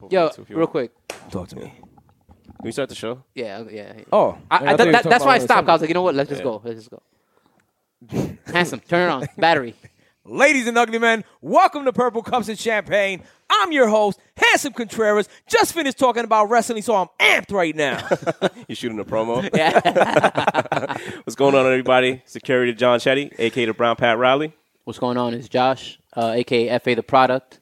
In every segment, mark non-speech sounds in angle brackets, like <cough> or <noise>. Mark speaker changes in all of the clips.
Speaker 1: But
Speaker 2: Yo,
Speaker 1: wait till if you
Speaker 2: real
Speaker 1: want-
Speaker 2: quick.
Speaker 3: Talk to me.
Speaker 1: Can we start the show?
Speaker 2: Yeah, yeah. yeah.
Speaker 3: Oh,
Speaker 2: I, I,
Speaker 3: thought you
Speaker 2: that,
Speaker 3: were
Speaker 2: that,
Speaker 3: talking
Speaker 2: that's why I
Speaker 3: about
Speaker 2: stopped. I was
Speaker 3: something.
Speaker 2: like, you know what? Let's just go. Let's just go. <laughs> Handsome, turn it on. Battery.
Speaker 3: Ladies and ugly men, welcome to Purple Cups and Champagne. I'm your host, Handsome Contreras. Just finished talking about wrestling, so I'm amped
Speaker 2: <laughs>
Speaker 3: right now.
Speaker 1: You shooting a promo?
Speaker 2: Yeah.
Speaker 1: <laughs> What's going on, everybody? Security John Chetty, aka the Brown Pat Riley.
Speaker 2: What's going on? Is Josh, uh, aka FA the product,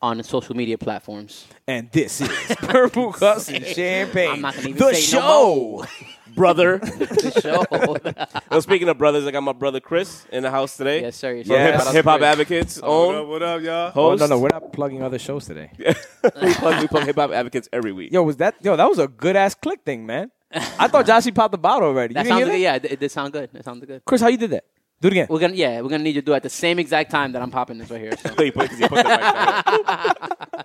Speaker 2: on the social media platforms.
Speaker 3: <laughs> and this is Purple
Speaker 2: <laughs>
Speaker 3: Cups and Champagne.
Speaker 2: I'm not gonna even
Speaker 3: the
Speaker 2: say
Speaker 3: show.
Speaker 2: no more.
Speaker 1: Brother.
Speaker 2: <laughs> The show.
Speaker 1: <laughs> well, speaking of brothers, I got my brother Chris in the house today.
Speaker 2: yes, sir.
Speaker 1: From
Speaker 3: Yes.
Speaker 1: Hip- Hip Hop Advocates,
Speaker 4: What up,
Speaker 1: own
Speaker 4: what up, y'all?
Speaker 3: Oh,
Speaker 1: host.
Speaker 3: no, no, we're not plugging other shows today.
Speaker 1: we plug, we plug Hip Hop Advocates every week. <laughs>
Speaker 3: <laughs> Yo, was that yo? That was a good ass click
Speaker 2: <laughs>
Speaker 3: thing, man. I thought Joshy popped the bottle already.
Speaker 2: That
Speaker 3: you didn't
Speaker 2: sounds
Speaker 3: hear
Speaker 2: good.
Speaker 3: that?
Speaker 2: Yeah, it, it did sound good. It sounded good.
Speaker 3: Chris, how you did that? Do it again.
Speaker 2: We're gonna yeah, we're gonna need you to do it at the same exact time that I'm popping this right here.
Speaker 3: <laughs>
Speaker 2: So.
Speaker 1: He put- he put the mic down.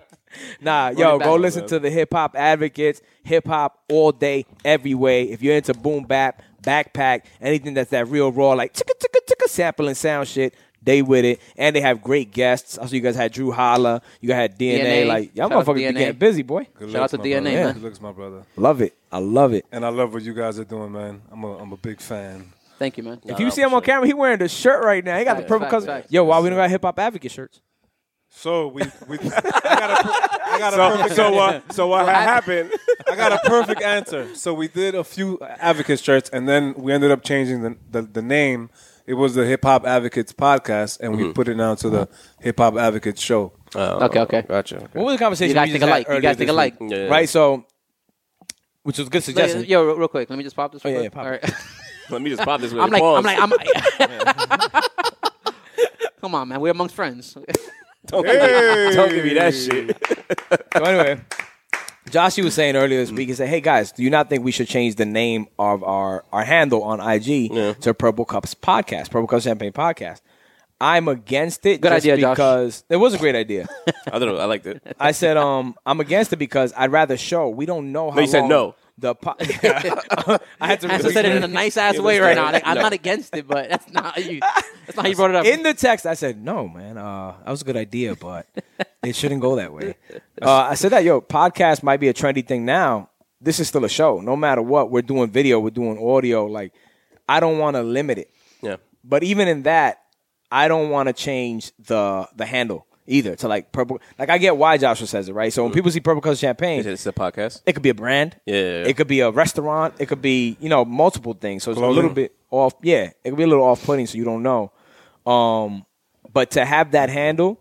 Speaker 3: Nah, yo,
Speaker 2: it back.
Speaker 3: go listen to the hip hop advocates, hip hop all day, every way. If you're into boom bap, backpack, anything that's that real raw, like chicka chicka chicka sample and sound shit, they with it. And they have great guests. Also, you guys had Drew Holla, you guys had DNA.
Speaker 2: DNA.
Speaker 3: Like y'all
Speaker 2: Shout out to
Speaker 3: motherfuckers be
Speaker 2: DNA.
Speaker 3: getting busy, boy.
Speaker 4: Good
Speaker 2: Shout out to
Speaker 4: my
Speaker 2: DNA,
Speaker 4: brother.
Speaker 3: man.
Speaker 4: Good looks, my brother.
Speaker 3: Love it. I love it.
Speaker 4: And I love what you guys are doing, man. I'm a, I'm a big fan.
Speaker 2: Thank you, man.
Speaker 3: If you see him on camera, he wearing the shirt right now. He got the
Speaker 2: Facts,
Speaker 3: purple
Speaker 2: facts,
Speaker 3: color.
Speaker 2: facts.
Speaker 3: Yo, why we don't got hip hop advocate shirts?
Speaker 4: So we, we <laughs> I got a, per- I got a
Speaker 1: So,
Speaker 4: perfect,
Speaker 1: so, uh, so what had happened?
Speaker 4: I got a perfect answer. So we did a few advocates shirts, and then we ended up changing the the, the name. It was the Hip Hop Advocates podcast, and we put it down to the Hip Hop Advocates show.
Speaker 2: <laughs> Okay, okay.
Speaker 1: Oh, Gotcha. Okay.
Speaker 3: What was the conversation?
Speaker 2: You guys
Speaker 3: we just
Speaker 2: think
Speaker 3: had
Speaker 2: alike. You
Speaker 3: earlier
Speaker 2: guys
Speaker 3: this
Speaker 2: think alike.
Speaker 3: week?
Speaker 1: Yeah, yeah.
Speaker 3: right? So, which was a good
Speaker 2: Look,
Speaker 3: suggestion.
Speaker 2: Yo, real, real quick, let me just pop this.
Speaker 3: Oh,
Speaker 2: real
Speaker 3: yeah,
Speaker 2: quick.
Speaker 3: yeah, pop
Speaker 2: All
Speaker 3: it.
Speaker 2: right. <laughs>
Speaker 1: Let me just pop this. With
Speaker 2: I'm
Speaker 1: a
Speaker 2: like, I'm
Speaker 1: pause.
Speaker 2: like, I'm
Speaker 3: <laughs>
Speaker 2: <laughs> Come on, man. We're amongst friends.
Speaker 1: don't, give me, <laughs> don't give me that shit. <laughs>
Speaker 3: So anyway, Josh, you was saying earlier this week, he said, "Hey guys, do you not think we should change the name of our our handle on IG to Purple Cups Podcast, Purple Cups Champagne Podcast?" I'm against it.
Speaker 2: Good
Speaker 3: just
Speaker 2: idea, Josh.
Speaker 3: because
Speaker 2: <laughs>
Speaker 3: it was a great idea.
Speaker 1: I don't know. I liked it.
Speaker 3: I said, um, I'm against it because I'd rather show. We don't know how.
Speaker 1: you said
Speaker 3: long
Speaker 1: no.
Speaker 3: The po- <laughs> I had to
Speaker 2: Hansel said it in a nice ass way right now. Like, I'm
Speaker 1: No.
Speaker 2: not against it, but that's not
Speaker 1: <laughs>
Speaker 2: how you. That's not how you brought it up.
Speaker 3: in the text, I said, "No, man, uh, that was a good idea, but it shouldn't go that way." Uh, I said that, yo, podcast might be a trendy thing now. This is still a show, no matter what. We're doing video, we're doing audio. Like, I don't want to limit it.
Speaker 1: Yeah.
Speaker 3: But even in that, I don't want to change the the handle either to like purple. Like, I get why Joshua says it, right? So when people see purple color champagne,
Speaker 1: It's a podcast.
Speaker 3: it could be a brand.
Speaker 1: Yeah, yeah, yeah.
Speaker 3: It could be a restaurant. It could be, you know, multiple things. So it's a
Speaker 4: Clothing.
Speaker 3: little bit off. Yeah. It could be a little off putting so you don't know. Um, but to have that handle,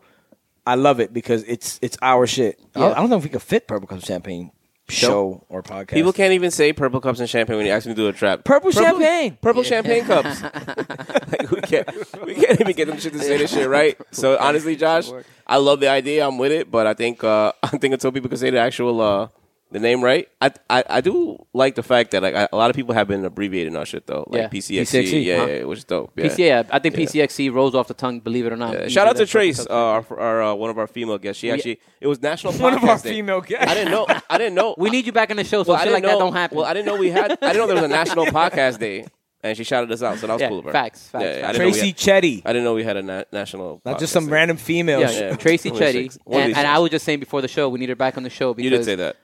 Speaker 3: I love it because it's it's our shit. I, don't,
Speaker 2: Yeah.
Speaker 3: I don't know if we could fit Purple Cup Champagne show or podcast.
Speaker 1: People can't even say purple cups and champagne when you ask them to do a trap.
Speaker 3: Purple champagne.
Speaker 1: Purple champagne
Speaker 3: <laughs>
Speaker 1: cups. <laughs> like we can't we can't even get them shit to say this shit,
Speaker 3: <laughs>
Speaker 1: right? So honestly, Josh, I love the idea, I'm with it, but I think uh <laughs> I think until people can say the actual uh the name right. I, I I do like the fact that like I, a lot of people have been abbreviating our shit though. Like
Speaker 2: Yeah.
Speaker 1: PCXC,
Speaker 3: PCXC,
Speaker 1: E, yeah,
Speaker 3: huh?
Speaker 1: yeah, which is dope. Yeah.
Speaker 2: PCA, yeah, I think PCXC rolls off the tongue, believe it or
Speaker 3: E.
Speaker 2: not.
Speaker 1: Yeah.
Speaker 2: Easier
Speaker 1: Shout out
Speaker 2: than
Speaker 1: to Trace,
Speaker 2: Purple
Speaker 1: uh,
Speaker 2: Cups.
Speaker 1: our, our uh, one of our female guests. She actually it was National
Speaker 3: <laughs> One of our
Speaker 1: Podcast Day.
Speaker 3: female guests.
Speaker 1: I didn't know. I didn't
Speaker 3: <laughs>
Speaker 1: know.
Speaker 2: we need you back in the show, so
Speaker 1: Well, I
Speaker 2: shit
Speaker 1: didn't
Speaker 2: like
Speaker 1: know,
Speaker 2: that don't happen.
Speaker 1: Well, I didn't know we had. I didn't know there was a
Speaker 2: <laughs>
Speaker 1: national podcast day, and she shouted us out, so that was
Speaker 2: Yeah,
Speaker 1: cool of her.
Speaker 2: facts, facts,
Speaker 1: Yeah, yeah, I
Speaker 2: facts.
Speaker 1: didn't know we
Speaker 3: Tracy
Speaker 1: had-
Speaker 3: Chetty.
Speaker 1: I didn't know we had a na- national.
Speaker 3: Not just
Speaker 1: podcast
Speaker 3: some
Speaker 1: day.
Speaker 3: random female.
Speaker 2: yeah,
Speaker 3: shit.
Speaker 1: yeah.
Speaker 2: Tracy
Speaker 1: One of these
Speaker 2: Chetty,
Speaker 1: chicks. One of
Speaker 2: and,
Speaker 1: these
Speaker 2: and I
Speaker 1: chicks.
Speaker 2: was just saying before the show, we need her back on the show because
Speaker 1: You did say that.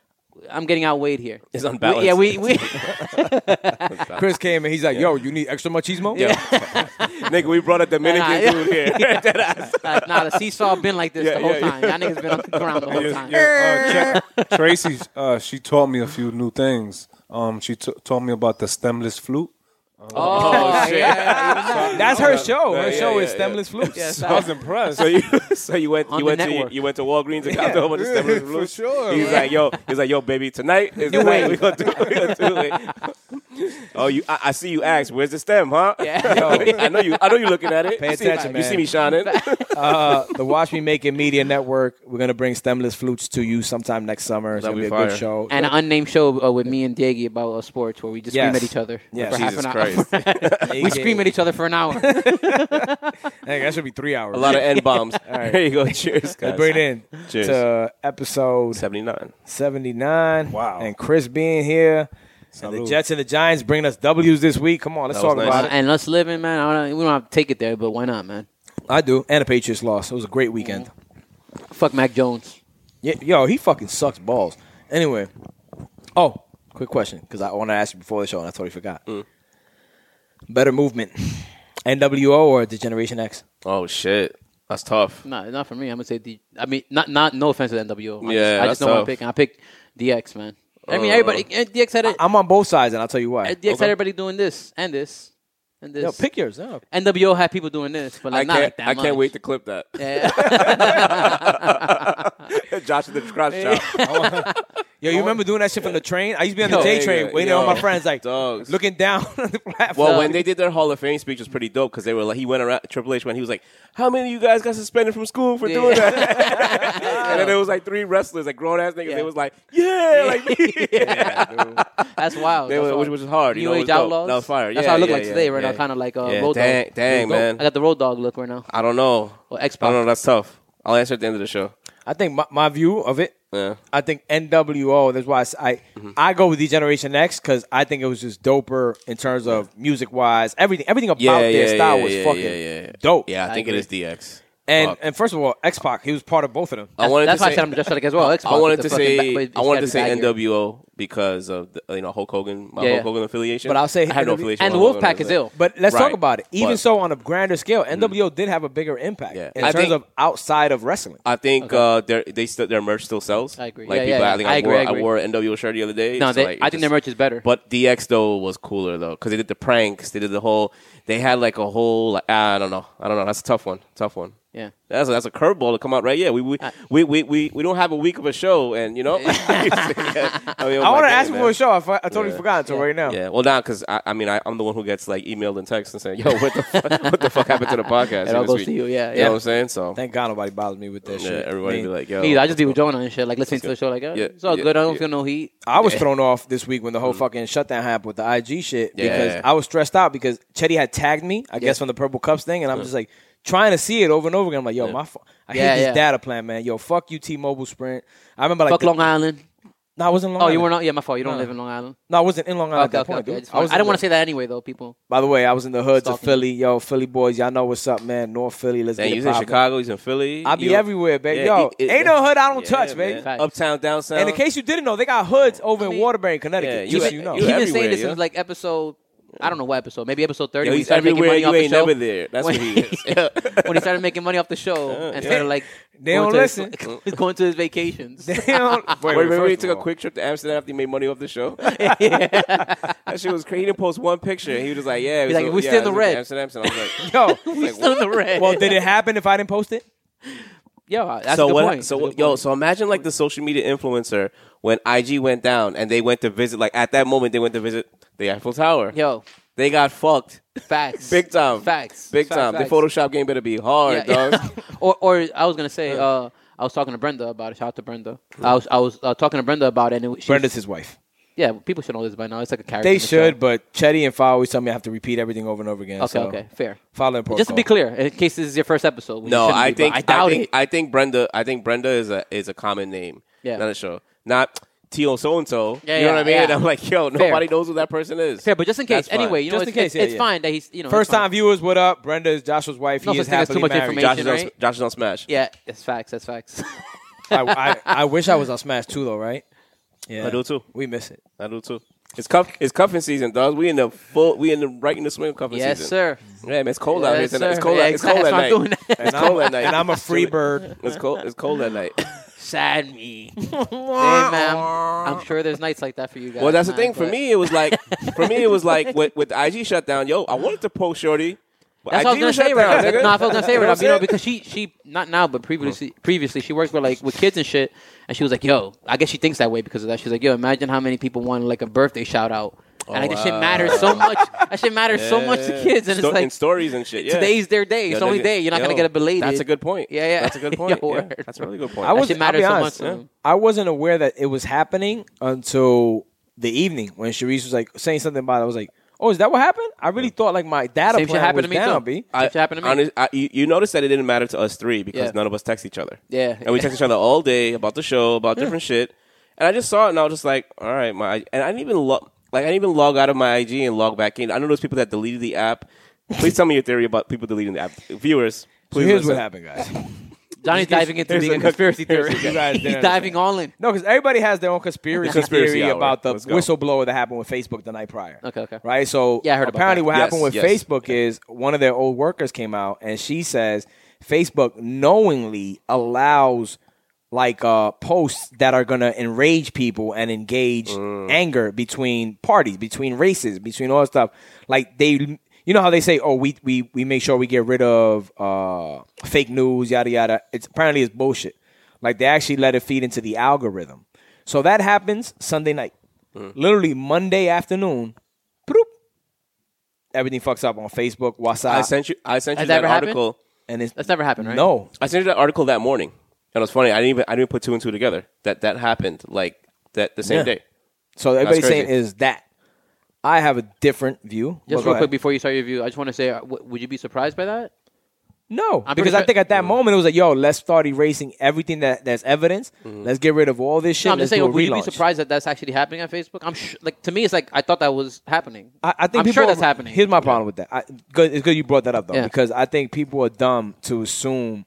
Speaker 2: I'm getting outweighed here.
Speaker 1: It's
Speaker 2: We-
Speaker 1: unbalanced.
Speaker 2: yeah,
Speaker 1: <laughs>
Speaker 2: we, <laughs> we
Speaker 3: Chris came and he's like, "Yo, you need extra machismo?"
Speaker 1: Yeah. <laughs> Nigga, we brought a Dominican
Speaker 2: Nah, nah.
Speaker 1: dude
Speaker 3: <laughs>
Speaker 1: here.
Speaker 2: uh, nah, the seesaw been like this
Speaker 1: Yeah,
Speaker 2: the whole
Speaker 1: yeah,
Speaker 2: time. Y'all niggas been on the ground the whole time.
Speaker 4: Yeah, uh, Tra- Tracy, uh, she taught me a few new things. Um, she t- taught me about the stemless flute.
Speaker 2: Oh,
Speaker 1: <laughs>
Speaker 2: shit.
Speaker 3: That's her show. Her
Speaker 1: Yeah, yeah,
Speaker 3: show is
Speaker 1: yeah,
Speaker 3: stemless flutes.
Speaker 2: Yes,
Speaker 4: I
Speaker 3: <laughs>
Speaker 4: was impressed.
Speaker 1: So you, <laughs> so you went,
Speaker 2: On
Speaker 1: you
Speaker 2: the
Speaker 1: went, to, you,
Speaker 2: network.
Speaker 1: went to Walgreens and got the whole bunch of
Speaker 4: Yeah,
Speaker 1: stemless
Speaker 4: for
Speaker 1: blues.
Speaker 4: sure,
Speaker 1: He's
Speaker 4: man.
Speaker 1: like, yo, he's like, yo, baby, tonight is the night we gonna do, we gonna do it. Oh, you, I, I see you asked, where's the stem, huh?
Speaker 2: Yeah.
Speaker 1: <laughs> Yo, I know you, I know you looking at it.
Speaker 3: Pay
Speaker 1: You see-
Speaker 3: attention,
Speaker 1: You
Speaker 3: man.
Speaker 1: see me
Speaker 2: <laughs>
Speaker 1: shining.
Speaker 3: uh, the Watch Me Make It Media Network. We're gonna bring stemless flutes to you sometime next summer. It's
Speaker 1: That'll
Speaker 3: gonna be,
Speaker 1: be
Speaker 3: a good
Speaker 1: fire.
Speaker 3: show.
Speaker 2: and an unnamed show uh, with me and Diego about uh, sports where we just
Speaker 3: Yes.
Speaker 2: scream at each other
Speaker 3: Yes.
Speaker 2: for
Speaker 1: Jesus
Speaker 2: half an hour.
Speaker 1: Christ.
Speaker 2: <laughs> we scream at each other for an hour.
Speaker 3: Hey, that should be three hours.
Speaker 1: A lot of N <laughs> bombs.
Speaker 3: right.
Speaker 1: There you go. Cheers, guys.
Speaker 3: Let's bring it in
Speaker 1: Cheers.
Speaker 3: to episode
Speaker 1: 79.
Speaker 3: seventy nine.
Speaker 4: Wow.
Speaker 3: And Chris being here. And the
Speaker 4: Salud.
Speaker 3: Jets and the Giants bringing us W's this week. Come on, let's
Speaker 1: That
Speaker 3: talk
Speaker 1: was nice.
Speaker 3: about it.
Speaker 2: Uh, and let's live in, man. I don't, we don't have to take it there, but why not, man?
Speaker 1: Mm-hmm.
Speaker 3: I do. And the Patriots lost. It was a great weekend.
Speaker 2: Fuck Mac Jones.
Speaker 3: Yeah, yo, he fucking sucks balls. Anyway, oh, quick question because I want to ask you before the show and I totally forgot.
Speaker 1: Mm.
Speaker 3: Better movement, NWO or the Generation X?
Speaker 1: Oh shit, that's tough.
Speaker 2: No, not for me. I'm gonna say D. I mean, not not no offense to NWO. I
Speaker 1: Yeah,
Speaker 2: just,
Speaker 1: that's
Speaker 2: I just know what
Speaker 1: tough. Uh,
Speaker 2: I'm picking. I picked DX, man. I mean, everybody. and DX had it.
Speaker 3: <laughs> I'm on both sides, and I'll tell you why.
Speaker 2: DX had everybody doing this and this and this.
Speaker 3: Yo, pick yours. No.
Speaker 2: NWO had people doing this, but
Speaker 1: I
Speaker 2: like not
Speaker 1: can't.
Speaker 2: like that
Speaker 1: I can't
Speaker 2: much.
Speaker 1: wait to clip that.
Speaker 2: Yeah.
Speaker 1: <laughs>
Speaker 2: <laughs>
Speaker 1: Josh at the scratch shop.
Speaker 3: Yo, you remember doing that shit from the train? I used to be on the
Speaker 1: Oh. Yo,
Speaker 3: J
Speaker 1: yeah,
Speaker 3: train,
Speaker 1: yeah,
Speaker 3: waiting
Speaker 1: yo.
Speaker 3: on my friends,
Speaker 1: <laughs>
Speaker 3: like
Speaker 1: Dogs.
Speaker 3: looking down <laughs> on the platform.
Speaker 1: Well, when they did their Hall of Fame speech, was pretty dope because they were like, he went around Triple H when he was like, "How many of you guys got suspended from school for doing that?" <laughs> and then it was like three wrestlers, like grown ass niggas.
Speaker 2: Yeah.
Speaker 1: They was like, "Yeah, <laughs> like me."
Speaker 2: That's wild.
Speaker 1: They were-
Speaker 2: That's wild.
Speaker 1: which was hard, you
Speaker 2: New
Speaker 1: know, it
Speaker 2: Age
Speaker 1: was dope.
Speaker 2: Outlaws.
Speaker 1: That was fire.
Speaker 2: That's
Speaker 1: Yeah,
Speaker 2: how I look
Speaker 1: yeah,
Speaker 2: like
Speaker 1: yeah,
Speaker 2: today right
Speaker 1: yeah.
Speaker 2: now, kind of like a
Speaker 1: Yeah,
Speaker 2: road
Speaker 1: dang-
Speaker 2: dog.
Speaker 1: dang,
Speaker 2: Road dog.
Speaker 1: man.
Speaker 2: I got the road dog look right now.
Speaker 1: I don't know.
Speaker 2: Well, Xbox.
Speaker 1: I don't know. That's tough. I'll answer at the end of the show.
Speaker 3: I think my, my view of it.
Speaker 1: Yeah.
Speaker 3: I think NWO. That's why I s- I,
Speaker 1: Mm-hmm.
Speaker 3: I go with the Generation X because I think it was just doper in terms of music wise, everything everything about
Speaker 1: Yeah,
Speaker 3: their
Speaker 1: yeah,
Speaker 3: style
Speaker 1: yeah,
Speaker 3: was
Speaker 1: yeah,
Speaker 3: fucking
Speaker 1: yeah, yeah.
Speaker 3: dope.
Speaker 1: Yeah, I, think
Speaker 2: agree.
Speaker 1: it is DX.
Speaker 3: and
Speaker 1: Fuck. Oh,
Speaker 3: and first of all, X Pac, he was part of both of them.
Speaker 1: I
Speaker 2: That's-
Speaker 1: wanted
Speaker 2: that's
Speaker 1: to
Speaker 2: why
Speaker 1: say-
Speaker 2: I said I'm just like as well. Xbox
Speaker 1: I wanted
Speaker 2: with
Speaker 1: to
Speaker 2: the fucking
Speaker 1: say
Speaker 2: back- but
Speaker 1: I wanted to
Speaker 2: it's
Speaker 1: say
Speaker 2: got the back here.
Speaker 1: NWO because of the, you know Hulk Hogan, my
Speaker 2: Yeah, yeah.
Speaker 1: Hulk Hogan affiliation.
Speaker 3: But I'll say
Speaker 1: I had no
Speaker 3: NWO
Speaker 1: affiliation.
Speaker 2: And the
Speaker 1: with Hulk Hogan,
Speaker 2: Wolfpack is
Speaker 1: so-
Speaker 2: ill.
Speaker 3: But let's
Speaker 1: Right.
Speaker 3: talk about it. Even
Speaker 1: But- Mm.
Speaker 3: so, on a grander scale, NWO did have a bigger impact
Speaker 1: Yeah.
Speaker 3: in
Speaker 1: I
Speaker 3: terms
Speaker 1: think-
Speaker 3: of outside of wrestling.
Speaker 1: I think uh, their they still their merch still sells.
Speaker 2: I agree.
Speaker 1: Like
Speaker 2: Yeah,
Speaker 1: people, I
Speaker 2: yeah,
Speaker 1: think
Speaker 2: yeah.
Speaker 1: I,
Speaker 2: I agree,
Speaker 1: wore,
Speaker 2: I agree.
Speaker 1: wore an NWO shirt the other day.
Speaker 2: No,
Speaker 1: It's
Speaker 2: they,
Speaker 1: like, it
Speaker 2: I think their
Speaker 1: just-
Speaker 2: merch is better.
Speaker 1: But DX though was cooler though because they did the pranks. They did the whole. They had like a whole. Like, I don't know. I don't know. That's a tough one. Tough one.
Speaker 2: yeah.
Speaker 1: That's a, that's a curveball to come out right. Yeah, we we, we, we, we we don't have a week of a show, and <laughs>
Speaker 3: <laughs>
Speaker 1: you Oh, know.
Speaker 3: I want
Speaker 1: want
Speaker 3: to ask you for a show. I, fu- I totally
Speaker 1: Yeah.
Speaker 3: forgot until right now.
Speaker 1: Yeah, well, nah, because I, I mean, I, I'm the one who gets like emailed and text and saying, "Yo, what the fuck, <laughs> what the fuck happened to the podcast?"
Speaker 2: It all
Speaker 1: this
Speaker 2: goes
Speaker 1: week?
Speaker 2: to you, yeah,
Speaker 1: you
Speaker 2: yeah.
Speaker 1: know what I'm saying. So
Speaker 3: Thank God nobody bothered me with that
Speaker 1: yeah,
Speaker 3: shit.
Speaker 1: everybody
Speaker 3: I mean,
Speaker 1: be like, "Yo,
Speaker 2: Neither. I just did with Jonah and shit. Like listening to the
Speaker 1: Let's
Speaker 2: show,
Speaker 1: go.
Speaker 2: like yeah,
Speaker 1: Yeah,
Speaker 2: it's all
Speaker 1: yeah,
Speaker 2: good. I don't
Speaker 1: yeah.
Speaker 2: feel no heat.
Speaker 3: I was thrown off this week when the whole fucking shutdown happened with the IG shit because
Speaker 1: Yeah.
Speaker 3: I was stressed out because Chetty had tagged me, I guess, from the Purple Cups thing, and I'm just like trying to see it over and over again. I'm like, yo, my, fu- I
Speaker 2: Yeah,
Speaker 3: hate this
Speaker 2: yeah.
Speaker 3: data plan, man. Yo, fuck you, T-Mobile, Sprint. I remember like,
Speaker 2: Fuck
Speaker 3: the-
Speaker 2: Long Island.
Speaker 3: no, I wasn't in Long.
Speaker 2: Oh, you
Speaker 3: Island.
Speaker 2: were not. Yeah, my fault. You don't live in Long Island.
Speaker 3: No, I wasn't in Long Island
Speaker 2: Okay,
Speaker 3: at
Speaker 2: okay,
Speaker 3: that point.
Speaker 2: okay. I,
Speaker 3: dude.
Speaker 2: just wanna-
Speaker 3: was
Speaker 2: I
Speaker 3: in
Speaker 2: didn't want
Speaker 3: the-
Speaker 2: to say that anyway, though. People.
Speaker 3: By the way, I was in the hoods of
Speaker 2: Stalking.
Speaker 3: Philly. Yo, Philly boys, y'all know what's up, man. North Philly, let's
Speaker 1: Dang,
Speaker 3: get
Speaker 1: he's
Speaker 3: it
Speaker 1: in
Speaker 3: poppin'.
Speaker 1: Chicago. He's in Philly.
Speaker 3: I be
Speaker 1: You-
Speaker 3: everywhere, baby.
Speaker 1: Yeah,
Speaker 3: Yo,
Speaker 1: it- it-
Speaker 3: ain't no hood I don't
Speaker 1: Yeah,
Speaker 3: touch,
Speaker 1: man.
Speaker 3: baby.
Speaker 2: Facts.
Speaker 1: Uptown, downtown.
Speaker 3: And in case you didn't know, they got hoods over in
Speaker 2: mean,
Speaker 3: Waterbury, Connecticut.
Speaker 1: yeah, you
Speaker 3: just
Speaker 1: ain't-
Speaker 3: so you know.
Speaker 1: you
Speaker 2: He's been saying
Speaker 1: everywhere,
Speaker 2: this
Speaker 1: yeah.
Speaker 2: since like episode. I don't know what episode. Maybe episode thirty.
Speaker 1: Yo,
Speaker 2: when he
Speaker 1: he's
Speaker 2: started making
Speaker 1: everywhere.
Speaker 2: money
Speaker 1: You
Speaker 2: off the
Speaker 1: ain't
Speaker 2: show.
Speaker 1: never
Speaker 2: <laughs>
Speaker 1: there. That's what he
Speaker 3: <laughs>
Speaker 1: is. Yeah.
Speaker 2: when he started making money off
Speaker 1: <laughs>
Speaker 2: the show and started like
Speaker 3: They
Speaker 2: going
Speaker 3: don't
Speaker 2: to his-
Speaker 3: listen.
Speaker 2: he's <laughs> going to his vacations.
Speaker 3: <laughs> Damn. Wait,
Speaker 1: Wait, remember he
Speaker 3: first of
Speaker 1: took a
Speaker 3: all.
Speaker 1: quick trip to Amsterdam after he made money off the
Speaker 2: <laughs>
Speaker 1: show? <laughs> that shit was crazy. He didn't post one picture. He was just like, yeah. it
Speaker 2: He's
Speaker 1: was
Speaker 2: like,
Speaker 1: a-
Speaker 2: we
Speaker 1: yeah,
Speaker 2: still in
Speaker 1: it
Speaker 2: the
Speaker 1: was in
Speaker 2: red.
Speaker 1: Amsterdam. So I was like,
Speaker 2: <laughs>
Speaker 3: Yo, <laughs>
Speaker 1: like,
Speaker 2: <laughs> Still in the red.
Speaker 3: well, did it happen if I didn't post it?
Speaker 2: Yo, that's a
Speaker 1: so
Speaker 2: good
Speaker 1: what?
Speaker 2: point.
Speaker 1: So
Speaker 2: That's a
Speaker 1: what-
Speaker 2: good
Speaker 1: yo,
Speaker 2: point.
Speaker 1: so imagine like the social media influencer when IG went down and they went to visit. Like at that moment, they went to visit the Eiffel Tower.
Speaker 2: yo,
Speaker 1: They got
Speaker 2: <laughs>
Speaker 1: fucked
Speaker 2: facts,
Speaker 1: big time.
Speaker 2: facts,
Speaker 1: Big
Speaker 2: Facts,
Speaker 1: time.
Speaker 2: facts.
Speaker 1: The Photoshop game better be hard,
Speaker 2: Yeah,
Speaker 1: dog.
Speaker 2: <laughs> yeah. or, or I was gonna say, uh, I was talking to Brenda about it. Shout out to Brenda. I was, I was uh, talking to Brenda about it. And it she,
Speaker 3: Brenda's his wife.
Speaker 2: yeah, people should know this by now. It's like a character.
Speaker 3: They
Speaker 2: in the
Speaker 3: should,
Speaker 2: show.
Speaker 3: but Chetty and Fa always tell me I have to repeat everything over and over again.
Speaker 2: Okay,
Speaker 3: so
Speaker 2: okay, fair.
Speaker 3: Following protocol.
Speaker 2: Just to be clear, in case this is your first episode, which
Speaker 1: No,
Speaker 2: it shouldn't
Speaker 1: I
Speaker 2: be, but
Speaker 1: think
Speaker 2: I doubt
Speaker 1: think,
Speaker 2: it.
Speaker 1: I think Brenda. I think Brenda is a is a common name.
Speaker 2: Yeah.
Speaker 1: not a show. Not T.O. So and so.
Speaker 2: Yeah,
Speaker 1: you know what I mean?
Speaker 2: yeah,
Speaker 1: And <laughs>
Speaker 2: yeah.
Speaker 1: I'm like, yo, nobody knows who that person is.
Speaker 2: fair, but just in case,
Speaker 1: That's fine.
Speaker 2: anyway, you know,
Speaker 3: Just
Speaker 2: it's,
Speaker 3: in case,
Speaker 2: it's,
Speaker 3: yeah,
Speaker 2: it's
Speaker 3: yeah.
Speaker 2: fine that he's you know
Speaker 3: First
Speaker 2: it's fine.
Speaker 3: time viewers, what up? Brenda is Joshua's wife.
Speaker 2: No
Speaker 3: he
Speaker 2: such
Speaker 3: is
Speaker 2: thing as too
Speaker 3: happily
Speaker 2: much
Speaker 3: married.
Speaker 2: information.
Speaker 1: Josh is, on,
Speaker 2: right?
Speaker 1: Josh is on Smash.
Speaker 2: Yeah, that's facts. That's facts.
Speaker 3: I, I, I wish I was on Smash too, though, right? Yeah,
Speaker 1: I do too.
Speaker 3: We miss it.
Speaker 1: I do too. It's cuff. It's cuffing season, dogs. We in the full. We in the right in the swing of cuffing
Speaker 2: yes,
Speaker 1: season.
Speaker 2: sir.
Speaker 1: Yeah, man, it's cold out here.
Speaker 2: Yes,
Speaker 1: tonight. It's
Speaker 2: sir.
Speaker 1: cold.
Speaker 2: Yeah,
Speaker 1: out- it's cold at
Speaker 2: exactly. That's why
Speaker 1: night.
Speaker 2: I'm doing <laughs>
Speaker 1: <laughs>
Speaker 2: that.
Speaker 1: It's cold at night.
Speaker 3: And I'm a free bird.
Speaker 1: It's cold. It's cold at night.
Speaker 2: Sad me. hey,
Speaker 3: <laughs>
Speaker 2: ma'am. I'm sure there's nights like that for you guys.
Speaker 1: Well, that's the
Speaker 2: man,
Speaker 1: thing. For
Speaker 2: but-
Speaker 1: me, it was like, for me, it was
Speaker 2: <laughs>
Speaker 1: like with, with the IG shutdown. Yo, I wanted to post shorty. But
Speaker 2: That's
Speaker 1: IG
Speaker 2: what I was gonna
Speaker 1: was
Speaker 2: say
Speaker 1: shut down,
Speaker 2: right now.
Speaker 1: nigga.
Speaker 2: No, I was gonna say
Speaker 1: You know what
Speaker 2: right now,
Speaker 1: I'm
Speaker 2: you know,
Speaker 1: saying?
Speaker 2: because she she not now, but previously previously she worked with like with kids and shit, and she was like, "Yo, I guess she thinks that way because of that." She's like, "Yo, imagine how many people want like a birthday shout out." And like, this shit
Speaker 1: Oh,
Speaker 2: matters so much. That shit matters so much to kids, and
Speaker 1: Sto-
Speaker 2: it's like
Speaker 1: and stories and shit. Yeah.
Speaker 2: today's their day. it's
Speaker 1: Yo,
Speaker 2: the only
Speaker 1: nigga,
Speaker 2: day. You're not
Speaker 1: yo,
Speaker 2: gonna get a belated.
Speaker 1: That's a good point.
Speaker 2: Yeah, yeah.
Speaker 1: That's a good
Speaker 2: <laughs> Yo,
Speaker 1: point. Yeah,
Speaker 2: word.
Speaker 1: that's a really good point.
Speaker 3: I
Speaker 1: I
Speaker 2: That
Speaker 1: was,
Speaker 3: was
Speaker 2: shit matters so much to
Speaker 3: yeah.
Speaker 2: them.
Speaker 3: I wasn't aware that it was happening until the evening when Sharice was like saying something about it. I was like, "Oh, is that what happened?" I really thought like my data
Speaker 2: Same shit
Speaker 3: plan
Speaker 2: happened
Speaker 3: was
Speaker 2: to me
Speaker 3: down,
Speaker 2: too.
Speaker 3: B.
Speaker 2: Same shit happened to me.
Speaker 1: honest- I- you, you noticed that it didn't matter to us three because
Speaker 2: Yeah.
Speaker 1: none of us text each other.
Speaker 2: Yeah.
Speaker 1: and we text each other all day about the show, about different shit. And I just saw it, and I was just like, "All right, my." And I didn't even log, like, I didn't even log out of my IG and log back in. I know those people that deleted the app. Please tell me your theory about people deleting the app. Viewers,
Speaker 3: So
Speaker 1: please.
Speaker 3: here's
Speaker 1: listen.
Speaker 3: what happened, guys. <laughs>
Speaker 2: Johnny's diving into
Speaker 3: there's
Speaker 2: being
Speaker 3: a
Speaker 2: a conspiracy theorist.
Speaker 3: You guys
Speaker 2: He's
Speaker 3: didn't
Speaker 2: diving all in.
Speaker 3: No, because everybody has their own conspiracy,
Speaker 1: Conspiracy
Speaker 3: theory
Speaker 1: hour.
Speaker 3: about the
Speaker 1: Let's go.
Speaker 3: whistleblower that happened with Facebook the night prior.
Speaker 2: Okay, okay.
Speaker 3: Right? So
Speaker 2: Yeah, I heard about
Speaker 3: apparently
Speaker 2: that.
Speaker 3: what
Speaker 1: Yes,
Speaker 3: happened with
Speaker 1: yes.
Speaker 3: Facebook is one of their old workers came out and she says Facebook knowingly allows like uh, posts that are gonna enrage people and engage
Speaker 1: Mm.
Speaker 3: anger between parties, between races, between all that stuff. Like they you know how they say, "Oh, we we we make sure we get rid of uh, fake news, yada yada." It's apparently it's bullshit. Like they actually let it feed into the algorithm. So that happens Sunday night.
Speaker 1: Mm.
Speaker 3: Literally Monday afternoon, bloop, everything fucks up on Facebook, WhatsApp,
Speaker 1: I sent you. I sent you
Speaker 2: Has
Speaker 1: that
Speaker 2: that ever happened?
Speaker 1: article.
Speaker 3: and it's
Speaker 2: That's never happened, right?
Speaker 3: no.
Speaker 1: I sent you that article that morning, and it was funny. I didn't even. I didn't put two and two together. That that happened like that the same
Speaker 3: Yeah.
Speaker 1: day.
Speaker 3: So everybody's
Speaker 1: crazy.
Speaker 3: saying is that. I have a different view. Well,
Speaker 2: Just
Speaker 3: go
Speaker 2: real quick
Speaker 3: ahead.
Speaker 2: before you start your review, I just want to say, uh, w- would you be surprised by that?
Speaker 3: No,
Speaker 2: I'm pretty
Speaker 3: because I
Speaker 2: sure- Mm.
Speaker 3: think at that moment it was like, "Yo, let's start erasing everything that that's evidence. Let's get rid of all this shit."
Speaker 2: Mm-hmm. No, I'm just
Speaker 3: Let's
Speaker 2: saying,
Speaker 3: do a
Speaker 2: would you be
Speaker 3: relaunch."
Speaker 2: surprised that that's actually happening on Facebook? I'm sh- like, to me, it's like I thought that was happening.
Speaker 3: I, I think
Speaker 2: I'm sure
Speaker 3: people-
Speaker 2: that's happening.
Speaker 3: Here's my problem with that. I, good, it's good you brought that up though,
Speaker 2: Yeah.
Speaker 3: because I think people are dumb to assume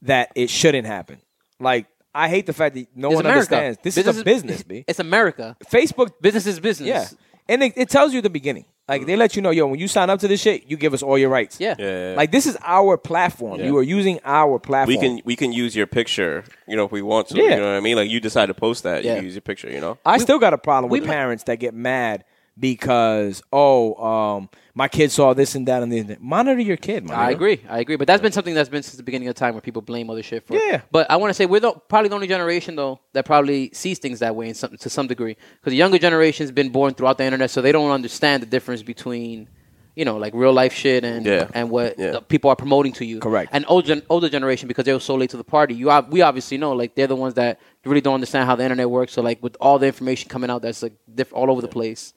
Speaker 3: that it shouldn't happen. Like I hate the fact that no
Speaker 2: It's
Speaker 3: one
Speaker 2: America.
Speaker 3: understands this is a business. B.
Speaker 2: <laughs> It's America.
Speaker 3: Facebook,
Speaker 2: Business is business.
Speaker 3: yeah, and it, it tells you at the beginning. Like they let you know, yo, when you sign up to this shit, you give us all your rights.
Speaker 2: Yeah.
Speaker 1: Yeah.
Speaker 3: Like this is our platform. You are using our
Speaker 1: We
Speaker 3: platform.
Speaker 1: can we can use your picture, you know, if we want to. You
Speaker 3: Yeah.
Speaker 1: know what I mean? Like you decide to post that, you
Speaker 2: Yeah.
Speaker 1: can use your picture, you know.
Speaker 3: I still got a problem with
Speaker 2: we might-
Speaker 3: parents that get mad because oh, um, my kid saw this and that and the internet. Monitor your kid. man.
Speaker 2: I agree. I agree. But that's been something that's been since the beginning of time where people blame other shit for.
Speaker 3: Yeah.
Speaker 2: But I want to say we're the, probably the only generation though that probably sees things that way in some, to some degree because the younger generation's been born throughout the internet, so they don't understand the difference between. You know, like real life shit and
Speaker 1: Yeah.
Speaker 2: and what
Speaker 1: Yeah.
Speaker 2: the people are promoting to you.
Speaker 3: Correct.
Speaker 2: And old gen- older generation because they were so late to the party. You ob- we obviously know like they're the ones that really don't understand how the internet works. So like with all the information coming out that's like diff- all over the place,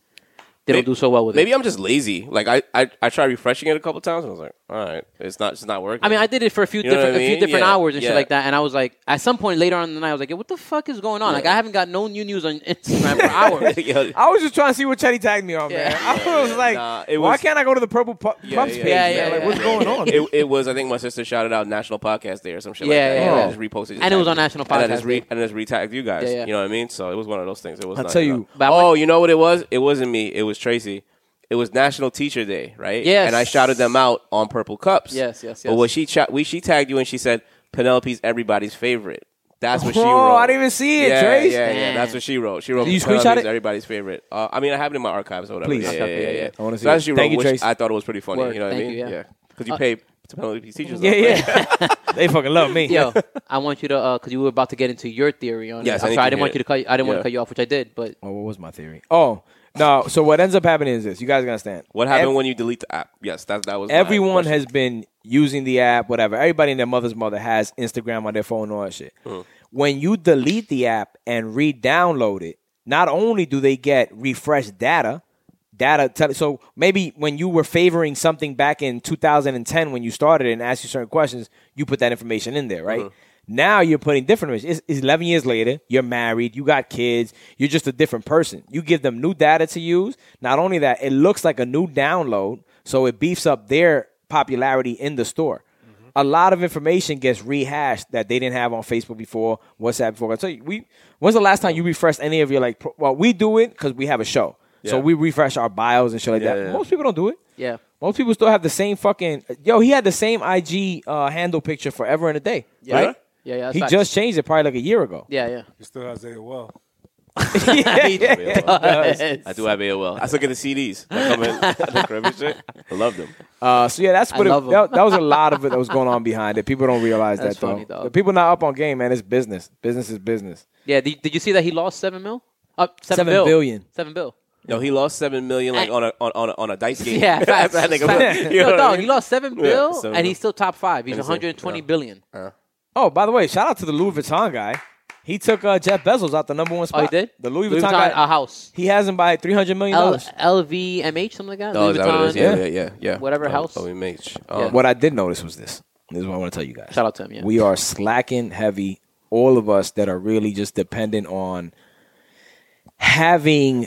Speaker 2: they
Speaker 1: Maybe-
Speaker 2: don't do so well with it.
Speaker 1: Maybe I'm just lazy. Like I, I, I tried refreshing it a couple times, and I was like, all right, it's not it's not working.
Speaker 2: I mean, I did it for a few
Speaker 1: You know what
Speaker 2: different,
Speaker 1: I
Speaker 2: a few
Speaker 1: mean?
Speaker 2: different
Speaker 1: Yeah,
Speaker 2: hours and
Speaker 1: yeah.
Speaker 2: shit like that, and I was like, at some point later on in the night, I was like, "Yo, what the fuck is going on? Like, I haven't got no new news on Instagram
Speaker 1: <laughs>
Speaker 2: for hours.
Speaker 1: Yo, yeah,
Speaker 3: I was just trying to see what Chetty tagged me on, man. <laughs>
Speaker 2: Yeah.
Speaker 3: I was like,
Speaker 1: Nah, it
Speaker 3: why
Speaker 1: was-
Speaker 3: can't I go to the purple pu- pumps page?
Speaker 2: yeah,
Speaker 3: man?
Speaker 2: yeah,
Speaker 3: like,
Speaker 2: yeah.
Speaker 3: what's going
Speaker 1: <laughs>
Speaker 3: on?
Speaker 1: It, it was. I think my sister shouted out National Podcast Day or some shit.
Speaker 2: Yeah,
Speaker 1: like that.
Speaker 2: yeah,
Speaker 1: And I
Speaker 3: yeah.
Speaker 1: just reposted,
Speaker 2: And it
Speaker 1: tagged
Speaker 2: was on
Speaker 1: you.
Speaker 2: National
Speaker 1: And I
Speaker 2: Podcast
Speaker 1: just, re-
Speaker 2: Day.
Speaker 1: and I just retagged you guys.
Speaker 2: Yeah, yeah.
Speaker 1: You know what I mean? So it was one of those things. It was.
Speaker 3: I'll
Speaker 1: not,
Speaker 3: tell you-
Speaker 1: know.
Speaker 2: But I
Speaker 1: oh,
Speaker 2: want-
Speaker 1: you know what it was? It wasn't me. It was Tracy. It was National Teacher Day, right?
Speaker 2: Yes.
Speaker 1: And I shouted them out on Purple Cups.
Speaker 2: Yes, yes,
Speaker 1: But
Speaker 2: yes.
Speaker 1: what she cha- we she tagged you and she said Penelope's everybody's favorite. That's what she
Speaker 3: Oh,
Speaker 1: wrote.
Speaker 3: I didn't even see it,
Speaker 1: yeah,
Speaker 3: Trace.
Speaker 1: Yeah, yeah,
Speaker 2: Damn.
Speaker 1: That's what she wrote. She wrote.
Speaker 3: Did you
Speaker 1: Penelope's
Speaker 3: screenshot it?
Speaker 1: Everybody's favorite. Uh, I mean, I have it in my archives or whatever.
Speaker 3: Please.
Speaker 1: Yeah, yeah,
Speaker 3: Okay,
Speaker 1: yeah.
Speaker 3: yeah,
Speaker 1: yeah.
Speaker 3: yeah. I wanna see
Speaker 1: That's
Speaker 3: it.
Speaker 1: what she
Speaker 3: Thank
Speaker 1: wrote,
Speaker 3: you,
Speaker 1: which
Speaker 3: Trace.
Speaker 1: I thought it was pretty funny.
Speaker 2: Word.
Speaker 1: You know what I
Speaker 2: Thank
Speaker 1: mean?
Speaker 2: you, yeah. Uh,
Speaker 1: Because you pay to Penelope's teachers.
Speaker 3: yeah,
Speaker 1: though, right?
Speaker 3: yeah. <laughs> they fucking love me.
Speaker 2: Yo, I want you to, uh, because you were about to get into your theory on.
Speaker 1: Yes,
Speaker 2: it.
Speaker 1: I
Speaker 2: I'm
Speaker 1: need
Speaker 2: sorry,
Speaker 1: to
Speaker 2: I didn't
Speaker 1: hear
Speaker 2: want you to
Speaker 1: it.
Speaker 2: cut. You, I didn't want
Speaker 1: Yeah.
Speaker 2: to cut you off, which I did, but
Speaker 3: Oh, what was my theory? Oh, no. So what ends up happening is this. You guys gotta understand.
Speaker 1: What happened
Speaker 3: Ev-
Speaker 1: when you delete the app? Yes, that that was my
Speaker 3: Everyone
Speaker 1: question.
Speaker 3: has been using the app, whatever. Everybody and their mother's mother has Instagram on their phone, all that shit. When you delete the app and re-download it, not only do they get refreshed data, data. Tell, so maybe when you were favoring something back in 2010 when you started and asked you certain questions, you put that information in there, right? Now you're putting different information. It's, it's 11 years later. You're married. You got kids. You're just a different person. You give them new data to use. Not only that, it looks like a new download, so it beefs up their popularity in the store. A lot of information gets rehashed that they didn't have on Facebook before, WhatsApp before. I tell you, we when's the last time you refreshed any of your like? Pro, well, we do it because we have a show, so
Speaker 1: Yeah.
Speaker 3: we refresh our bios and shit like that.
Speaker 1: yeah.
Speaker 3: Most people don't do it.
Speaker 2: yeah.
Speaker 3: Most people still have the same fucking yo. He had the same IG uh, handle picture forever and a day,
Speaker 2: Yeah.
Speaker 3: right?
Speaker 2: Yeah, yeah, that's
Speaker 3: He
Speaker 2: facts.
Speaker 3: just changed it probably like a year ago.
Speaker 2: Yeah,
Speaker 3: <laughs>
Speaker 2: yeah.
Speaker 4: You still has AOL.
Speaker 2: <laughs>
Speaker 1: I do have AOL. I still get the CDs. That come in the crib and shit. I love them.
Speaker 3: Uh, so yeah, that's what it,
Speaker 2: love him.
Speaker 3: that, that was a lot of it that was going on behind it. People don't
Speaker 2: <laughs>
Speaker 3: realize
Speaker 2: That's
Speaker 3: that though.
Speaker 2: funny, dog.
Speaker 3: But people not up on game, man. It's business. Business is business.
Speaker 2: Yeah, Did, did you see that he lost seven mil? Uh, seven
Speaker 3: Seven
Speaker 2: bill.
Speaker 3: billion.
Speaker 1: <laughs>
Speaker 2: Seven bill.
Speaker 1: No, he lost seven million like on a on on a, on a dice game.
Speaker 2: Yeah,
Speaker 1: <laughs>
Speaker 2: facts.
Speaker 1: That nigga-
Speaker 2: facts. <laughs>
Speaker 1: you know
Speaker 2: no,
Speaker 1: what I
Speaker 2: dog,
Speaker 1: mean?
Speaker 2: he lost seven bill,
Speaker 1: seven
Speaker 2: and
Speaker 1: mil.
Speaker 2: he's still top five. He's
Speaker 1: And he's-
Speaker 2: 120
Speaker 1: yeah.
Speaker 2: billion.
Speaker 3: Oh, by the way, shout out to the Louis Vuitton guy. He took uh, Jeff Bezos out the number one
Speaker 2: Oh,
Speaker 3: spot.
Speaker 2: he did. uh-huh.
Speaker 3: The Louis, Vuitton, guy.
Speaker 2: a house.
Speaker 3: he has him by three hundred million
Speaker 2: L
Speaker 3: dollars.
Speaker 2: L V M H something like that.
Speaker 1: Oh,
Speaker 2: Louis
Speaker 1: is that what it is?
Speaker 2: Vuitton.
Speaker 1: Yeah, yeah, yeah, yeah.
Speaker 2: Whatever
Speaker 1: oh,
Speaker 2: house.
Speaker 1: OMH.
Speaker 2: Yeah.
Speaker 1: Um,
Speaker 3: What I did notice was this. This is what I want to tell you guys.
Speaker 2: Oh. Shout out to him, yeah.
Speaker 3: We are slacking heavy. All of us that are really just dependent on having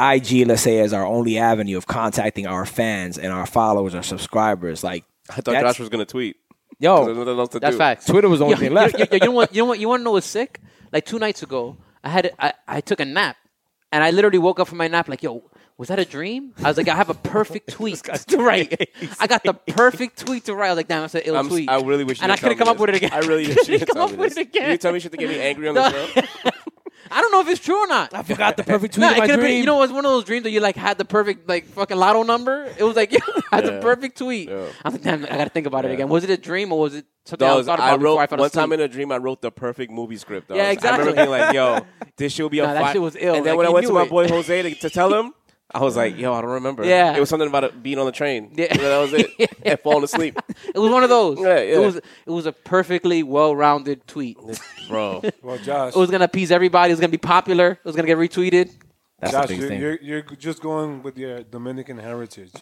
Speaker 3: IG, let's say, as our only avenue of contacting our fans and our followers, our subscribers. Like
Speaker 1: I thought
Speaker 3: that's-
Speaker 1: Josh was gonna tweet. 'Cause
Speaker 3: Yo,
Speaker 1: there's nothing else to
Speaker 2: Oh. That's
Speaker 1: do.
Speaker 2: facts.
Speaker 3: Twitter was the only
Speaker 2: Yo,
Speaker 3: thing left.
Speaker 2: yo, yo, you know what? You know what? You want to know what's sick? Like two nights ago, I had I, I took a nap, and I literally woke up from my nap like, yo. Was that a dream? I was like, I have a
Speaker 1: <laughs>
Speaker 2: perfect tweet to write. I got the perfect tweet to write. I was like, damn, that's an ill
Speaker 1: I'm, s-
Speaker 2: <laughs> tweet.
Speaker 1: I really wish. You
Speaker 2: and I
Speaker 1: didn't tell
Speaker 2: couldn't come
Speaker 1: me
Speaker 2: up with it
Speaker 1: this.
Speaker 2: again.
Speaker 1: I really
Speaker 2: <laughs> I
Speaker 1: wish you
Speaker 2: couldn't
Speaker 1: didn't
Speaker 2: come
Speaker 1: tell
Speaker 2: up
Speaker 1: me
Speaker 2: with
Speaker 1: this.
Speaker 2: it again.
Speaker 1: You tell me shit to get me angry on
Speaker 2: No.
Speaker 1: the show.
Speaker 2: I don't know if it's true or not.
Speaker 3: I forgot
Speaker 2: <laughs>
Speaker 3: the perfect tweet
Speaker 2: No,
Speaker 3: of
Speaker 2: it
Speaker 3: my
Speaker 2: could have
Speaker 3: dream.
Speaker 2: been. You know, it was one of those dreams that you like had the perfect like fucking lotto number. It was like <laughs> I had the
Speaker 1: Yeah.
Speaker 2: perfect tweet.
Speaker 1: Yeah.
Speaker 2: I was like, damn, I gotta think about it again. Was it a dream or was it something I
Speaker 1: Dawes,
Speaker 2: thought
Speaker 1: I
Speaker 2: about
Speaker 1: wrote
Speaker 2: before I fell
Speaker 1: one
Speaker 2: asleep?
Speaker 1: time in a dream. I wrote the perfect movie script. Dawes.
Speaker 2: Yeah,
Speaker 1: I
Speaker 2: exactly.
Speaker 1: remember being like,
Speaker 2: <laughs>
Speaker 1: "Yo, this shit will be a
Speaker 2: Nah, that
Speaker 1: fi-"
Speaker 2: shit was ill.
Speaker 1: And then
Speaker 2: Like,
Speaker 1: when I
Speaker 2: he
Speaker 1: went to
Speaker 2: knew
Speaker 1: my
Speaker 2: it.
Speaker 1: boy Jose to, to tell him, I was like, "Yo, I don't remember."
Speaker 2: Yeah.
Speaker 1: it was something about it being on the train.
Speaker 2: <laughs> Yeah.
Speaker 1: And that was it. and falling
Speaker 2: <laughs>
Speaker 1: asleep,
Speaker 2: it was one of those.
Speaker 1: Yeah, yeah.
Speaker 2: It was it was a perfectly well rounded tweet. It
Speaker 1: bro.
Speaker 4: Well, Josh,
Speaker 2: was gonna appease everybody. It was gonna be popular. It was gonna get
Speaker 1: <laughs>
Speaker 2: retweeted.
Speaker 5: That's the
Speaker 4: Josh,
Speaker 5: biggest
Speaker 4: you're,
Speaker 5: thing.
Speaker 4: you're, you're just going with your Dominican heritage.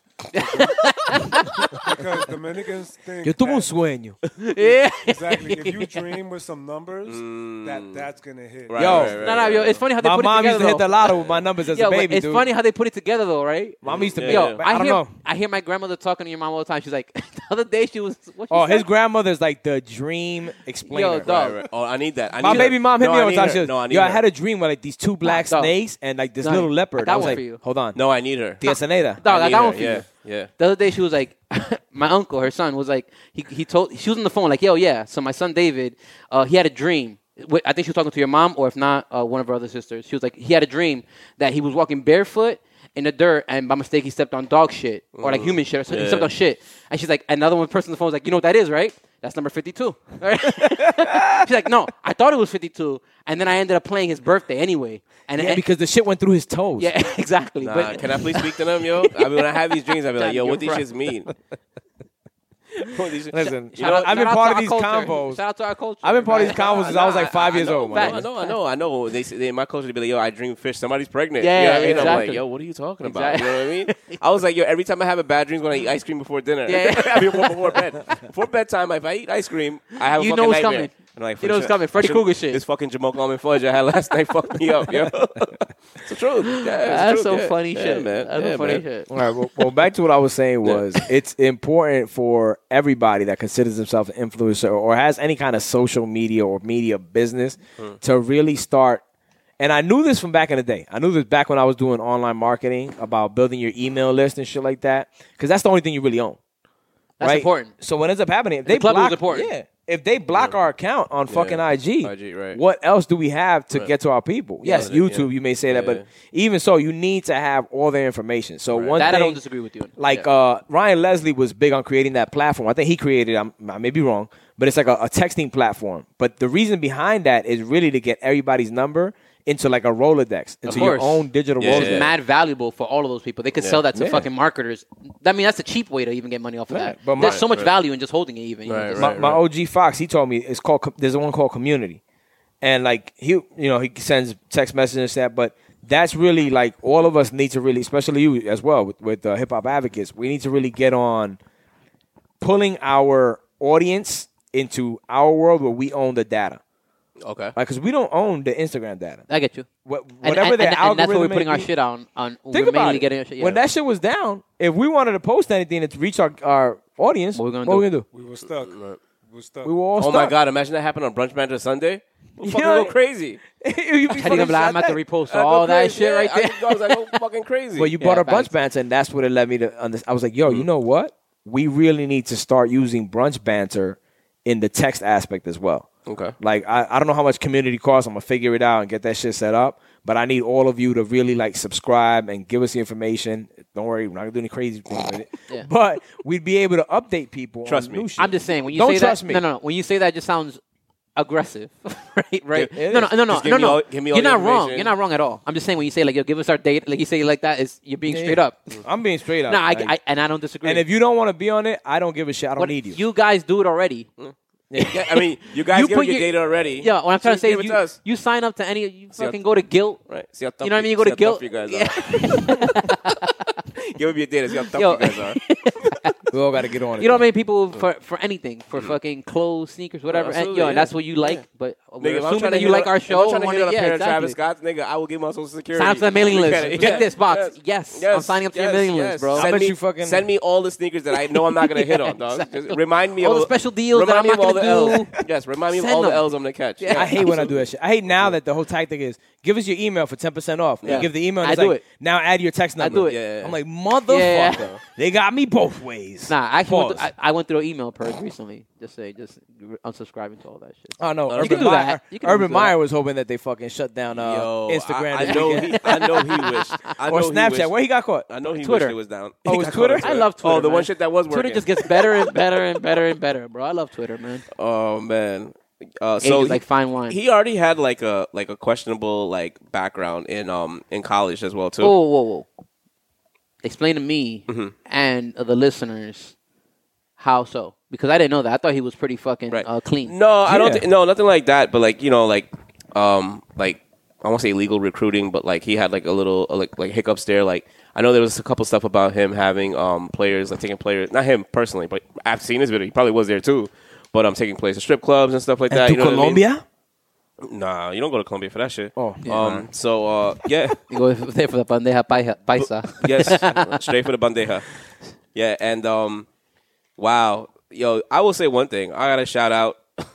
Speaker 4: because Dominicans think
Speaker 3: Yo tuve un
Speaker 4: that-
Speaker 3: sueño.
Speaker 2: Yeah.
Speaker 4: exactly. If you dream with some numbers,
Speaker 1: Mm.
Speaker 4: that that's gonna hit.
Speaker 1: Right,
Speaker 3: Yo.
Speaker 1: right, right,
Speaker 2: <laughs> No, no, yo,
Speaker 1: right.
Speaker 2: it's funny how they
Speaker 3: My
Speaker 2: put
Speaker 3: mom
Speaker 2: it
Speaker 3: used
Speaker 2: together.
Speaker 3: to hit the
Speaker 2: though.
Speaker 3: lotto with my numbers as
Speaker 2: Yo,
Speaker 3: a
Speaker 2: but
Speaker 3: baby,
Speaker 2: it's
Speaker 3: dude.
Speaker 2: funny how they put it together though, right?
Speaker 3: Mom used to
Speaker 1: Yeah.
Speaker 3: make.
Speaker 2: Yo,
Speaker 3: I
Speaker 2: I,
Speaker 3: don't
Speaker 2: hear
Speaker 3: know.
Speaker 2: I hear my grandmother talking to your mom all the time. She's like, <laughs> the other day she was. What she
Speaker 3: Oh, his
Speaker 2: said?
Speaker 3: grandmother's like the dream explainer.
Speaker 2: Yo, dog.
Speaker 1: Right, right. Oh, I need that. I
Speaker 3: My
Speaker 1: need
Speaker 3: baby
Speaker 1: her.
Speaker 3: mom hit
Speaker 1: No,
Speaker 3: me
Speaker 1: I
Speaker 3: up one
Speaker 1: need
Speaker 3: time.
Speaker 1: her.
Speaker 3: She goes,
Speaker 1: no, I need
Speaker 3: yo, I
Speaker 1: her.
Speaker 3: had a dream where like these two black
Speaker 2: dog.
Speaker 3: snakes and like this
Speaker 2: Dog,
Speaker 3: little
Speaker 2: I
Speaker 3: leopard.
Speaker 2: got
Speaker 3: I was
Speaker 2: one
Speaker 3: like,
Speaker 2: for you.
Speaker 3: hold on,
Speaker 1: No, I need her.
Speaker 3: Diasaneda.
Speaker 2: Dog,
Speaker 1: I
Speaker 2: I
Speaker 1: need
Speaker 2: got
Speaker 1: her.
Speaker 2: one for
Speaker 1: yeah,
Speaker 2: you.
Speaker 1: yeah.
Speaker 2: The other day, she was like, <laughs> my uncle, her son, was like, he, he told, she was on the phone, like, yo, yeah. So my son David, uh, he had a dream. Wh- I think she was talking to your mom, or if not, uh, one of her other sisters. She was like, he had a dream that he was walking barefoot in the dirt, and by mistake, he stepped on dog shit, or like human shit, or something. He stepped
Speaker 1: Yeah.
Speaker 2: on shit. And she's like, another one person on the phone was like, you know what that is, right? That's number 52. Right? <laughs> she's like, no, I thought it was 52, and then I ended up playing his birthday anyway. And
Speaker 3: Yeah, because the shit went through his toes.
Speaker 2: <laughs> yeah, <laughs> exactly.
Speaker 1: Nah,
Speaker 2: but
Speaker 1: can I please speak to them, yo? I mean, when I have these dreams, I be
Speaker 2: Damn,
Speaker 1: like, "Yo,
Speaker 2: you're
Speaker 1: what these
Speaker 2: right.
Speaker 1: shits
Speaker 2: <laughs>
Speaker 1: mean?" What these shits-
Speaker 3: Listen,
Speaker 1: You know what?
Speaker 3: I've been
Speaker 2: Shout out
Speaker 3: part
Speaker 2: to
Speaker 3: of
Speaker 2: our
Speaker 3: these
Speaker 2: culture.
Speaker 3: combos.
Speaker 2: Shout out to our culture.
Speaker 3: I've been part of these combos since I was like five years
Speaker 1: know,
Speaker 3: old. My
Speaker 1: I
Speaker 2: Facts.
Speaker 3: nigga.
Speaker 1: know, I know, I know. They, say- they in my culture, they be like, "Yo, I dream fish. Somebody's pregnant."
Speaker 2: Yeah,
Speaker 1: you know what I mean? I'm
Speaker 2: exactly.
Speaker 1: like, "Yo, what are you talking about?"
Speaker 2: Exactly.
Speaker 1: You know what I mean? I was like, "Yo, every time I have a bad dream, is when I eat ice cream before dinner.
Speaker 2: Yeah, yeah.
Speaker 1: <laughs> I mean, before, before bed. Before bedtime, if I eat ice cream, I have a
Speaker 2: You
Speaker 1: fucking
Speaker 2: know it's
Speaker 1: nightmare.
Speaker 2: coming.
Speaker 1: And I'm like,
Speaker 2: You know it's
Speaker 1: "Fuck,
Speaker 2: coming.
Speaker 1: I
Speaker 2: Freddy
Speaker 1: should-
Speaker 2: Krueger shit."
Speaker 1: This fucking Jamoke almond fudge I had last night fucked me
Speaker 2: <laughs>
Speaker 1: up, yo. it's the truth. Yeah, it's the
Speaker 2: That's
Speaker 1: truth,
Speaker 2: so
Speaker 1: yeah.
Speaker 2: funny
Speaker 1: Yeah,
Speaker 2: shit.
Speaker 1: man.
Speaker 2: That's
Speaker 1: yeah,
Speaker 2: some funny
Speaker 1: man.
Speaker 2: shit.
Speaker 3: <laughs> All right. Well, well, back to what I was saying was it's important for everybody that considers themselves an influencer or has any kind of social media or media business to really start. And I knew this from back in the day. I knew this back when I was doing online marketing about building your email list and shit like that, because that's the only thing you really own.
Speaker 2: That's
Speaker 3: right?
Speaker 2: important.
Speaker 3: So what ends up happening? If they
Speaker 2: club
Speaker 3: block,
Speaker 2: rules are important.
Speaker 3: Yeah. If they block our account on fucking IG,
Speaker 1: IG, right.
Speaker 3: what else do we have to get to our people? Yes,
Speaker 1: Yeah.
Speaker 3: YouTube, you may say that, but even so, you need to have all their information. So one
Speaker 2: That I
Speaker 3: thing,
Speaker 2: don't disagree with you. on.
Speaker 3: Like
Speaker 2: Yeah.
Speaker 3: uh, Ryan Leslie was big on creating that platform. I think he created. I'm, I may be wrong, but it's like a, a texting platform. But the reason behind that is really to get everybody's number into like a Rolodex, into your
Speaker 2: course.
Speaker 3: own digital
Speaker 1: Yeah,
Speaker 2: it's
Speaker 3: Rolodex.
Speaker 2: mad valuable for all of those people. They could sell that to
Speaker 3: Yeah.
Speaker 2: fucking marketers. I mean, that's a cheap way to even get money off of
Speaker 3: Right.
Speaker 2: that.
Speaker 3: But
Speaker 2: There's
Speaker 3: my-
Speaker 2: so much
Speaker 1: right.
Speaker 2: value in just holding it, even. you know,
Speaker 1: Right,
Speaker 2: just-
Speaker 1: right.
Speaker 3: my, my OG Fox, he told me it's called. co- There's a one called Community, and like he, you know, he sends text messages and that. But that's really like all of us need to really, especially you as well with, with uh, hip hop advocates. We need to really get on pulling our audience into our world where we own the data,
Speaker 1: Okay.
Speaker 3: like because we don't own the Instagram data.
Speaker 2: I get you.
Speaker 3: What,
Speaker 2: And,
Speaker 3: whatever
Speaker 2: and,
Speaker 3: their
Speaker 2: and, and
Speaker 3: algorithm
Speaker 2: that's what we're
Speaker 3: may
Speaker 2: putting our
Speaker 3: be.
Speaker 2: shit on. on
Speaker 3: Think
Speaker 2: we're
Speaker 3: about
Speaker 2: mainly
Speaker 3: it.
Speaker 2: getting our shit. Yeah.
Speaker 3: When that shit was down, if we wanted to post anything to reach our, our audience,
Speaker 2: What we gonna
Speaker 3: Were
Speaker 2: do?
Speaker 3: we gonna do?
Speaker 4: We were stuck. We were stuck.
Speaker 3: We were all.
Speaker 1: Oh my
Speaker 3: stuck.
Speaker 1: god! Imagine that happened on brunch manager
Speaker 2: <laughs>
Speaker 1: Sunday. We'll fucking
Speaker 3: Yeah.
Speaker 1: go crazy.
Speaker 3: You be
Speaker 2: I think
Speaker 3: fucking
Speaker 2: I'm, like, I'm about to
Speaker 3: shot
Speaker 2: repost
Speaker 1: I go
Speaker 2: all that
Speaker 1: crazy.
Speaker 2: shit
Speaker 1: Yeah,
Speaker 2: right
Speaker 1: I
Speaker 2: there.
Speaker 1: just- I was like, oh,
Speaker 2: <laughs>
Speaker 1: fucking crazy.
Speaker 3: But you
Speaker 2: Yeah,
Speaker 3: brought up brunch
Speaker 2: facts. Mm.
Speaker 3: banter, and that's what it led me to understand. I was like, yo, you know what? We really need to start using brunch banter in the text aspect as well.
Speaker 1: Okay.
Speaker 3: Like, I, I don't know how much community costs. I'm going to figure it out and get that shit set up. But I need all of you to really like subscribe and give us the information. Don't worry, we're not gonna do any crazy thing with it.
Speaker 2: Yeah.
Speaker 3: But we'd be able to update people.
Speaker 1: Trust
Speaker 3: on
Speaker 1: me.
Speaker 3: new shit.
Speaker 2: I'm just saying when you
Speaker 3: Don't
Speaker 2: say
Speaker 3: trust
Speaker 2: that.
Speaker 3: me.
Speaker 2: No, no, no. When you say that, it just sounds aggressive, right? Right?
Speaker 3: It
Speaker 2: no, no,
Speaker 3: is.
Speaker 2: no, no,
Speaker 1: Just give
Speaker 2: no,
Speaker 1: me
Speaker 2: no.
Speaker 1: all- give me all
Speaker 2: You're
Speaker 1: the
Speaker 2: not wrong.
Speaker 1: information.
Speaker 2: You're not wrong at all. I'm just saying when you say like, "Yo, give us our date," like you say it like that, is you're being
Speaker 3: Yeah,
Speaker 2: straight
Speaker 3: yeah.
Speaker 2: up.
Speaker 3: I'm being straight up.
Speaker 2: No, I,
Speaker 3: Like,
Speaker 2: I and I don't disagree.
Speaker 3: and if you don't want to be on it, I don't give a shit. I don't
Speaker 2: But
Speaker 3: need you.
Speaker 2: guys do it already.
Speaker 1: Mm-hmm. Yeah, I mean, you guys
Speaker 2: You
Speaker 1: give
Speaker 2: put
Speaker 1: your
Speaker 2: your-
Speaker 1: data already.
Speaker 2: Yeah, what I'm trying to
Speaker 1: Just
Speaker 2: say
Speaker 1: give it
Speaker 2: is you,
Speaker 1: to us.
Speaker 2: you sign up to any, you
Speaker 1: See, I-
Speaker 2: fucking go to guilt.
Speaker 1: Right. See how tough
Speaker 2: You know what I mean? You go to
Speaker 1: see how tough
Speaker 2: guilt.
Speaker 1: You guys
Speaker 2: Yeah.
Speaker 1: are. Give me your data. See how tough
Speaker 2: Yo.
Speaker 1: you guys are.
Speaker 3: We all got to get on it.
Speaker 2: You know what I mean? People for for anything, for fucking clothes, sneakers, whatever. and,
Speaker 1: Mm. Mm-hmm. absolutely,
Speaker 2: yo, and
Speaker 1: yeah.
Speaker 2: that's what you like. But we're
Speaker 1: Nigga, if I'm
Speaker 2: assuming
Speaker 1: trying
Speaker 2: that
Speaker 1: to
Speaker 2: you
Speaker 1: hit
Speaker 2: like
Speaker 1: up-
Speaker 2: our
Speaker 1: if
Speaker 2: show.
Speaker 1: I'm trying to
Speaker 2: wanna-
Speaker 1: hit up a
Speaker 2: yeah,
Speaker 1: pair of
Speaker 2: exactly.
Speaker 1: Travis Scott's, nigga. I will give my social security.
Speaker 2: Sign up to the mailing
Speaker 1: You
Speaker 2: list.
Speaker 1: gotta-
Speaker 2: Check this box. Yes, I'm signing up to your mailing list, bro. I
Speaker 1: Send
Speaker 3: bet
Speaker 1: me,
Speaker 3: you fucking-
Speaker 1: send me all the sneakers that I know I'm not gonna hit on, dog. Just remind me
Speaker 2: All
Speaker 1: of
Speaker 2: the special deals that
Speaker 1: remind
Speaker 2: I'm
Speaker 1: me
Speaker 2: not
Speaker 1: of all
Speaker 2: gonna
Speaker 1: the L's. yes, remind me of
Speaker 2: Send
Speaker 1: all the
Speaker 2: them.
Speaker 1: L's I'm gonna catch.
Speaker 2: Yeah.
Speaker 1: Yeah.
Speaker 3: I hate when I do that shit. I hate now that the whole tactic is give us your email for ten percent off. You
Speaker 2: Yeah.
Speaker 3: give the email. And
Speaker 2: I
Speaker 3: it's
Speaker 2: do
Speaker 3: like,
Speaker 2: it.
Speaker 3: Now add your text number.
Speaker 2: do it.
Speaker 1: Yeah, yeah, yeah.
Speaker 3: I'm like motherfucker.
Speaker 2: Yeah.
Speaker 3: They got me both ways.
Speaker 2: Nah, I, actually went
Speaker 3: Pause.
Speaker 2: through, I, I went through an email purge recently. Just say, just unsubscribing to all that shit.
Speaker 3: Oh no,
Speaker 1: You
Speaker 3: Urban
Speaker 1: can do
Speaker 2: that.
Speaker 3: Meyer.
Speaker 2: You can
Speaker 3: Urban
Speaker 2: do that.
Speaker 3: Meyer was hoping that they fucking shut down uh,
Speaker 1: Yo,
Speaker 3: Instagram
Speaker 1: I, I
Speaker 3: this
Speaker 1: know.
Speaker 3: weekend.
Speaker 1: He, I know he wished. I
Speaker 3: or
Speaker 1: know He
Speaker 3: Snapchat.
Speaker 1: wished,
Speaker 3: Where he got caught?
Speaker 1: I know he
Speaker 2: Twitter.
Speaker 1: wished it was down.
Speaker 3: Oh,
Speaker 1: He <laughs>
Speaker 3: it's
Speaker 1: got caught on
Speaker 3: Twitter?
Speaker 2: I love Twitter.
Speaker 1: Oh, the
Speaker 2: man.
Speaker 1: one shit that was working.
Speaker 2: Twitter just gets better and better and better and better, bro. I love Twitter, man.
Speaker 1: Oh man. Uh,
Speaker 2: So
Speaker 1: so he-
Speaker 2: like fine wine.
Speaker 1: he already had like a like a questionable like background in um in college as well too.
Speaker 2: whoa, Oh, whoa, whoa! Explain to me
Speaker 1: Mm-hmm.
Speaker 2: and the listeners how so, because I didn't know that. I thought he was pretty fucking
Speaker 1: Right.
Speaker 2: uh, clean.
Speaker 1: No, I don't.
Speaker 3: Yeah.
Speaker 1: thi- no, nothing like that. But like you know, like um, like I won't say illegal recruiting, but like he had like a little uh, like like hiccups there. Like I know there was a couple stuff about him having um players like taking players, not him personally, but I've seen this video. He probably was there too. But I'm um, taking players to strip clubs and stuff like that.
Speaker 3: to
Speaker 1: you know what I mean?
Speaker 3: Colombia.
Speaker 1: Nah, you don't go to Colombia for that shit.
Speaker 3: Oh.
Speaker 1: um. So uh,
Speaker 2: <laughs>
Speaker 1: yeah.
Speaker 2: You go there for the bandeja paisa- paisa.
Speaker 1: <laughs> yes, straight for the bandeja. Yeah, and um, wow, yo, I will say one thing. I gotta shout out. <laughs> I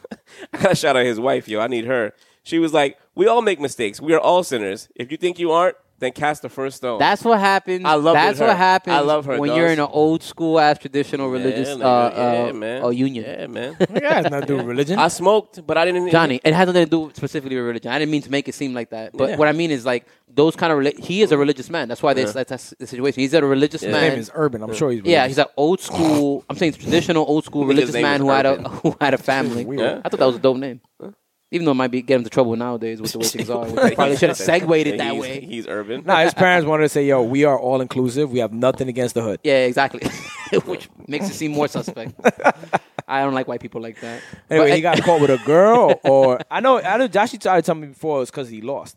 Speaker 1: gotta shout out his wife, yo. I need her. She was like, "We all make mistakes. We are all sinners. If you think you aren't, then cast the first stone."
Speaker 2: That's what happens.
Speaker 1: I love
Speaker 2: That's
Speaker 1: her.
Speaker 2: what happens.
Speaker 1: I love her,
Speaker 2: when
Speaker 1: dog.
Speaker 2: you're in an old school ass traditional
Speaker 1: Yeah,
Speaker 2: religious
Speaker 1: nigga,
Speaker 2: uh,
Speaker 1: yeah,
Speaker 2: uh,
Speaker 1: man.
Speaker 2: uh, union.
Speaker 1: <laughs> Yeah,
Speaker 2: <laughs>
Speaker 1: man.
Speaker 3: Yeah, it's not doing religion.
Speaker 1: I smoked, but I didn't.
Speaker 2: Johnny, it has nothing to do specifically with religion. I didn't mean to make it seem like that, but
Speaker 3: Yeah.
Speaker 2: what I mean is like those kind of. Rela- he is a religious man. That's why
Speaker 1: Uh-huh.
Speaker 2: this that's the situation. He's a religious
Speaker 1: His
Speaker 3: His
Speaker 2: man.
Speaker 3: name is Urban. I'm sure he's.
Speaker 2: yeah, he's an old
Speaker 1: <sighs>
Speaker 2: school. I'm saying traditional old school
Speaker 1: think his
Speaker 2: religious
Speaker 1: name
Speaker 2: man
Speaker 1: is
Speaker 2: who had a
Speaker 1: Urban.
Speaker 2: <laughs> who had a family.
Speaker 3: weird. Yeah.
Speaker 2: I thought that was a dope name, even though it might be get him into trouble nowadays with the way
Speaker 1: <laughs>
Speaker 2: things are.
Speaker 1: <laughs> Like,
Speaker 2: Probably should have
Speaker 1: he's-
Speaker 2: segued it that
Speaker 1: he's-
Speaker 2: way.
Speaker 1: He's urban.
Speaker 3: Nah, his parents wanted to say, "Yo, we are all inclusive. We have nothing against the hood."
Speaker 2: Yeah, exactly. <laughs> Which makes it seem more
Speaker 1: <laughs>
Speaker 2: suspect. I don't like white people like that.
Speaker 3: Anyway,
Speaker 2: But-
Speaker 3: he got caught with a
Speaker 2: <laughs>
Speaker 3: girl, or I know, I know. Josh tried to tell me before it was because he lost.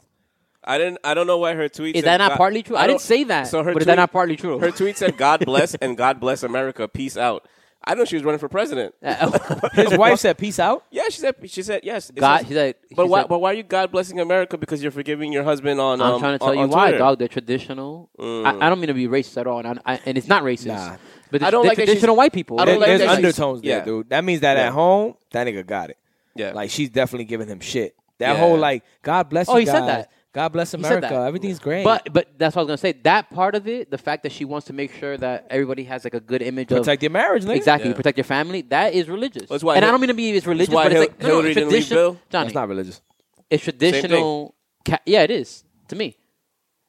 Speaker 1: I didn't. I don't know why her tweet.
Speaker 2: Is
Speaker 1: said
Speaker 2: that not
Speaker 1: God-
Speaker 2: partly true? I
Speaker 1: don't-
Speaker 2: didn't say that,
Speaker 1: So her
Speaker 2: but
Speaker 1: tweet-
Speaker 2: is that not partly true? <laughs>
Speaker 1: Her tweet said, "God bless and God bless America. Peace out." I know she was running for president.
Speaker 2: Uh,
Speaker 1: <laughs>
Speaker 2: oh,
Speaker 3: His wife said, "Peace out."
Speaker 1: Yeah, she said. She said yes. It
Speaker 2: <laughs> God,
Speaker 1: says-
Speaker 2: he's like,
Speaker 1: But
Speaker 2: he's
Speaker 1: why,
Speaker 2: like,
Speaker 1: but why are you God blessing America because you're forgiving your husband on?
Speaker 2: I'm
Speaker 1: um,
Speaker 2: trying to
Speaker 1: on-
Speaker 2: tell you
Speaker 1: on
Speaker 2: why,
Speaker 1: Twitter? Mm.
Speaker 2: dog. They're traditional. I, I don't mean to be racist at all, and, I, I, and it's not racist.
Speaker 3: Nah.
Speaker 2: But
Speaker 1: I
Speaker 2: I
Speaker 1: don't
Speaker 2: don't they're
Speaker 1: like that she's-
Speaker 2: traditional white people.
Speaker 1: I
Speaker 3: There-
Speaker 1: don't like
Speaker 3: There's
Speaker 1: that she's-
Speaker 3: undertones there,
Speaker 1: yeah.
Speaker 3: dude. That means that
Speaker 1: Yeah.
Speaker 3: at home, that nigga got it.
Speaker 1: Yeah,
Speaker 3: Like she's definitely giving him shit. That
Speaker 1: Yeah.
Speaker 3: whole like, God bless.
Speaker 2: Oh,
Speaker 3: you
Speaker 2: he said
Speaker 3: guys.
Speaker 2: that.
Speaker 3: God bless
Speaker 2: said
Speaker 3: America.
Speaker 2: that.
Speaker 3: Everything's great.
Speaker 2: But but that's what I was gonna say. That part of it, the fact that she wants to make sure that everybody has like a good image
Speaker 3: protect
Speaker 2: of
Speaker 3: your marriage, nigga.
Speaker 2: exactly
Speaker 1: Yeah.
Speaker 2: protect your family. That is religious.
Speaker 1: That's why
Speaker 2: and I
Speaker 1: Hil-
Speaker 2: don't mean to be it's religious,
Speaker 1: why
Speaker 2: but it's
Speaker 1: Hil-
Speaker 2: like no,
Speaker 1: Hillary
Speaker 2: it's
Speaker 1: didn't leave
Speaker 2: traditional.
Speaker 1: Bill?
Speaker 2: Johnny,
Speaker 3: It's not religious.
Speaker 2: it's traditional. Ca- yeah, it is to me.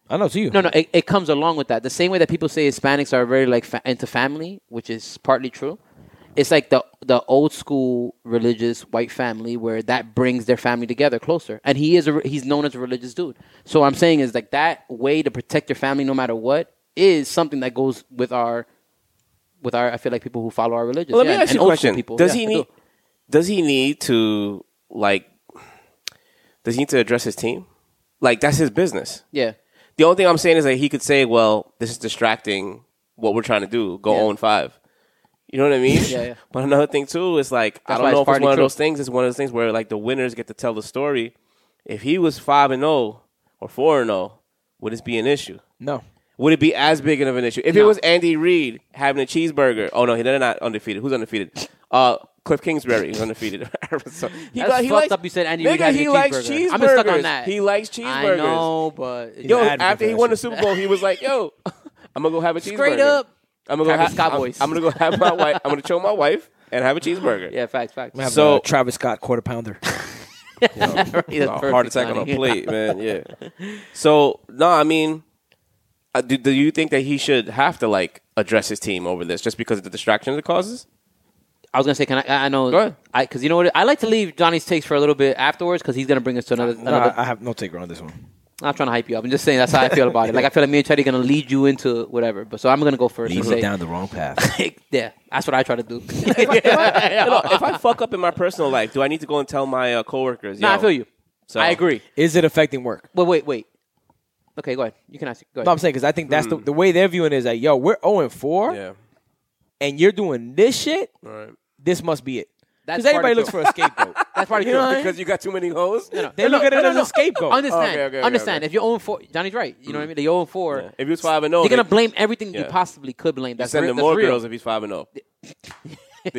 Speaker 3: I know to you.
Speaker 2: No, no, it, it comes along with that. The same way that people say Hispanics are very like fa- into family, which is partly true. It's like the the old school religious white family where that brings their family together closer. And he is a, re- he's known as a religious dude. So what I'm saying is like that way to protect your family no matter what is something that goes with our with our I feel like people who follow our religion.
Speaker 1: Well, let
Speaker 2: Yeah,
Speaker 1: me ask
Speaker 2: and
Speaker 1: you a
Speaker 2: old school
Speaker 1: question. Does
Speaker 2: Yeah,
Speaker 1: he
Speaker 2: I do.
Speaker 1: need? Does he need to like? Does he need to address his team? Like that's his business.
Speaker 2: Yeah.
Speaker 1: The only thing I'm saying is that he could say, "Well, this is distracting what we're trying to do. Go
Speaker 2: Yeah.
Speaker 1: own five. You know what I mean?
Speaker 2: <laughs> Yeah, yeah.
Speaker 1: But another thing too is like I
Speaker 2: That's
Speaker 1: don't
Speaker 2: why
Speaker 1: know if
Speaker 2: it's
Speaker 1: it's one
Speaker 2: partly
Speaker 1: of
Speaker 2: true.
Speaker 1: those things. It's one of those things where like the winners get to tell the story. If he was five and zero or four and zero, would this be an issue?
Speaker 3: no.
Speaker 1: Would it be as big of an issue if it was Andy Reid having a cheeseburger? Oh no, they're not undefeated. Who's undefeated? Uh, Cliff Kingsbury is undefeated. <laughs> so he
Speaker 2: That's fucked up you said Andy Reid
Speaker 1: Nigga,
Speaker 2: having
Speaker 1: he
Speaker 2: a
Speaker 1: likes
Speaker 2: cheeseburger.
Speaker 1: cheeseburgers.
Speaker 2: I'm stuck on that.
Speaker 1: He likes cheeseburgers.
Speaker 2: I know, but
Speaker 1: Yo,
Speaker 3: an advocate
Speaker 1: after he
Speaker 3: for that
Speaker 1: won the
Speaker 3: shit.
Speaker 1: Super Bowl, he was like,
Speaker 2: <laughs>
Speaker 1: "Yo, I'm gonna go have a cheeseburger."
Speaker 2: Straight up.
Speaker 1: I'm gonna go
Speaker 2: Travis
Speaker 1: have.
Speaker 2: Scott
Speaker 1: I'm-
Speaker 2: voice.
Speaker 1: I'm, gonna go have my wife. I'm gonna chill my wife and have a cheeseburger.
Speaker 2: yeah, facts, facts.
Speaker 3: Have
Speaker 1: So-
Speaker 3: a Travis Scott
Speaker 2: <laughs>
Speaker 3: quarter pounder.
Speaker 2: That's
Speaker 1: A heart
Speaker 2: perfect,
Speaker 1: attack on
Speaker 2: Johnny. <laughs>
Speaker 1: a plate, man. Yeah. So no, I mean, uh, do, do you think that he should have to like address his team over this just because of the distractions it causes?
Speaker 2: I was gonna say, can I? I know,
Speaker 1: Go ahead.
Speaker 2: I because you know what? I like to leave Johnny's takes for a little bit afterwards because he's gonna bring us to another.
Speaker 3: no,
Speaker 2: another
Speaker 3: I, I have no taker on this one.
Speaker 2: I'm not trying to hype you up. I'm just saying that's how I feel about it. Like I feel like me and Chetty gonna lead you into whatever. But so I'm gonna go first. and
Speaker 3: Leads
Speaker 2: say,
Speaker 3: you down the
Speaker 2: <laughs>
Speaker 3: wrong path.
Speaker 2: yeah, that's what I try
Speaker 1: <laughs>
Speaker 2: to do. <laughs>
Speaker 1: You know, if I fuck up in my personal life, do I need to go and tell my uh, coworkers?
Speaker 2: no,
Speaker 1: yo,
Speaker 2: I feel you.
Speaker 1: So,
Speaker 2: I agree.
Speaker 3: Is it affecting work?
Speaker 2: Wait, wait, wait. Okay, go ahead. You can ask. Go ahead. Mm.
Speaker 3: No, I'm saying because I think that's the, the way they're viewing it is like, yo, we're 0 and 4.
Speaker 1: Yeah.
Speaker 3: oh and you're doing this shit,
Speaker 1: Right.
Speaker 3: this must be it.
Speaker 2: That's
Speaker 3: Because everybody
Speaker 2: part of
Speaker 3: looks
Speaker 2: <laughs>
Speaker 3: for a scapegoat.
Speaker 2: That's part of
Speaker 3: You
Speaker 2: Cuba.
Speaker 3: know what I
Speaker 1: <laughs>
Speaker 3: mean?
Speaker 1: Because you got too many hoes.
Speaker 3: They look at it as a scapegoat.
Speaker 2: Understand?
Speaker 1: Okay, okay, okay,
Speaker 2: understand?
Speaker 1: okay. Mm.
Speaker 2: If you're own four, Johnny's right. You know what I mean? They are own four.
Speaker 1: If you was five and zero,
Speaker 2: You're gonna blame everything you
Speaker 1: Yeah.
Speaker 2: possibly could blame. That's
Speaker 1: sending
Speaker 2: real- that's
Speaker 1: more
Speaker 2: real.
Speaker 1: girls if he's five and <laughs> zero. you,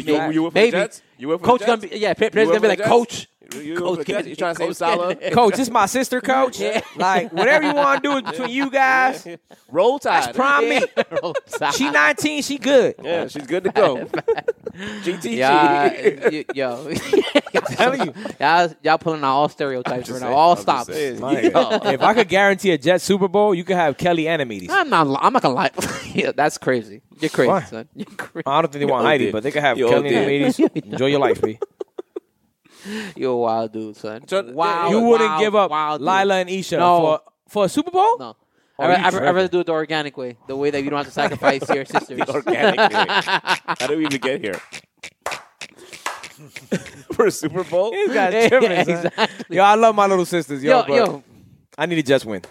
Speaker 2: Maybe.
Speaker 1: you were for the
Speaker 2: Maybe.
Speaker 1: Jets. You were for
Speaker 2: Coach
Speaker 1: the
Speaker 2: gonna
Speaker 1: Jets?
Speaker 2: be yeah. play- Players
Speaker 1: You were
Speaker 2: gonna be
Speaker 1: for
Speaker 2: like
Speaker 1: the Jets?
Speaker 2: coach.
Speaker 1: You- you were
Speaker 2: Coach
Speaker 1: for the Jets? You trying to save
Speaker 2: Coach
Speaker 1: Salah?
Speaker 2: Kennedy.
Speaker 3: coach, this my sister, coach. Like, whatever you want to do is between you guys.
Speaker 1: <laughs> Roll Tide.
Speaker 3: Prime me.
Speaker 2: oh,
Speaker 1: <laughs>
Speaker 3: She 19,
Speaker 2: <laughs>
Speaker 3: she good.
Speaker 1: Yeah, she's good to go. <laughs> GTG. <laughs>
Speaker 3: <laughs>
Speaker 2: Yeah, y- yo, <laughs>
Speaker 3: telling you.
Speaker 2: all y'all pulling out all stereotypes right
Speaker 1: just
Speaker 2: now,
Speaker 1: saying,
Speaker 2: all
Speaker 1: I'm just
Speaker 2: stops.
Speaker 1: saying. <laughs>
Speaker 3: My God. if I could guarantee a Jet Super Bowl, you could have Kelly and Amenities. I
Speaker 2: I'm not. li- I'm not gonna lie. <laughs> yeah, that's crazy. You're crazy,
Speaker 3: Why?
Speaker 2: son. <laughs> You're crazy.
Speaker 3: don't think they want
Speaker 1: You
Speaker 3: Heidi,
Speaker 1: did.
Speaker 3: but they could have
Speaker 1: You
Speaker 3: Kelly and
Speaker 1: did.
Speaker 3: Amenities. Enjoy your
Speaker 2: <laughs>
Speaker 3: life, B.
Speaker 2: You're a wild dude, son.
Speaker 1: So-
Speaker 2: wow,
Speaker 3: You wouldn't
Speaker 2: wild,
Speaker 3: give up
Speaker 2: wild dude.
Speaker 3: Lila and Isha
Speaker 2: No.
Speaker 3: for, for a Super Bowl?
Speaker 2: No.
Speaker 3: Oh,
Speaker 2: I,
Speaker 3: you
Speaker 2: I, I'd
Speaker 3: tripping.
Speaker 2: rather do it the organic way, the way that you don't have to
Speaker 1: <laughs>
Speaker 2: sacrifice your sisters.
Speaker 1: Organic. way. How did we even get here? <laughs> for a Super Bowl?
Speaker 2: <laughs>
Speaker 3: These guys
Speaker 2: Yeah,
Speaker 3: tripping, son.
Speaker 2: exactly.
Speaker 3: Yo, I love my little sisters, yo,
Speaker 2: Yo,
Speaker 3: but
Speaker 2: yo,
Speaker 3: I need a Jets win.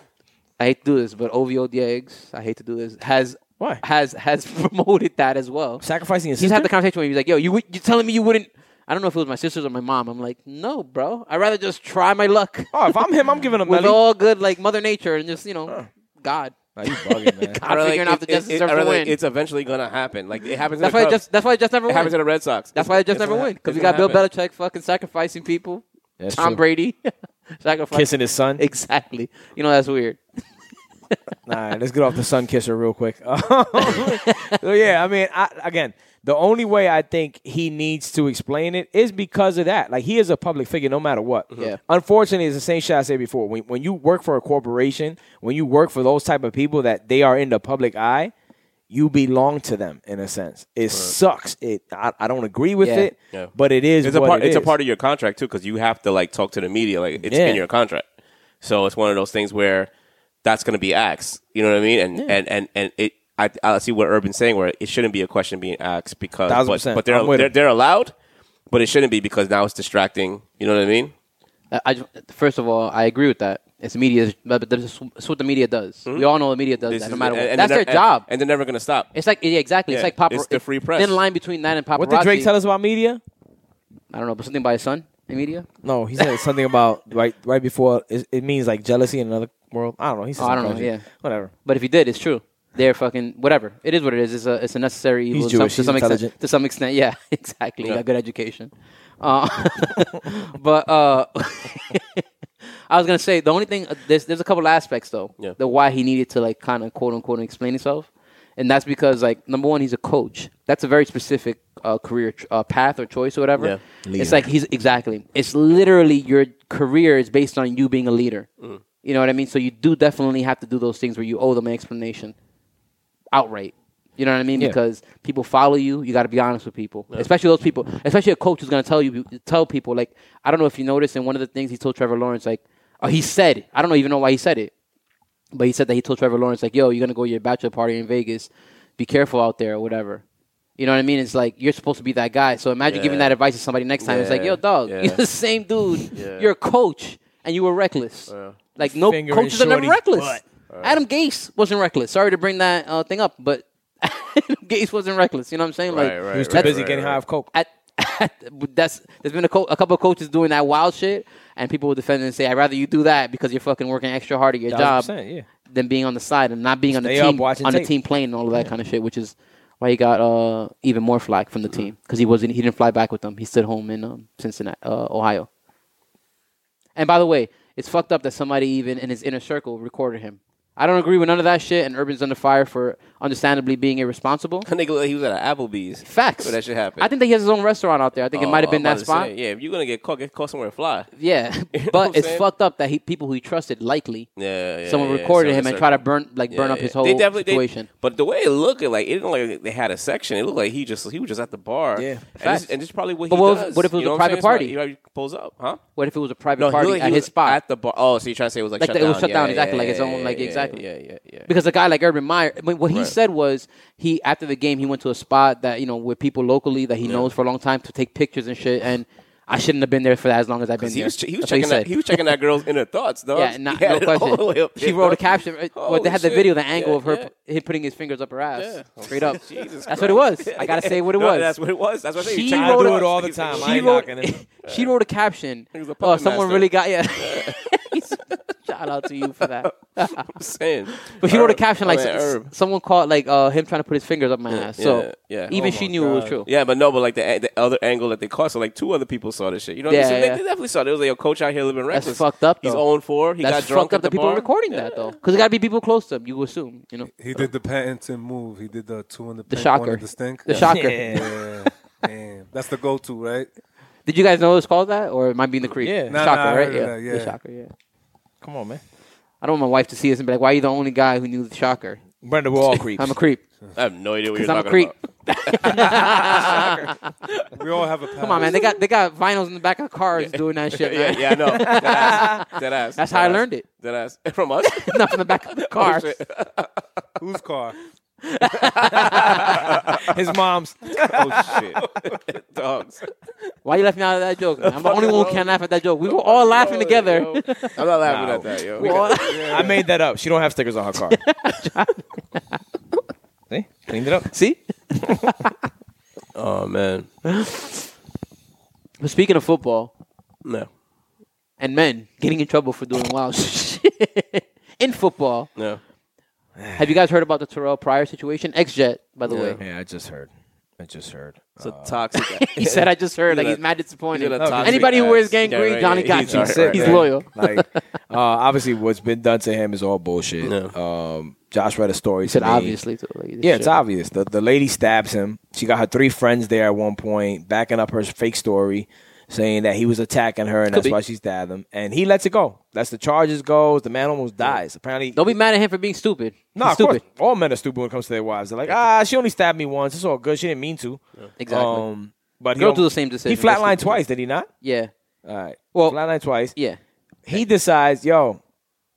Speaker 2: I hate to do this, but OVO Diggs, I hate to do this, has
Speaker 3: Why?
Speaker 2: has has <laughs> promoted that as well.
Speaker 3: Sacrificing your
Speaker 2: He's
Speaker 1: Mm-hmm.
Speaker 3: sister?
Speaker 2: had the conversation where he's like, "Yo, you would- you telling me you wouldn't?" I don't know if it was my sisters or my mom. I'm like, "No, bro. I'd rather just try my luck
Speaker 3: oh, if I'm him, I'm giving him
Speaker 2: with
Speaker 3: Melly.
Speaker 2: all good like Mother Nature and just you know God."
Speaker 3: Nah, you
Speaker 2: <laughs>
Speaker 3: bugging, man.
Speaker 2: God figuring out the Jets deserve to
Speaker 1: rather
Speaker 2: win.
Speaker 1: It's eventually gonna happen. Like it happens. in
Speaker 2: that's why
Speaker 1: the
Speaker 2: it
Speaker 1: Cubs.
Speaker 2: just that's why it just never
Speaker 1: it happens to
Speaker 2: wins.
Speaker 1: the Red Sox.
Speaker 2: That's why it just
Speaker 1: It's
Speaker 2: never
Speaker 1: gonna
Speaker 2: win
Speaker 1: hap-
Speaker 2: because
Speaker 1: it's
Speaker 2: we got
Speaker 1: gonna
Speaker 2: Bill
Speaker 1: happen.
Speaker 2: Belichick fucking sacrificing people,
Speaker 3: That's
Speaker 2: Tom
Speaker 3: true.
Speaker 2: Brady <laughs> sacrificing
Speaker 3: Kissing his son.
Speaker 2: Exactly. You know that's weird.
Speaker 3: All right, let's get off the sun kisser real quick. <laughs> so yeah, I mean, I, again, the only way I think he needs to explain it is because of that. Like he is a public figure, no matter what.
Speaker 2: Mm-hmm. Yeah.
Speaker 3: Unfortunately, it's the same shit I said before. When when you work for a corporation, when you work for those type of people that they are in the public eye, you belong to them in a sense. It sucks. It I, I don't agree with
Speaker 2: Yeah.
Speaker 3: it,
Speaker 1: Yeah.
Speaker 3: but it is
Speaker 1: It's a
Speaker 3: what
Speaker 1: part.
Speaker 3: it
Speaker 1: It's a
Speaker 3: is.
Speaker 1: part of your contract too, because you have to like talk to the media. Like it's
Speaker 3: Yeah.
Speaker 1: in your contract, so it's one of those things where that's going to be asked. You know what I mean? And and and and it. I, I see what Urban's saying, where it shouldn't be a question being asked because,
Speaker 3: Thousand
Speaker 1: but,
Speaker 3: percent.
Speaker 1: but they're,
Speaker 3: I'm with
Speaker 1: they're
Speaker 3: him.
Speaker 1: they're allowed, but it shouldn't be because now it's distracting. You know what I mean?
Speaker 2: I, I ju- first of all, I agree with that. It's media, but that's that's what the media does. We all know the media does
Speaker 1: Hmm? This
Speaker 2: that.
Speaker 1: is-
Speaker 2: No matter what,
Speaker 1: and- and
Speaker 2: that's
Speaker 1: they're
Speaker 2: their
Speaker 1: ne-
Speaker 2: job.
Speaker 1: and, and they're never going to stop.
Speaker 2: it's like yeah, exactly.
Speaker 1: Yeah,
Speaker 2: it's like paparazzi.
Speaker 1: it's the free press.
Speaker 2: Thin line between that and paparazzi.
Speaker 3: What did Drake tell us about media?
Speaker 2: I don't know, but something by his son in media.
Speaker 3: No, he said something about right right before it, it means like jealousy in another world. I don't know. He said
Speaker 2: Oh, I
Speaker 3: something
Speaker 2: don't know,
Speaker 3: crazy.
Speaker 2: yeah.
Speaker 3: whatever.
Speaker 2: But if he did, it's true. They're fucking whatever. It is what it is. It's a it's a necessary evil
Speaker 3: He's
Speaker 2: to some-
Speaker 3: Jewish.
Speaker 2: to
Speaker 3: He's
Speaker 2: some extent.
Speaker 3: intelligent.
Speaker 2: To some extent, yeah, <laughs> exactly. He
Speaker 1: Yeah.
Speaker 2: got good education. Uh, <laughs> but uh, <laughs> I was gonna say the only thing uh, there's there's a couple aspects though.
Speaker 1: Yeah.
Speaker 2: The why he needed to like kind of quote unquote explain himself, and that's because like number one, he's a coach. That's a very specific uh, career ch- uh, path or choice or whatever.
Speaker 1: Yeah.
Speaker 2: It's like he's exactly. It's literally your career is based on you being a leader. You know what I mean? So you do definitely have to do those things where you owe them an explanation outright. You know what I mean?
Speaker 3: Yeah.
Speaker 2: Because people follow you. You got to be honest with people, especially those people, especially a coach who's going to tell you tell people like I don't know if you noticed. And one of the things he told Trevor Lawrence like, oh, he said I don't even know why he said it, but he said that he told Trevor Lawrence like, yo, you're gonna go to your bachelor party in Vegas. Be careful out there or whatever. You know what I mean? It's like you're supposed to be that guy. So imagine giving
Speaker 1: Yeah.
Speaker 2: that advice to somebody next time. It's like,
Speaker 1: Yeah.
Speaker 2: yo, dog,
Speaker 1: Yeah.
Speaker 2: you're the same dude.
Speaker 1: <laughs> Yeah.
Speaker 2: You're a coach, and you were reckless. Like no
Speaker 3: Finger in
Speaker 2: coaches are never
Speaker 3: shorty's
Speaker 2: reckless.
Speaker 3: butt.
Speaker 2: Adam Gase wasn't reckless. Sorry to bring that uh, thing up, but <laughs> Adam Gase wasn't reckless. You know what I'm saying?
Speaker 1: Right,
Speaker 2: like
Speaker 1: right,
Speaker 3: He was too
Speaker 1: right,
Speaker 3: busy
Speaker 1: right,
Speaker 3: getting
Speaker 1: right.
Speaker 3: high off coke.
Speaker 2: At, <laughs> that's there's been a, co- a couple of coaches doing that wild shit, and people will defend it and say, "I'd rather you do that because you're fucking working extra hard at your job
Speaker 3: 1000%, yeah.
Speaker 2: than being on the side and not being on the
Speaker 3: Stay up
Speaker 2: team
Speaker 3: watching
Speaker 2: on the
Speaker 3: tape.
Speaker 2: team playing and all of that kind of shit." Which is why he got uh, even more flack from the team
Speaker 1: Mm-hmm.
Speaker 2: because he wasn't he didn't fly back with them. He stood home in um, Cincinnati, uh, Ohio. And by the way, it's fucked up that somebody even in his inner circle recorded him. I don't agree with none of that shit, and Urban's under fire for understandably being irresponsible.
Speaker 1: <laughs> Nigga, look like he was at an Applebee's.
Speaker 2: Facts.
Speaker 1: So that Oh, should happen.
Speaker 2: I think that he has his own restaurant out there. I think it might have been that spot.
Speaker 1: yeah, if you're gonna get caught, get caught somewhere fly.
Speaker 2: Yeah,
Speaker 1: <laughs>
Speaker 2: <laughs>
Speaker 1: know what I'm
Speaker 2: but it's
Speaker 1: saying?
Speaker 2: fucked up that he, people who he trusted, likely
Speaker 1: Yeah, yeah
Speaker 2: someone
Speaker 1: yeah,
Speaker 2: recorded
Speaker 1: so
Speaker 2: him
Speaker 1: it's
Speaker 2: and
Speaker 1: a-
Speaker 2: tried to burn like burn
Speaker 1: Yeah,
Speaker 2: up his
Speaker 1: yeah.
Speaker 2: whole
Speaker 1: They definitely- they-
Speaker 2: situation.
Speaker 1: but the way it looked, it, like it didn't look like they had a section. It looked like he just he was just at the bar.
Speaker 3: Yeah.
Speaker 1: and
Speaker 2: Facts.
Speaker 1: this, and this is probably what
Speaker 2: But
Speaker 1: he
Speaker 2: what if-
Speaker 1: does.
Speaker 2: what if it was
Speaker 1: You know
Speaker 2: a
Speaker 1: what I'm
Speaker 2: private
Speaker 1: saying? It's like
Speaker 2: party?
Speaker 1: He pulls up, huh?
Speaker 2: what if it was a private
Speaker 1: he
Speaker 2: party
Speaker 1: looked like
Speaker 2: at
Speaker 1: he
Speaker 2: his
Speaker 1: was
Speaker 2: spot?
Speaker 1: at the bar. Oh, so you're trying to say it was like,
Speaker 2: Like
Speaker 1: shut
Speaker 2: that it
Speaker 1: down.
Speaker 2: was shut
Speaker 1: Yeah,
Speaker 2: down,
Speaker 1: yeah,
Speaker 2: exactly,
Speaker 1: yeah,
Speaker 2: like his
Speaker 1: yeah,
Speaker 2: own, like,
Speaker 1: yeah,
Speaker 2: exactly.
Speaker 1: Yeah, yeah, yeah.
Speaker 2: because a guy like Urban Meyer, I mean, what he
Speaker 1: Right.
Speaker 2: said was he after the game he went to a spot that you know with people locally that he knows for a long time to take pictures and shit. And I shouldn't have been there for that as long as I've been
Speaker 1: He
Speaker 2: there.
Speaker 1: was, he was
Speaker 2: That's what he
Speaker 1: checking that.
Speaker 2: said.
Speaker 1: He was checking that girl's inner thoughts, though. <laughs>
Speaker 2: Yeah, not, no question. she wrote a caption. uh, Well, they had the video, the angle of her p- him putting his fingers up her ass, <laughs>
Speaker 1: <laughs>
Speaker 2: straight up.
Speaker 1: Jesus
Speaker 2: that's what it was. I gotta say what it
Speaker 1: No,
Speaker 2: was.
Speaker 1: That's what it was. That's what I
Speaker 2: She
Speaker 1: think.
Speaker 2: I wrote do it
Speaker 3: all the time. I
Speaker 2: she
Speaker 3: ain't
Speaker 2: wrote.
Speaker 3: knocking it.
Speaker 2: she wrote a caption.
Speaker 1: was a
Speaker 2: Oh,
Speaker 1: puppet
Speaker 2: someone
Speaker 1: master.
Speaker 2: really got yeah. <laughs> Shout out to you for
Speaker 1: <laughs>
Speaker 2: that.
Speaker 1: I'm saying.
Speaker 2: But she wrote a
Speaker 1: Herb.
Speaker 2: caption like
Speaker 1: I mean,
Speaker 2: s- s-
Speaker 1: Herb.
Speaker 2: someone called like uh, him trying to put his fingers up my ass. So
Speaker 1: yeah, yeah.
Speaker 2: even
Speaker 4: Oh
Speaker 2: she
Speaker 4: my
Speaker 2: knew it was
Speaker 4: God.
Speaker 2: true.
Speaker 1: Yeah, but no, but like the the other angle that they caught, so like two other people saw this shit. You know what
Speaker 2: Yeah,
Speaker 1: I'm saying?
Speaker 2: yeah.
Speaker 1: They, they definitely saw it. It was like a coach out here living
Speaker 2: That's
Speaker 1: reckless.
Speaker 2: fucked up,
Speaker 1: He's
Speaker 2: though.
Speaker 1: own four. He got
Speaker 2: That's
Speaker 1: drunk
Speaker 2: fucked up.
Speaker 1: at the
Speaker 2: The people
Speaker 1: bar.
Speaker 2: recording that though, because it gotta be people close to him. You would assume, you know,
Speaker 4: He did the Pattinson move. He did the two in the
Speaker 2: the
Speaker 4: pink, one
Speaker 2: shocker,
Speaker 4: in the stink.
Speaker 2: the <laughs> shocker.
Speaker 3: Yeah.
Speaker 4: Yeah. Damn. That's the go-to, right?
Speaker 2: Did you guys know it was called that, or it might be in the creek?
Speaker 3: Yeah.
Speaker 2: The
Speaker 4: Nah,
Speaker 2: shocker,
Speaker 4: nah, I
Speaker 2: right?
Speaker 4: heard of
Speaker 2: yeah.
Speaker 4: that, yeah.
Speaker 2: the shocker. Yeah.
Speaker 3: Come on, man.
Speaker 2: I don't want my wife to see this and be like, "Why are you the only guy who knew the shocker?"
Speaker 3: Brenda, we're all creeps.
Speaker 2: I'm a creep.
Speaker 1: I have no idea what you're
Speaker 2: Because I'm a
Speaker 1: talking
Speaker 2: creep.
Speaker 1: about.
Speaker 4: We all have a pass.
Speaker 2: Come on, man. They got they got vinyls in the back of cars doing that <laughs> shit.
Speaker 1: Yeah,
Speaker 2: Man.
Speaker 1: yeah, I know. Dead ass. Dead ass.
Speaker 2: That's how I learned it.
Speaker 1: Dead ass. <laughs> From
Speaker 2: <laughs>
Speaker 1: us?
Speaker 2: Not from the back of the car.
Speaker 1: shit.
Speaker 4: Whose car?
Speaker 3: His mom's.
Speaker 1: oh, shit. <laughs> Dogs.
Speaker 2: Why you left me out of that joke? Man? I'm the
Speaker 1: Fucking
Speaker 2: only one who
Speaker 1: wrong.
Speaker 2: can laugh at that joke. We were all laughing together.
Speaker 1: Yo. I'm not laughing
Speaker 3: Nah.
Speaker 1: at that, yo.
Speaker 2: We all-
Speaker 3: I made that up. She don't have stickers on
Speaker 2: <laughs>
Speaker 3: her car. See, cleaned it up.
Speaker 2: See.
Speaker 1: Oh, man.
Speaker 2: But speaking of football
Speaker 1: No.
Speaker 2: and men getting in trouble for doing wild <laughs> shit in football,
Speaker 1: No.
Speaker 2: have you guys heard about the Terrell Pryor situation? Ex Jet, by the
Speaker 1: Yeah.
Speaker 3: <laughs>
Speaker 2: way.
Speaker 3: Yeah, I just heard. I just heard. Uh,
Speaker 1: It's a
Speaker 2: Uh,
Speaker 1: toxic.
Speaker 2: <laughs> He said, "I just
Speaker 1: He's
Speaker 2: heard." Like he's
Speaker 1: a-
Speaker 2: mad disappointed.
Speaker 1: he's a toxic
Speaker 2: Anybody who wears
Speaker 1: ass.
Speaker 2: gang
Speaker 1: Yeah,
Speaker 2: green,
Speaker 1: right,
Speaker 2: Johnny
Speaker 1: yeah,
Speaker 2: got
Speaker 1: he's
Speaker 2: you.
Speaker 1: all right,
Speaker 2: He's
Speaker 1: right.
Speaker 2: loyal.
Speaker 3: <laughs> Like, uh, obviously, what's been done to him is all bullshit. Um, Josh read a story.
Speaker 2: He said,
Speaker 3: to me.
Speaker 2: "Obviously, too. Like, this
Speaker 3: Yeah, it's
Speaker 2: shit.
Speaker 3: obvious. The the lady stabs him. She got her three friends there at one point, backing up her fake story, saying that he was attacking her and that's
Speaker 2: be.
Speaker 3: why she stabbed him. And he lets it go. That's the charges goes. The man almost dies. Apparently,
Speaker 2: Don't be mad at him for being stupid.
Speaker 3: No,
Speaker 2: He's
Speaker 3: of
Speaker 2: stupid.
Speaker 3: course, all men are stupid when it comes to their wives. They're like, ah, she only stabbed me once. It's all good. She didn't mean to.
Speaker 2: Exactly.
Speaker 3: Um, but he
Speaker 2: Girls do
Speaker 3: don't-
Speaker 2: the same decision.
Speaker 3: He
Speaker 2: They're
Speaker 3: flatlined
Speaker 2: stupid.
Speaker 3: twice, did he not?
Speaker 2: Yeah,
Speaker 3: All right.
Speaker 2: Well-
Speaker 3: flatlined twice.
Speaker 2: yeah.
Speaker 3: He decides, yo,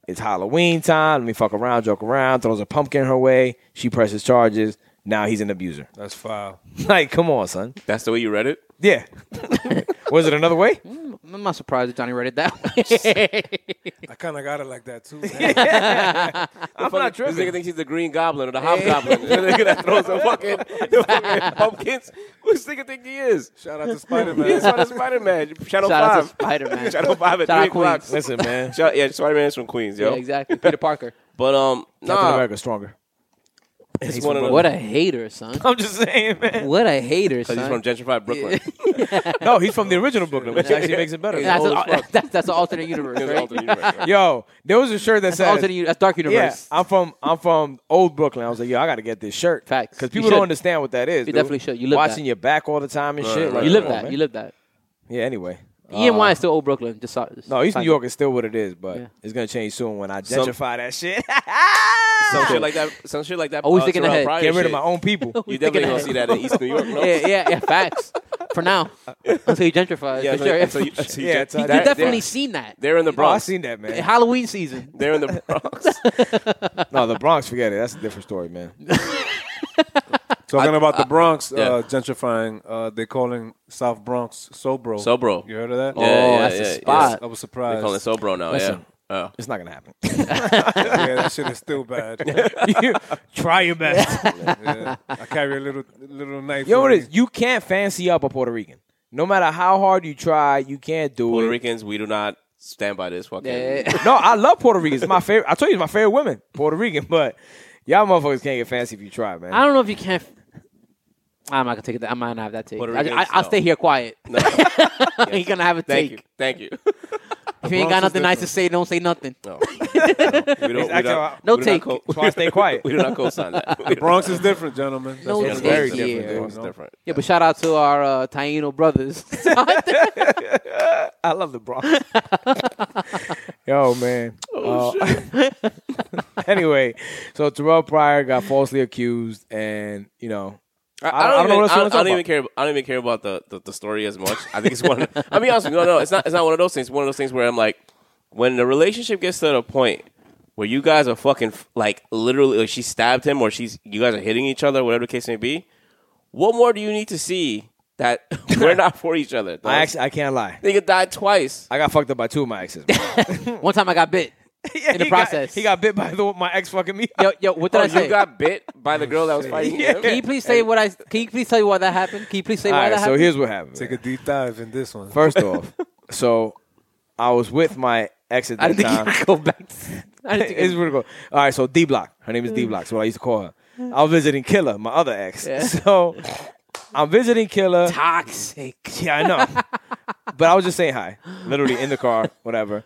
Speaker 3: it's Halloween time. Let me fuck around, joke around. Throws a pumpkin her way. She presses charges. Now he's an abuser.
Speaker 4: That's foul.
Speaker 3: <laughs> Like, come on, son.
Speaker 1: That's the way you read it?
Speaker 3: Yeah. <laughs> Was it another way?
Speaker 2: I'm not surprised that Johnny read it
Speaker 3: <laughs>
Speaker 2: that way.
Speaker 4: I kind of got it like
Speaker 2: <laughs>
Speaker 4: that too.
Speaker 3: I'm not
Speaker 1: This
Speaker 3: tripping.
Speaker 1: nigga thinks he's the Green Goblin or the Hobgoblin. <laughs> the nigga that throws the
Speaker 2: <laughs>
Speaker 1: fucking, the fucking pumpkins. Who this nigga think he is?
Speaker 4: Shout out to Spider
Speaker 1: He is
Speaker 4: Man.
Speaker 1: Spider- Spider-Man. Channel
Speaker 2: <laughs> Shout out
Speaker 1: 5.
Speaker 2: to Spider-Man.
Speaker 1: Channel 5 at
Speaker 2: Shout out
Speaker 1: 3 o'clock.
Speaker 2: Queens.
Speaker 3: Listen,
Speaker 2: <laughs>
Speaker 3: man.
Speaker 1: Shout, yeah, Spider-Man's from Queens, yo.
Speaker 2: yeah, exactly. Peter
Speaker 3: <laughs>
Speaker 2: Parker.
Speaker 1: But, um,
Speaker 3: Captain
Speaker 1: nah.
Speaker 3: America stronger.
Speaker 1: He's one of them.
Speaker 2: What a hater, son.
Speaker 3: I'm just saying,
Speaker 2: <laughs>
Speaker 3: man.
Speaker 2: What a
Speaker 3: <laughs>
Speaker 2: hater, son.
Speaker 1: Because he's from gentrified Brooklyn.
Speaker 3: No, he's from the original Brooklyn, which actually makes it better.
Speaker 2: that's,
Speaker 1: old
Speaker 2: an,
Speaker 1: as fuck.
Speaker 2: <laughs> that's, that's an alternate
Speaker 3: <laughs>
Speaker 2: universe,
Speaker 1: It's
Speaker 2: right? <laughs>
Speaker 1: alternate universe, right?
Speaker 3: Yo, there was a shirt that
Speaker 2: That's, an alternate,
Speaker 3: said,
Speaker 2: u- that's dark
Speaker 3: "Yeah,
Speaker 2: universe.
Speaker 3: I'm from I'm from old Brooklyn." I was like, "Yo, I got to get this shirt."
Speaker 2: Facts.
Speaker 3: because
Speaker 2: You
Speaker 3: people don't
Speaker 2: should.
Speaker 3: understand what that is.
Speaker 2: You
Speaker 3: dude.
Speaker 2: definitely should. You live
Speaker 3: watching
Speaker 2: that.
Speaker 3: your back all the time and shit.
Speaker 1: right,
Speaker 3: like,
Speaker 2: you live
Speaker 3: come on,
Speaker 2: that.
Speaker 3: man.
Speaker 2: You live that.
Speaker 3: Yeah. Anyway,
Speaker 2: EMY is still old Brooklyn. Just saw,
Speaker 3: no, East New York is still what it is, but
Speaker 2: Yeah.
Speaker 3: it's gonna change soon when I
Speaker 1: Some-
Speaker 3: gentrify that shit. <laughs>
Speaker 1: Some shit like that. Some shit like that. uh,
Speaker 2: Always Oh, thinking
Speaker 1: Terrell
Speaker 2: ahead.
Speaker 1: Pryor
Speaker 3: get rid
Speaker 1: shit.
Speaker 3: of my own
Speaker 2: <laughs>
Speaker 3: people.
Speaker 1: You definitely gonna see that in East New York. <laughs> No?
Speaker 2: Yeah, yeah, yeah. Facts. For now, until you gentrify.
Speaker 1: Yeah,
Speaker 2: for
Speaker 1: so-
Speaker 2: sure.
Speaker 1: so you- so you
Speaker 3: Yeah,
Speaker 1: ju-
Speaker 3: it's- you
Speaker 2: You've
Speaker 1: that-
Speaker 2: definitely
Speaker 1: they're-
Speaker 2: seen that.
Speaker 1: They're in the
Speaker 3: Oh, I
Speaker 1: Bronx.
Speaker 3: seen that man.
Speaker 2: Halloween season.
Speaker 1: They're in
Speaker 2: <laughs>
Speaker 1: the Bronx.
Speaker 3: No, the Bronx, forget it. That's a different story, man.
Speaker 4: Talking about the Bronx
Speaker 1: yeah.
Speaker 4: uh, gentrifying, uh, they calling South Bronx Sobro.
Speaker 1: Sobro.
Speaker 4: You heard of that?
Speaker 1: Yeah,
Speaker 2: Oh,
Speaker 1: yeah,
Speaker 2: that's a
Speaker 1: yeah, yeah.
Speaker 2: spot.
Speaker 4: I was
Speaker 1: They
Speaker 4: surprised.
Speaker 1: call it Sobro now.
Speaker 3: Listen.
Speaker 1: Yeah. Oh.
Speaker 3: It's not gonna happen. <laughs>
Speaker 4: yeah, that shit is still bad.
Speaker 3: you, try your best.
Speaker 4: Yeah. I carry a little little knife.
Speaker 3: you know what
Speaker 4: on
Speaker 3: it is?
Speaker 4: me.
Speaker 3: You can't fancy up a Puerto Rican. No matter how hard you try, you can't do
Speaker 1: Puerto
Speaker 3: it.
Speaker 1: Ricans, we do not stand by this fucking.
Speaker 2: Yeah.
Speaker 3: No, I love Puerto Ricans. It's my favorite. I told you, it's my favorite women, Puerto Rican. But y'all motherfuckers can't get fancy if you try, man.
Speaker 2: I don't know if you can. I'm not gonna take it. I'm not gonna have that take.
Speaker 1: Puerto
Speaker 2: I, I,
Speaker 1: Ricans,
Speaker 2: I'll
Speaker 1: no.
Speaker 2: stay here quiet.
Speaker 1: <laughs>
Speaker 2: <laughs>
Speaker 1: No.
Speaker 2: You're gonna have
Speaker 1: <laughs>
Speaker 2: a
Speaker 1: Thank
Speaker 2: take.
Speaker 1: you. Thank you.
Speaker 2: If you ain't got
Speaker 4: Bronx is
Speaker 2: nothing nice to say, don't say nothing.
Speaker 1: <laughs> No. No. We don't. We
Speaker 3: Exactly.
Speaker 1: don't
Speaker 2: No
Speaker 1: we do not
Speaker 2: take.
Speaker 1: co-
Speaker 3: That's why I stay quiet.
Speaker 1: <laughs> we do not co-sign that. We do not-
Speaker 4: Bronx is different, gentlemen. That's
Speaker 2: No,
Speaker 4: what
Speaker 1: <laughs>
Speaker 2: it's
Speaker 1: It's
Speaker 4: it
Speaker 1: very
Speaker 4: is.
Speaker 2: Yeah.
Speaker 1: different.
Speaker 2: Yeah.
Speaker 1: dude. It's different.
Speaker 2: Yeah, but shout out to our uh, Taino
Speaker 1: <laughs>
Speaker 2: brothers.
Speaker 3: I love the Bronx. Yo, man. Uh, <laughs> anyway, so Terrell Pryor got falsely accused, and you know, I don't
Speaker 1: even,
Speaker 3: know what else you
Speaker 1: I don't, I
Speaker 3: wanna talk
Speaker 1: don't even care. I don't even care about the, the, the story as much. I think it's one. I'll be honest. With you, no, no, it's not. It's not one of those things. It's one of those things where I'm like, when the relationship gets to the point where you guys are fucking like literally, like she stabbed him or she's you guys are hitting each other, whatever the case may be. What more do you need to see that <laughs>
Speaker 3: <laughs>
Speaker 1: we're not for each other.
Speaker 3: I actually, I can't lie.
Speaker 1: nigga died twice.
Speaker 3: I got fucked up by two of my exes.
Speaker 2: One time I got bit.
Speaker 3: <laughs> Yeah,
Speaker 2: In the
Speaker 3: he got-
Speaker 2: process.
Speaker 3: he got bit by the, my ex fucking me.
Speaker 2: Yo, yo, what did
Speaker 1: Oh,
Speaker 2: I say?
Speaker 1: you got bit by the girl <laughs> that was fighting
Speaker 3: Yeah.
Speaker 1: him?
Speaker 2: can you please say what I? Can you please tell you why that happened? Can you please say
Speaker 3: All
Speaker 2: why
Speaker 3: right,
Speaker 2: that
Speaker 3: so
Speaker 2: happened?
Speaker 3: here's what happened.
Speaker 4: Take a deep dive in this
Speaker 3: <laughs>
Speaker 4: one.
Speaker 3: First off, so I was with my ex at
Speaker 2: I
Speaker 3: that
Speaker 2: didn't
Speaker 3: time. <laughs>
Speaker 2: think you <laughs> could go back. To, I didn't think
Speaker 3: it's vertical. All right, so D Block. Her name is D Block. So what I used to call her. I was visiting Killer, my other ex.
Speaker 2: Yeah.
Speaker 3: <laughs> So I'm visiting Killer.
Speaker 2: toxic.
Speaker 3: <laughs> Yeah, I know. but I was just saying hi, literally in the car, whatever.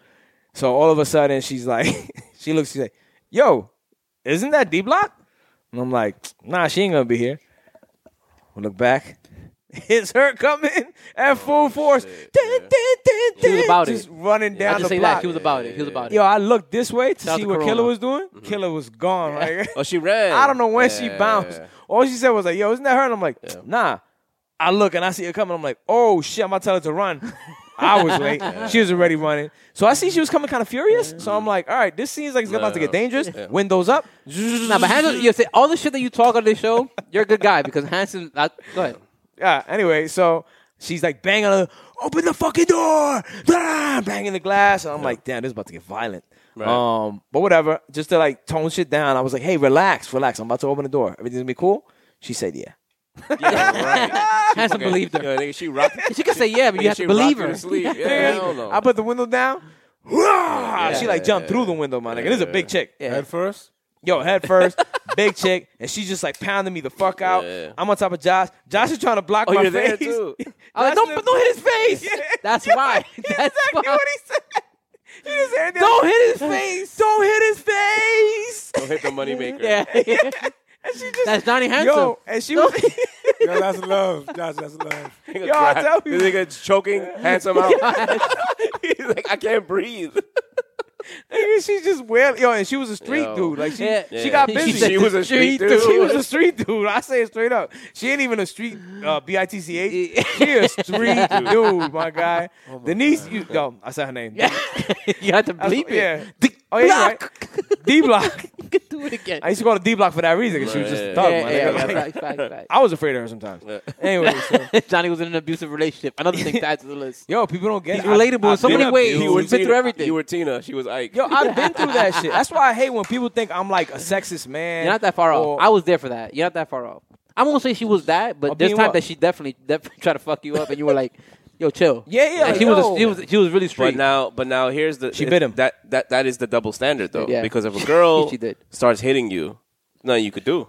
Speaker 3: So all of a sudden, she's like, <laughs> she looks, she's like, yo, isn't that D Block? And I'm like, nah, she ain't gonna be here. We look back. <laughs> It's her coming at full force. Dun, dun, dun,
Speaker 2: was
Speaker 3: dun,
Speaker 2: about
Speaker 3: just
Speaker 2: it.
Speaker 3: running
Speaker 2: I
Speaker 3: down
Speaker 2: just
Speaker 3: the
Speaker 2: say
Speaker 3: block.
Speaker 2: that he was about it. He was about it.
Speaker 3: Yo, I looked this way to
Speaker 2: Shout out
Speaker 3: see
Speaker 2: to
Speaker 3: what Killer
Speaker 2: Corona.
Speaker 3: was doing. Killer was gone.
Speaker 2: <laughs>
Speaker 3: Right?
Speaker 1: Oh, she ran.
Speaker 3: I don't know when she
Speaker 1: Yeah. <laughs>
Speaker 3: bounced. All she said was like, "Yo, isn't that her?" And I'm like, "Nah." I look and I see her coming. I'm like, "Oh shit!" I'm about to tell her to run.
Speaker 1: <laughs>
Speaker 3: I was late. She was already running. So I see she was coming kind of furious. So I'm like, "All right, this seems like it's about to get dangerous." Windows up.
Speaker 2: Nah, but Hanson, you say all the shit that you talk on this show. You're a good guy because Hanson. I, go
Speaker 3: <laughs>
Speaker 2: ahead.
Speaker 3: Yeah. Anyway, so she's like banging on the open the fucking door, Blah, banging the glass. And I'm like, damn, this is about to get violent. Um, but whatever. Just to like tone shit down, I was like, hey, relax, relax. I'm about to open the door. Everything's gonna be cool. She said, yeah. <laughs>
Speaker 2: Hanson believed her.
Speaker 1: Yo, nigga, she rocked.
Speaker 2: She could say yeah, but you have
Speaker 1: she
Speaker 2: to believe
Speaker 1: rocked you to
Speaker 2: her.
Speaker 3: <laughs>
Speaker 1: sleep. Yeah, hell no.
Speaker 3: I put the window down. Rah! she like jumped through the window, my nigga. This is a big chick.
Speaker 4: Head first.
Speaker 3: Yo, head first,
Speaker 2: <laughs>
Speaker 3: big chick, and she's just like pounding me the fuck out. I'm on top of Josh. Josh is trying to block
Speaker 1: Oh,
Speaker 3: my
Speaker 1: you're there
Speaker 3: face. <laughs>
Speaker 1: too.
Speaker 2: I'm like, Oh, don't, don't hit his face.
Speaker 3: Yeah.
Speaker 2: <laughs> That's
Speaker 3: Yeah,
Speaker 2: why.
Speaker 3: That's
Speaker 2: That's
Speaker 3: <laughs> exactly
Speaker 2: why.
Speaker 3: what he said. He didn't say anything.
Speaker 2: Don't hit his
Speaker 3: face. Don't hit his face.
Speaker 1: Don't hit the
Speaker 3: <laughs>
Speaker 1: moneymaker.
Speaker 2: <laughs> Yeah.
Speaker 3: And she just
Speaker 2: That's Johnny Hanson.
Speaker 3: yo, and she was <laughs>
Speaker 4: Yo, that's love, Josh. That's love.
Speaker 1: Nigga
Speaker 3: Yo, I
Speaker 1: cry.
Speaker 3: tell you.
Speaker 1: This nigga's
Speaker 3: <laughs>
Speaker 1: choking, handsome out. He's like, I can't breathe.
Speaker 3: she's just weird. Yo, and she was a street
Speaker 1: Yo.
Speaker 3: dude. Like she
Speaker 2: Yeah. <laughs>
Speaker 3: she got
Speaker 2: She
Speaker 3: busy.
Speaker 2: said
Speaker 1: She was a street
Speaker 3: Dude,
Speaker 1: dude.
Speaker 3: she was a street dude. I say it straight up. She ain't even a street uh, B I T C H. She
Speaker 2: <laughs>
Speaker 3: a street dude, my guy.
Speaker 2: Oh
Speaker 3: Denise, you, yo, I said her
Speaker 2: <laughs>
Speaker 3: name.
Speaker 2: you have to
Speaker 3: That's-
Speaker 2: bleep it.
Speaker 3: yeah. Oh yeah, you're right.
Speaker 2: <laughs>
Speaker 3: D block.
Speaker 2: Do it again.
Speaker 3: I used to call her D block for that reason because she was just a
Speaker 1: Right.
Speaker 3: thug.
Speaker 2: yeah,
Speaker 3: my
Speaker 2: yeah,
Speaker 3: nigga.
Speaker 2: yeah,
Speaker 3: Like,
Speaker 2: fact, fact,
Speaker 3: <laughs>
Speaker 2: fact.
Speaker 3: I was afraid of her sometimes. Anyway,
Speaker 2: <laughs>
Speaker 3: so,
Speaker 2: Johnny was in an abusive relationship. Another thing to add to the list.
Speaker 3: yo, people don't get
Speaker 2: He's
Speaker 3: it.
Speaker 2: relatable in so
Speaker 3: been
Speaker 2: many
Speaker 3: abused.
Speaker 2: ways.
Speaker 1: You were
Speaker 2: He's been
Speaker 1: Tina.
Speaker 2: through everything.
Speaker 1: You were Tina. She was Ike.
Speaker 3: Yo, I've been through that shit. That's why I hate when people think I'm like a sexist man.
Speaker 2: You're not that far off.
Speaker 3: or-
Speaker 2: I was there for that. You're not that far off. I won't say she was that,
Speaker 3: Of
Speaker 2: but there's
Speaker 3: being
Speaker 2: time
Speaker 3: what?
Speaker 2: that she definitely, definitely <laughs> tried to fuck you up, and you were like, "Yo, chill."
Speaker 3: Yeah, yeah,
Speaker 2: Like, she
Speaker 3: yo.
Speaker 2: was, a, she was, she was really straight.
Speaker 1: But now, but now here's the
Speaker 3: She bit him.
Speaker 1: That that that is the double standard though,
Speaker 2: Yeah.
Speaker 1: because if
Speaker 3: <laughs>
Speaker 1: a girl
Speaker 2: She did.
Speaker 1: starts hitting you, nothing you could do.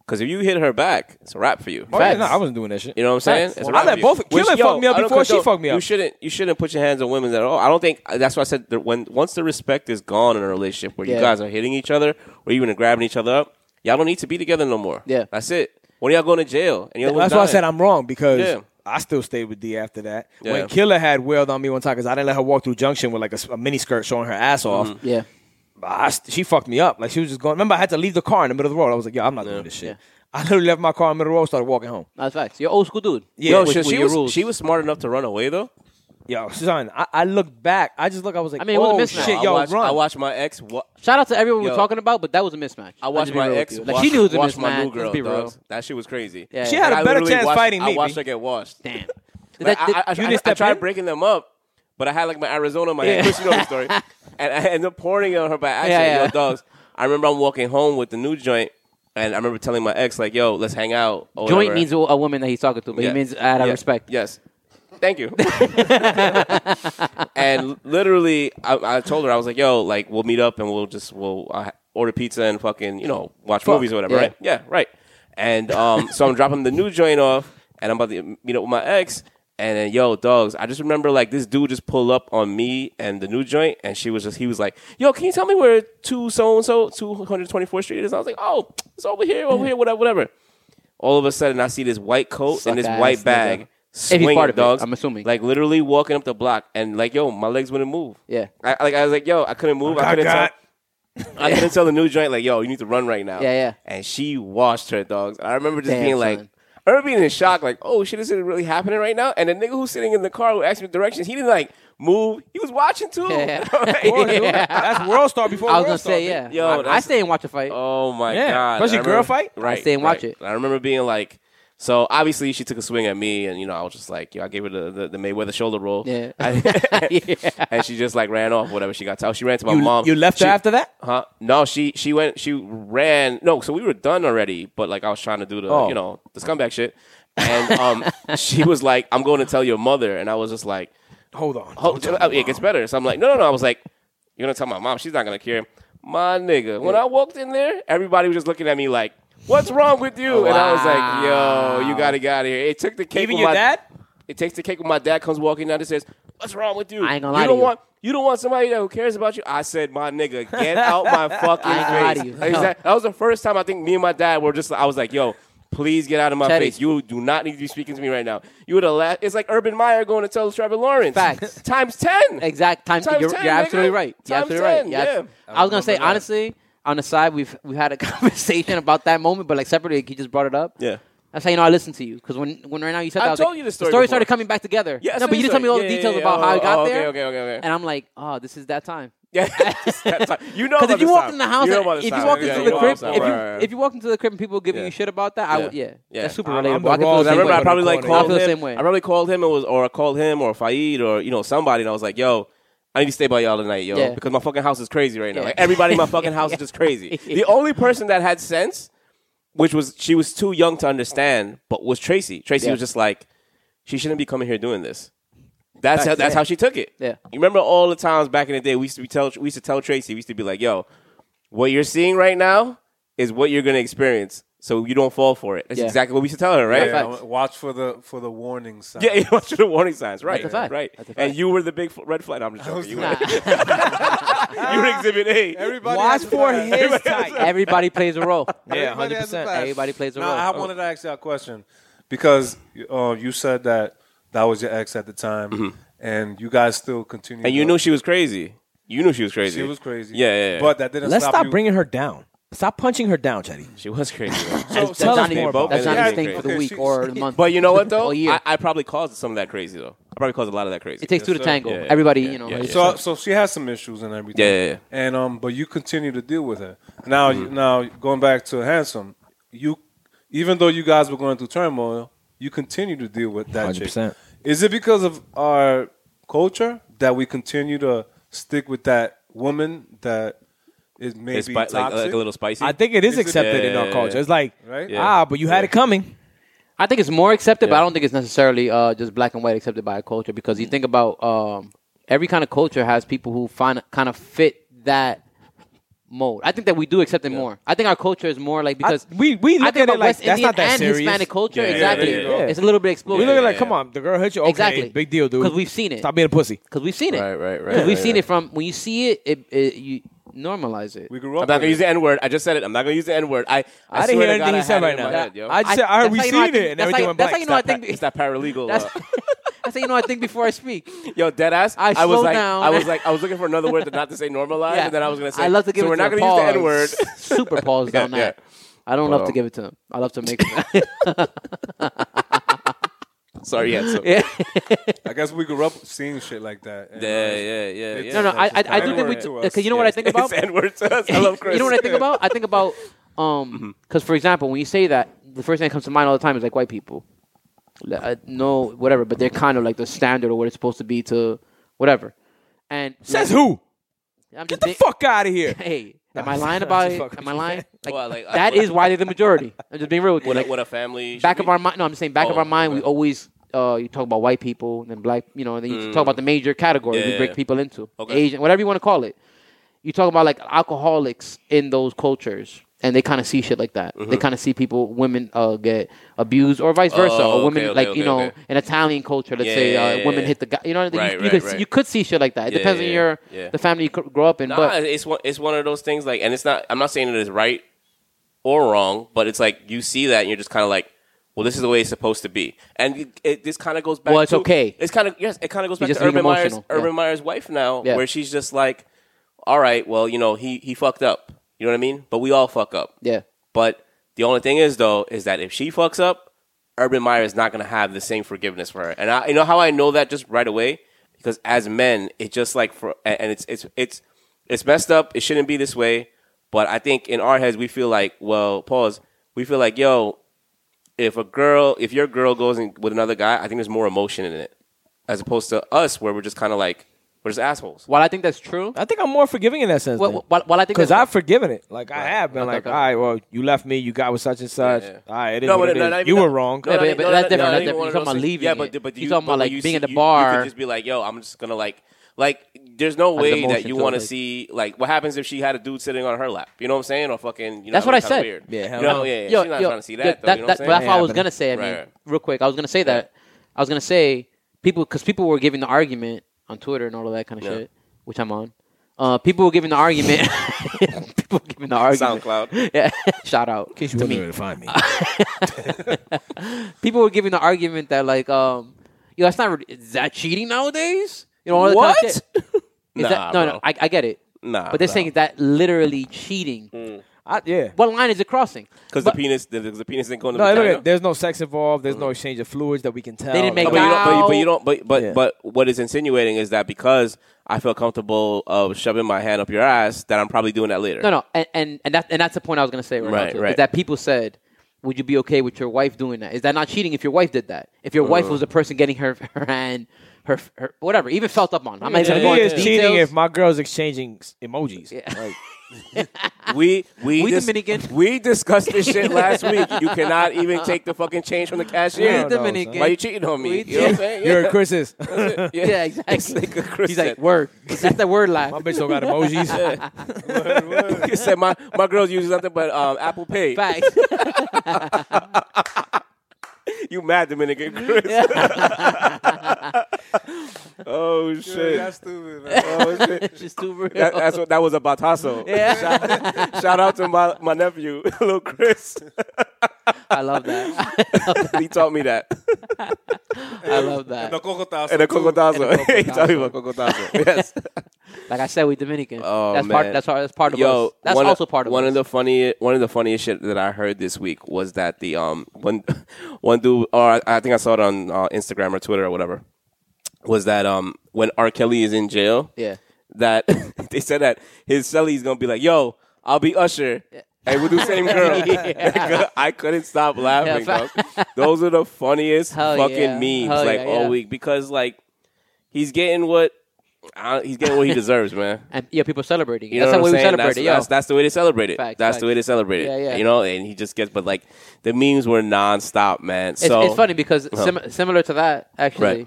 Speaker 1: Because if you hit her back, it's a wrap for you.
Speaker 3: Oh, yeah,
Speaker 2: Facts.
Speaker 3: no, I wasn't doing that shit.
Speaker 1: You know what I'm saying?
Speaker 2: Facts.
Speaker 1: It's a
Speaker 3: I
Speaker 1: wrap
Speaker 3: let
Speaker 1: for you.
Speaker 3: both- Killer
Speaker 1: yo,
Speaker 3: fucked me up
Speaker 1: I don't
Speaker 3: before she
Speaker 1: condone-
Speaker 3: fucked me
Speaker 1: You
Speaker 3: up.
Speaker 1: shouldn't you shouldn't put your hands on women at all. I don't think that's why I said that when once the respect is gone in a relationship where
Speaker 2: Yeah.
Speaker 1: you guys are hitting each other or even grabbing each other up, y'all don't need to be together no more.
Speaker 2: Yeah.
Speaker 1: that's it. When y'all going to jail? And
Speaker 3: That's why I said I'm wrong because
Speaker 1: Yeah.
Speaker 3: I still stayed with D after that.
Speaker 1: Yeah.
Speaker 3: When Killer had wailed on me one time because I didn't let her walk through Junction with like a, s- a mini skirt showing her ass off.
Speaker 2: yeah,
Speaker 3: I st- she fucked me up. Like she was just going. Remember, I had to leave the car in the middle of the road. I was like, "Yo, I'm not doing this shit."
Speaker 2: Yeah.
Speaker 3: I literally left my car in the middle of the road, started walking home.
Speaker 2: that's facts. You're old school dude.
Speaker 3: Yeah.
Speaker 1: Yo,
Speaker 2: With-
Speaker 1: she,
Speaker 2: with
Speaker 1: she
Speaker 2: your
Speaker 1: was
Speaker 2: rules.
Speaker 1: she was smart enough to run away though.
Speaker 3: Yo, son, I, I looked back. I just look. I was like,
Speaker 2: I mean, it was a
Speaker 3: "Oh
Speaker 2: mismatch.
Speaker 3: shit,
Speaker 1: I
Speaker 3: yo,
Speaker 1: watched,
Speaker 3: run!"
Speaker 1: I watched my ex. Wa-
Speaker 2: Shout out to everyone we're
Speaker 1: Yo.
Speaker 2: talking about, but that was a mismatch.
Speaker 1: I watched
Speaker 2: I'll just be
Speaker 1: my
Speaker 2: real with
Speaker 1: ex.
Speaker 2: you.
Speaker 1: Wash,
Speaker 2: Like she knew it was a
Speaker 1: wash
Speaker 2: mismatch.
Speaker 1: my new girl.
Speaker 2: Let's be real.
Speaker 1: dogs. That shit was crazy.
Speaker 2: Yeah.
Speaker 3: she had
Speaker 1: I
Speaker 3: a better
Speaker 1: literally
Speaker 3: chance
Speaker 1: watched-
Speaker 3: fighting me.
Speaker 1: I watched
Speaker 3: B.
Speaker 1: her get washed. <laughs>
Speaker 2: Damn.
Speaker 1: Like, I, I, I,
Speaker 3: you didn't
Speaker 1: I, I
Speaker 3: step
Speaker 1: tried
Speaker 3: in?
Speaker 1: breaking them up, but I had like my Arizona in my hand.
Speaker 2: Yeah.
Speaker 1: Chris, you know the
Speaker 2: <laughs>
Speaker 1: story. and I ended up pouring on her by accident.
Speaker 2: Yeah, yeah.
Speaker 1: Yo, dogs. I remember I'm walking home with the new joint, and I remember telling my ex like, "Yo, let's hang out." or
Speaker 2: Joint
Speaker 1: whatever.
Speaker 2: means a a woman that he's talking to, but
Speaker 1: Yeah.
Speaker 2: he means out of
Speaker 1: Yeah.
Speaker 2: respect.
Speaker 1: Yes. Thank you. <laughs> and literally, I, I told her I was like, "Yo, like we'll meet up and we'll just we'll uh, order pizza and fucking you know watch movies or whatever,
Speaker 2: Yeah.
Speaker 1: right? Yeah, right." And um, so I'm dropping the new joint off, and I'm about to meet up with my ex. And then, yo, dogs, I just remember like this dude just pulled up on me and the new joint, and she was just he was like, "Yo, can you tell me where two so and so two hundred twenty fourth street is?" I was like, "Oh, it's over here, over here, whatever, whatever." All of a sudden, I see this white coat and this
Speaker 2: Suck-ass
Speaker 1: white
Speaker 2: nigga.
Speaker 1: bag
Speaker 2: he's
Speaker 1: swinging
Speaker 2: part of it,
Speaker 1: dogs.
Speaker 2: I'm assuming.
Speaker 1: Like literally walking up the block and like yo, my legs wouldn't move.
Speaker 2: Yeah.
Speaker 1: I, like I was like yo, I couldn't move. I,
Speaker 3: I
Speaker 1: couldn't
Speaker 3: got-
Speaker 1: tell. <laughs> I couldn't tell the new joint like yo, you need to run right now.
Speaker 2: Yeah, yeah.
Speaker 1: And she washed her dogs. I remember just
Speaker 2: Damn,
Speaker 1: being like.
Speaker 2: son.
Speaker 1: I remember being in shock, like, oh shit, this is really happening right now. And the nigga who's sitting in the car who asked me directions, he didn't like move. He was watching too. <laughs>
Speaker 2: <laughs> Yeah.
Speaker 3: World- That's world star before
Speaker 2: I was
Speaker 3: world
Speaker 2: gonna
Speaker 3: star,
Speaker 2: say
Speaker 3: B.
Speaker 2: yeah.
Speaker 1: Yo,
Speaker 2: I, I
Speaker 1: that's-
Speaker 2: stay and watch a fight.
Speaker 1: Oh my
Speaker 3: Yeah.
Speaker 1: god!
Speaker 3: Especially
Speaker 1: I remember-
Speaker 3: girl fight?
Speaker 1: Right.
Speaker 2: stay and watch
Speaker 1: right.
Speaker 2: it.
Speaker 1: I remember being like, So obviously she took a swing at me, and you know I was just like, yo, I gave her the, the, the Mayweather shoulder roll, <laughs>
Speaker 2: Yeah. <laughs>
Speaker 1: and she just like ran off. Whatever she got, to. she ran to my
Speaker 3: You,
Speaker 1: mom.
Speaker 3: you left
Speaker 1: She-
Speaker 3: her after that?
Speaker 1: Huh? No, she she went she ran. No, so we were done already, but like I was trying to do the
Speaker 3: Oh.
Speaker 1: you know the scumbag shit, and um <laughs> she was like, "I'm going to tell your mother," and I was just like,
Speaker 3: Hold on.
Speaker 1: "Oh, it gets better." So I'm like, "No, no, no." I was like, "You're gonna tell my mom? She's not gonna care." My nigga, when I walked in there, everybody was just looking at me like, "What's wrong with you?" And I was like, "Yo, you gotta get out of here." It took the cake.
Speaker 3: Even
Speaker 1: with
Speaker 3: your
Speaker 1: my-
Speaker 3: dad?
Speaker 1: it takes the cake when my dad comes walking down and says, "What's wrong with you?
Speaker 2: I ain't gonna
Speaker 1: you
Speaker 2: lie to
Speaker 1: don't
Speaker 2: you.
Speaker 1: want you don't want somebody that who cares about you." I said, "My nigga,
Speaker 2: <laughs>
Speaker 1: get out my fucking
Speaker 2: I ain't gonna lie
Speaker 1: face."
Speaker 2: to you.
Speaker 1: Like,
Speaker 2: No.
Speaker 1: that, that was the first time I think me and my dad were just. I was like, "Yo, please get out of my
Speaker 2: Teddy.
Speaker 1: face. You do not need to be speaking to me right now. You were the last. It's like Urban Meyer going to tell Trevor Lawrence
Speaker 2: Facts.
Speaker 1: <laughs> times ten.
Speaker 2: Exact times.
Speaker 1: Times
Speaker 2: you're
Speaker 1: 10,
Speaker 2: you're absolutely
Speaker 1: nigga.
Speaker 2: right. You're
Speaker 1: Times
Speaker 2: absolutely right.
Speaker 1: 10,
Speaker 2: You're abs-
Speaker 1: yeah.
Speaker 2: I was gonna say honestly. On the side, we've we had a <laughs> conversation about that moment, but like separately, like, he just brought it up.
Speaker 1: Yeah.
Speaker 2: That's how you know I listened to you because when when right now you said
Speaker 1: I
Speaker 2: that, I was
Speaker 1: told
Speaker 2: like,
Speaker 1: you the story
Speaker 2: story
Speaker 1: before.
Speaker 2: started coming back together.
Speaker 1: Yeah, I
Speaker 2: no,
Speaker 1: saw
Speaker 2: but you
Speaker 1: the
Speaker 2: didn't tell me all
Speaker 1: story.
Speaker 2: the
Speaker 1: Yeah,
Speaker 2: details
Speaker 1: yeah, yeah.
Speaker 2: about how I
Speaker 1: Oh,
Speaker 2: got
Speaker 1: oh, okay,
Speaker 2: there.
Speaker 1: okay, okay, okay.
Speaker 2: <laughs>
Speaker 1: <laughs>
Speaker 2: And I'm like, oh, this is that time.
Speaker 1: Yeah, That time. you
Speaker 2: <laughs>
Speaker 1: know.
Speaker 2: Because
Speaker 1: about
Speaker 2: if you
Speaker 1: this
Speaker 2: walked
Speaker 1: time.
Speaker 2: in the house,
Speaker 1: you know
Speaker 2: and-
Speaker 1: about this
Speaker 2: if you
Speaker 1: time.
Speaker 2: walked
Speaker 1: Yeah,
Speaker 2: into
Speaker 1: you
Speaker 2: the
Speaker 1: know
Speaker 2: crib,
Speaker 1: about this
Speaker 2: if
Speaker 1: time.
Speaker 2: you
Speaker 1: Right, right, right.
Speaker 2: if you walked into the crib and people were giving
Speaker 1: Yeah.
Speaker 2: you shit about that, I would
Speaker 1: Yeah.
Speaker 2: yeah,
Speaker 1: Yeah.
Speaker 2: that's super
Speaker 3: I'm- I'm
Speaker 2: relatable.
Speaker 3: the
Speaker 2: I can
Speaker 3: raw
Speaker 2: feel
Speaker 1: I
Speaker 2: the same
Speaker 1: remember
Speaker 2: way.
Speaker 1: I probably like
Speaker 3: Corner.
Speaker 1: called
Speaker 2: I feel
Speaker 1: him.
Speaker 2: the same way.
Speaker 1: I probably called him or, was, or I called him or Faid or you know somebody, and I was like, "Yo, I need to stay by y'all tonight, yo,
Speaker 2: Yeah.
Speaker 1: because my fucking house is crazy right now.
Speaker 2: Yeah.
Speaker 1: Like, everybody in
Speaker 2: <laughs>
Speaker 1: my fucking house is just crazy." The only person that had sense, which was she was too young to understand, but was Tracy. Tracy
Speaker 2: Yeah.
Speaker 1: was just like, "She shouldn't be coming here doing this." That's how, that's how she took it.
Speaker 2: Yeah.
Speaker 1: you remember all the times back in the day we used to be tell we used to tell Tracy we used to be like, "Yo, what you're seeing right now is what you're gonna experience." So you don't fall for it. That's
Speaker 2: Yeah.
Speaker 1: exactly what we used to tell her, right?
Speaker 4: Yeah,
Speaker 2: Facts.
Speaker 4: watch for the for the warning sign.
Speaker 1: <laughs> Yeah, you watch the warning signs, right?
Speaker 2: That's a fact.
Speaker 1: Right.
Speaker 2: That's a fact. Oh,
Speaker 1: And you were the big f- red flag. No, I'm just joking. You were,
Speaker 2: Nah.
Speaker 1: <laughs> you were Exhibit A.
Speaker 4: Everybody
Speaker 3: Watch
Speaker 4: has a
Speaker 3: for
Speaker 4: pass.
Speaker 3: his type.
Speaker 2: Everybody plays a role.
Speaker 3: Yeah,
Speaker 4: Everybody has a
Speaker 3: 100%.
Speaker 4: pass.
Speaker 2: Everybody plays a
Speaker 4: Now,
Speaker 2: role.
Speaker 4: I wanted to ask you a question because uh, you said that that was your ex at the time, and you guys still continue.
Speaker 1: Mm-hmm. And you knew she was crazy. You knew she was crazy.
Speaker 4: she was crazy.
Speaker 1: Yeah, yeah. yeah.
Speaker 4: But that didn't
Speaker 3: Let's
Speaker 4: stop,
Speaker 3: stop
Speaker 4: you.
Speaker 3: bringing her down. Stop punching her down, Chetty.
Speaker 1: she was crazy. though.
Speaker 2: <laughs> That's
Speaker 4: <laughs> so-
Speaker 2: Johnny's
Speaker 3: more about
Speaker 2: that's
Speaker 1: that.
Speaker 2: Johnny's
Speaker 1: Yeah,
Speaker 2: thing for the
Speaker 4: okay,
Speaker 2: week
Speaker 4: she-
Speaker 2: or the month.
Speaker 1: but you know what though?
Speaker 2: All year.
Speaker 1: I, I probably caused some of that crazy though. I probably caused a lot of that crazy.
Speaker 2: it takes two to
Speaker 4: sir.
Speaker 2: tango.
Speaker 1: Yeah, yeah,
Speaker 2: Everybody,
Speaker 1: yeah,
Speaker 2: you know.
Speaker 1: yeah,
Speaker 2: is-
Speaker 1: yeah.
Speaker 4: So, so she has some issues and everything.
Speaker 1: Yeah, yeah, yeah. Mm-hmm.
Speaker 4: And um, but you continue to deal with her. Now, you now going back to handsome, you even though you guys were going through turmoil, you continue to deal with that. chick.
Speaker 3: 100%.
Speaker 4: Is it because of our culture that we continue to stick with that woman that is maybe
Speaker 1: It's spi- like,
Speaker 4: toxic?
Speaker 1: like a little spicy.
Speaker 3: I think it is
Speaker 4: Is it-
Speaker 3: accepted in
Speaker 1: Yeah,
Speaker 3: our
Speaker 1: yeah,
Speaker 3: culture.
Speaker 1: yeah.
Speaker 3: It's like,
Speaker 4: Right?
Speaker 1: Yeah.
Speaker 3: ah, but you had it coming.
Speaker 2: I think it's more accepted, but
Speaker 1: Yeah.
Speaker 2: I don't think it's necessarily uh, just black and white accepted by a culture because you
Speaker 3: Mm.
Speaker 2: think about um, every kind of culture has people who find kind of fit that mold. I think that we do accept it more. I think our culture is more like because
Speaker 3: we- we
Speaker 2: I
Speaker 3: look
Speaker 2: think
Speaker 3: at it
Speaker 2: about
Speaker 3: like,
Speaker 2: West
Speaker 3: that's
Speaker 2: Indian
Speaker 3: not that
Speaker 2: and
Speaker 3: serious.
Speaker 2: Hispanic culture
Speaker 1: Yeah, yeah,
Speaker 2: exactly.
Speaker 1: yeah, yeah,
Speaker 3: yeah.
Speaker 2: It's a little bit
Speaker 3: we
Speaker 2: exploded.
Speaker 3: look at it like,
Speaker 1: yeah,
Speaker 3: come
Speaker 1: yeah.
Speaker 3: on, the girl hit you. Okay,
Speaker 2: Exactly.
Speaker 3: big deal, dude.
Speaker 2: 'Cause we've seen it.
Speaker 3: Stop being a pussy.
Speaker 2: because we've seen it.
Speaker 1: Right, right, right,
Speaker 2: Because we've
Speaker 1: right,
Speaker 2: seen
Speaker 1: right.
Speaker 2: it from when you see it, it, it you normalize it.
Speaker 4: we grew
Speaker 1: I'm
Speaker 4: up.
Speaker 1: not gonna
Speaker 4: with
Speaker 1: use
Speaker 4: it.
Speaker 1: the N word. I just said it. I'm not gonna use the N word. I I,
Speaker 3: I didn't
Speaker 1: swear
Speaker 3: hear
Speaker 1: to God,
Speaker 3: anything you
Speaker 1: I
Speaker 3: said
Speaker 1: had it
Speaker 3: right
Speaker 1: in my
Speaker 3: now.
Speaker 1: head, yo.
Speaker 3: I just said, I heard
Speaker 2: that's
Speaker 3: we
Speaker 2: how you know
Speaker 3: seen
Speaker 2: think-
Speaker 3: it, and
Speaker 2: that's
Speaker 3: everything
Speaker 2: how-
Speaker 3: went
Speaker 2: That's how
Speaker 3: black.
Speaker 2: you know I
Speaker 1: It's that
Speaker 2: think.
Speaker 1: pa- it's that paralegal.
Speaker 2: <laughs> That's
Speaker 1: uh,
Speaker 2: that's how you know I think before I speak.
Speaker 1: Yo, dead ass.
Speaker 2: I
Speaker 1: was
Speaker 2: slowed
Speaker 1: like,
Speaker 2: down.
Speaker 1: I was like, I was looking for another word to not to say normalize, and then I was gonna say.
Speaker 2: I love to give
Speaker 1: so
Speaker 2: it
Speaker 1: we're
Speaker 2: to
Speaker 1: not
Speaker 2: the
Speaker 1: gonna use the N word. <laughs>
Speaker 2: pause. <laughs> Super pause on that. I don't love to give it to him. I love
Speaker 1: <laughs>
Speaker 2: to make it.
Speaker 1: Sorry, yeah. So,
Speaker 2: <laughs> yeah.
Speaker 4: I guess we grew up seeing shit like that. and,
Speaker 1: Yeah,
Speaker 4: uh,
Speaker 1: yeah, yeah.
Speaker 4: It's-
Speaker 1: yeah.
Speaker 2: No, no. I, I, I do
Speaker 1: N-word
Speaker 2: think we.
Speaker 4: to
Speaker 2: do-
Speaker 4: us,
Speaker 2: Cause you know what I think about.
Speaker 1: <laughs> It's N-word to us. I love Chris.
Speaker 2: <laughs>
Speaker 1: Mm-hmm.
Speaker 2: You know what
Speaker 1: <laughs>
Speaker 2: I think about? I think about um because for example, when you say that, the first thing that comes to mind all the time is like white people. L- uh, no, whatever, but they're kind of like the standard or what it's supposed to be to whatever. And
Speaker 3: Says who?
Speaker 2: I'm
Speaker 3: Get
Speaker 2: just
Speaker 3: the
Speaker 2: being-
Speaker 3: fuck out of here.
Speaker 2: <laughs> Hey, am
Speaker 1: <laughs>
Speaker 2: I lying about
Speaker 3: just
Speaker 2: it?
Speaker 3: fucking
Speaker 2: Am I lying? Like,
Speaker 1: Well, like, I-
Speaker 2: that is why they're the majority. I'm just being real with you.
Speaker 1: What a,
Speaker 2: Like,
Speaker 1: what a family. should
Speaker 2: back
Speaker 1: be.
Speaker 2: of our mind. No, I'm saying back of
Speaker 1: Oh,
Speaker 2: our mind. We
Speaker 1: okay.
Speaker 2: always uh, you talk about white people and then black. You know, and then you talk about the major categories
Speaker 1: Yeah,
Speaker 2: we
Speaker 1: Mm. yeah,
Speaker 2: break
Speaker 1: yeah.
Speaker 2: people into.
Speaker 1: Okay.
Speaker 2: Asian, whatever you want to call it. You talk about like alcoholics in those cultures, and they kind of see shit like that.
Speaker 1: Mm-hmm.
Speaker 2: They kind of see people, women uh, get abused, or vice versa,
Speaker 1: Oh,
Speaker 2: or women
Speaker 1: okay,
Speaker 2: like
Speaker 1: okay,
Speaker 2: you know,
Speaker 1: okay.
Speaker 2: in Italian culture, let's
Speaker 1: Yeah,
Speaker 2: say
Speaker 1: yeah,
Speaker 2: uh,
Speaker 1: yeah, yeah,
Speaker 2: women
Speaker 1: yeah.
Speaker 2: hit the guy. You know, what I mean?
Speaker 1: Right,
Speaker 2: you, you
Speaker 1: right,
Speaker 2: could
Speaker 1: right.
Speaker 2: you could see shit like that. It
Speaker 1: Yeah,
Speaker 2: depends
Speaker 1: yeah,
Speaker 2: on
Speaker 1: yeah,
Speaker 2: your
Speaker 1: yeah.
Speaker 2: the family you cr- grow up in,
Speaker 1: Nah,
Speaker 2: but.
Speaker 1: it's one. It's one of those things. Like, and it's not. I'm not saying it is right or wrong, but it's like you see that and you're just kind of like. Well, this is the way it's supposed to be, and it, it, this kind of goes back.
Speaker 2: Well, it's
Speaker 1: to,
Speaker 2: okay.
Speaker 1: It's kind of yes, it kind of goes back
Speaker 2: just
Speaker 1: to
Speaker 2: being
Speaker 1: Urban Meyer's
Speaker 2: emotional, yeah.
Speaker 1: Urban Meyer's wife now,
Speaker 2: Yeah.
Speaker 1: where she's just like, "All right, well, you know, he he fucked up. You know what I mean? But we all fuck up.
Speaker 2: Yeah.
Speaker 1: But the only thing is though is that if she fucks up, Urban Meyer is not going to have the same forgiveness for her. And I, you know how I know that just right away because as men, it just like for and and it's it's it's it's messed up. It shouldn't be this way. But I think in our heads we feel like, well, pause. We feel like, yo, if a girl, if your girl goes in with another guy, I think there's more emotion in it as opposed to us where we're just kind of like we're just assholes.
Speaker 2: While I think that's true,
Speaker 3: I think I'm more forgiving in that sense.
Speaker 2: well, well, while I think
Speaker 3: because
Speaker 2: that's-
Speaker 3: I've forgiven it. Like I have been
Speaker 2: Okay,
Speaker 3: like,
Speaker 2: okay.
Speaker 3: all right, well, you left me, you got with such and such.
Speaker 1: Yeah, yeah.
Speaker 3: All right, it is
Speaker 1: No,
Speaker 3: what
Speaker 1: but
Speaker 3: it
Speaker 1: no,
Speaker 3: is.
Speaker 1: not even
Speaker 3: you
Speaker 1: that.
Speaker 3: were wrong.
Speaker 2: No, but- but that's
Speaker 1: not
Speaker 2: different, that's
Speaker 1: even
Speaker 2: different.
Speaker 1: one of
Speaker 2: You're talking
Speaker 1: those
Speaker 2: about
Speaker 1: things.
Speaker 2: leaving
Speaker 1: Yeah,
Speaker 2: it.
Speaker 1: but, but
Speaker 2: You're
Speaker 1: you
Speaker 2: talking
Speaker 1: but
Speaker 2: about, like,
Speaker 1: you
Speaker 2: being
Speaker 1: see-
Speaker 2: at the
Speaker 1: you- You
Speaker 2: bar.
Speaker 1: could just be like, yo, I'm just gonna like, like, there's no
Speaker 2: As
Speaker 1: way that
Speaker 2: emotion
Speaker 1: you
Speaker 2: to it,
Speaker 1: want to
Speaker 2: like-
Speaker 1: see like what happens if she had a dude sitting on her lap. You know what I'm saying? Or fucking. You know,
Speaker 2: That's what I
Speaker 1: that'd be
Speaker 2: said.
Speaker 1: kinda
Speaker 3: Yeah,
Speaker 1: Weird.
Speaker 3: hell
Speaker 1: You know,
Speaker 3: no.
Speaker 1: yeah, yeah.
Speaker 2: Yo,
Speaker 1: She's not
Speaker 2: yo,
Speaker 1: trying to see
Speaker 2: yo,
Speaker 1: that. though, you know what
Speaker 2: that-
Speaker 1: I'm
Speaker 2: but
Speaker 1: saying?
Speaker 2: that's what I was
Speaker 3: Yeah,
Speaker 2: gonna say. I mean,
Speaker 1: Right, right.
Speaker 2: real quick, I was gonna say that. I was gonna say people because people were giving the argument on Twitter and all of that kind of
Speaker 1: Yeah.
Speaker 2: shit, which I'm on. Uh, people were giving the argument. <laughs> people were giving the argument.
Speaker 1: SoundCloud.
Speaker 2: <laughs> Yeah, shout out to me.
Speaker 1: <laughs>
Speaker 2: people were giving the argument that like, um, yo, that's not re- is that cheating nowadays? You know all that kind of
Speaker 3: What?
Speaker 2: shit. Is
Speaker 1: Nah,
Speaker 2: that- no,
Speaker 1: bro.
Speaker 2: no, I, I get it.
Speaker 1: Nah, Mm.
Speaker 2: but they're
Speaker 1: nah.
Speaker 2: saying is that literally cheating.
Speaker 3: I, yeah.
Speaker 2: What line is it crossing?
Speaker 1: because the
Speaker 2: But-
Speaker 1: penis, the, the penis didn't go in the
Speaker 3: No, look
Speaker 1: vagina.
Speaker 3: at, there's no sex involved. There's no exchange of fluids that we can tell.
Speaker 2: didn't make
Speaker 1: No, but, you don't, but, you, but you
Speaker 2: Now-
Speaker 1: don't. But but
Speaker 3: Yeah.
Speaker 1: but what it's insinuating is that because I feel comfortable of shoving my hand up your ass, that I'm probably doing that later.
Speaker 2: No, no, and and and, that, and that's the point I was going to say right, now,
Speaker 1: Right,
Speaker 2: too,
Speaker 1: right.
Speaker 2: Is that people said, "Would you be okay with your wife doing that? Is that not cheating if your wife did that? If your
Speaker 1: Uh.
Speaker 2: wife was the person getting her <laughs> her hand, her, her whatever, even felt up on? I'm not
Speaker 3: To
Speaker 2: even
Speaker 3: me,
Speaker 2: going
Speaker 3: it's cheating if
Speaker 2: details.
Speaker 3: my girl's exchanging s- emojis.
Speaker 2: <laughs>
Speaker 3: Like,
Speaker 1: We we
Speaker 2: We
Speaker 1: dis-
Speaker 2: Dominican.
Speaker 1: We discussed this shit last week. You cannot even take the fucking change from the cashier.
Speaker 3: Yeah, no,
Speaker 2: Dominican.
Speaker 1: Why you cheating on me?
Speaker 2: We
Speaker 1: You know what I'm
Speaker 2: did-
Speaker 1: saying?
Speaker 3: You're a Chris's.
Speaker 1: <laughs>
Speaker 3: <laughs>
Speaker 1: yeah.
Speaker 2: <laughs> yeah,
Speaker 1: It's <laughs>
Speaker 2: exactly.
Speaker 1: like a Chris
Speaker 2: He's like
Speaker 1: said.
Speaker 2: word. That's the word laugh.
Speaker 3: My bitch don't got emojis.
Speaker 1: He said my my girls use nothing but um, Apple Pay. <laughs>
Speaker 2: <laughs> Facts.
Speaker 1: You mad Dominican Chris? oh shit.
Speaker 4: That's stupid, man.
Speaker 1: <laughs>
Speaker 4: Uh,
Speaker 1: Oh, shit.
Speaker 2: It's just too real.
Speaker 1: That, that's what that was a batazo. Shout, shout out to my, my nephew, <laughs> little Chris.
Speaker 2: I love that. <laughs>
Speaker 1: he taught me that.
Speaker 2: I love that.
Speaker 4: The cocotazo,
Speaker 1: And a
Speaker 4: too.
Speaker 1: cocotazo. <laughs>
Speaker 2: And a
Speaker 1: he taught me about cocotazo. Yes.
Speaker 2: Like I said, we Dominican.
Speaker 1: Oh,
Speaker 2: that's
Speaker 1: man.
Speaker 2: part. That's part. That's part of us. That's
Speaker 1: one
Speaker 2: also
Speaker 1: of,
Speaker 2: part of
Speaker 1: one
Speaker 2: us.
Speaker 1: of the funny one of the funniest shit that I heard this week was that the um one <laughs> one dude or I, I think I saw it on uh, Instagram or Twitter or whatever was that um when R Kelly is in jail
Speaker 2: Yeah.
Speaker 1: that <laughs> they said that his celly's gonna be like yo I'll be Usher. And we'll do
Speaker 2: <laughs>
Speaker 1: same girl. <laughs> I couldn't stop laughing.
Speaker 2: Yeah,
Speaker 1: dog. Those are the funniest
Speaker 2: Hell
Speaker 1: fucking
Speaker 2: yeah.
Speaker 1: memes
Speaker 2: Hell
Speaker 1: like
Speaker 2: yeah,
Speaker 1: all
Speaker 2: yeah.
Speaker 1: week because like he's getting what I, he's getting what
Speaker 2: <laughs>
Speaker 1: he deserves, man.
Speaker 2: and yeah, people celebrating. it.
Speaker 1: You
Speaker 2: that's
Speaker 1: know
Speaker 2: how
Speaker 1: what
Speaker 2: we
Speaker 1: I'm saying?
Speaker 2: celebrate it.
Speaker 1: That's,
Speaker 2: yo.
Speaker 1: that's, that's the way they celebrate it.
Speaker 2: Facts,
Speaker 1: that's
Speaker 2: facts.
Speaker 1: the way they celebrate it.
Speaker 2: Yeah, yeah.
Speaker 1: You know, and he just gets, but like the memes were nonstop, man. so
Speaker 2: it's, it's funny because sim- similar to that,
Speaker 1: Right.
Speaker 2: actually.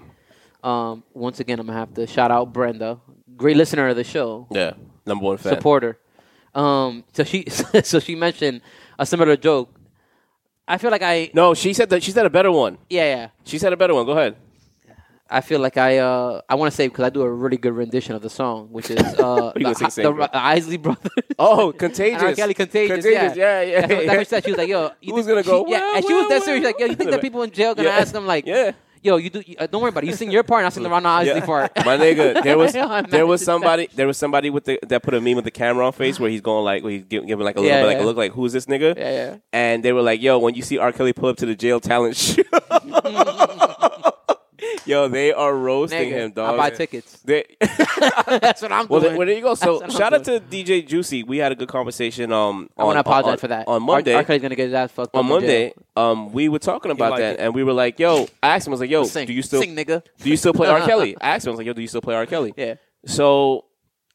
Speaker 2: Um, once again, I'm gonna have to shout out Brenda, great listener of the show,
Speaker 1: Yeah, number one fan.
Speaker 2: supporter. Um, so she, <laughs> so she mentioned a similar joke. I feel like I,
Speaker 1: No, she said that. She said a better one.
Speaker 2: yeah, yeah.
Speaker 1: She said a better one. Go ahead.
Speaker 2: I feel like I, uh, I want to say because I do a really good rendition of the song, which is uh,
Speaker 1: <laughs> You gonna
Speaker 2: the,
Speaker 1: sing
Speaker 2: the,
Speaker 1: same, bro.
Speaker 2: Isley Brothers.
Speaker 1: Oh,
Speaker 2: And
Speaker 1: contagious.
Speaker 2: R. Ah, Kelly contagious,
Speaker 1: Contagious,
Speaker 2: yeah,
Speaker 1: yeah, yeah.
Speaker 2: <laughs> That's what, that's what she said. She was like, "Yo, you
Speaker 1: Who's
Speaker 2: think-
Speaker 1: gonna go,
Speaker 2: she- Yeah,
Speaker 1: "Well,
Speaker 2: and she was
Speaker 1: well,
Speaker 2: that serious.
Speaker 1: well."
Speaker 2: Like,
Speaker 1: <laughs>
Speaker 2: yo, you think that people in jail gonna
Speaker 1: Yeah.
Speaker 2: ask them like,
Speaker 1: Yeah.
Speaker 2: yo, you do? You, uh, don't worry about it. You sing your part, and I
Speaker 1: <laughs>
Speaker 2: sing the Ron Isley part.
Speaker 1: My nigga, there
Speaker 2: <laughs>
Speaker 1: was
Speaker 2: Yeah, I'm
Speaker 1: there
Speaker 2: not
Speaker 1: was
Speaker 2: just-
Speaker 1: somebody there was somebody with the that put a meme with the camera on face where he's going like where he's giving, giving like a little
Speaker 2: Yeah,
Speaker 1: bit like a
Speaker 2: yeah.
Speaker 1: look like who's this nigga?
Speaker 2: Yeah, yeah.
Speaker 1: And they were like, yo, when you see R. Kelly pull up to the jail talent <laughs>
Speaker 2: <laughs>
Speaker 1: show, yo, they are roasting
Speaker 2: Nigga,
Speaker 1: him, dog.
Speaker 2: I buy
Speaker 1: <laughs>
Speaker 2: tickets. <laughs>
Speaker 1: They-
Speaker 2: That's what I'm
Speaker 1: Well,
Speaker 2: doing.
Speaker 1: there, well, there you go. So
Speaker 2: That's what
Speaker 1: shout
Speaker 2: I'm
Speaker 1: out to DJ Juicy. We had a good conversation. Um,
Speaker 2: I want
Speaker 1: on-
Speaker 2: to apologize
Speaker 1: on-
Speaker 2: for that.
Speaker 1: On Monday,
Speaker 2: R- R. Kelly's gonna get his ass fucked up
Speaker 1: on
Speaker 2: in jail.
Speaker 1: Monday, um, we were talking about
Speaker 3: like
Speaker 1: that,
Speaker 3: it.
Speaker 1: and we were like, "Yo," I asked him. I was like, "Yo,
Speaker 2: Sing,
Speaker 1: do you still
Speaker 2: sing, nigga? Uh-huh.
Speaker 1: do you still play R.
Speaker 2: <laughs>
Speaker 1: Kelly?" I asked him. I was like, "Yo, do you still play R. Kelly?"
Speaker 2: Yeah.
Speaker 1: So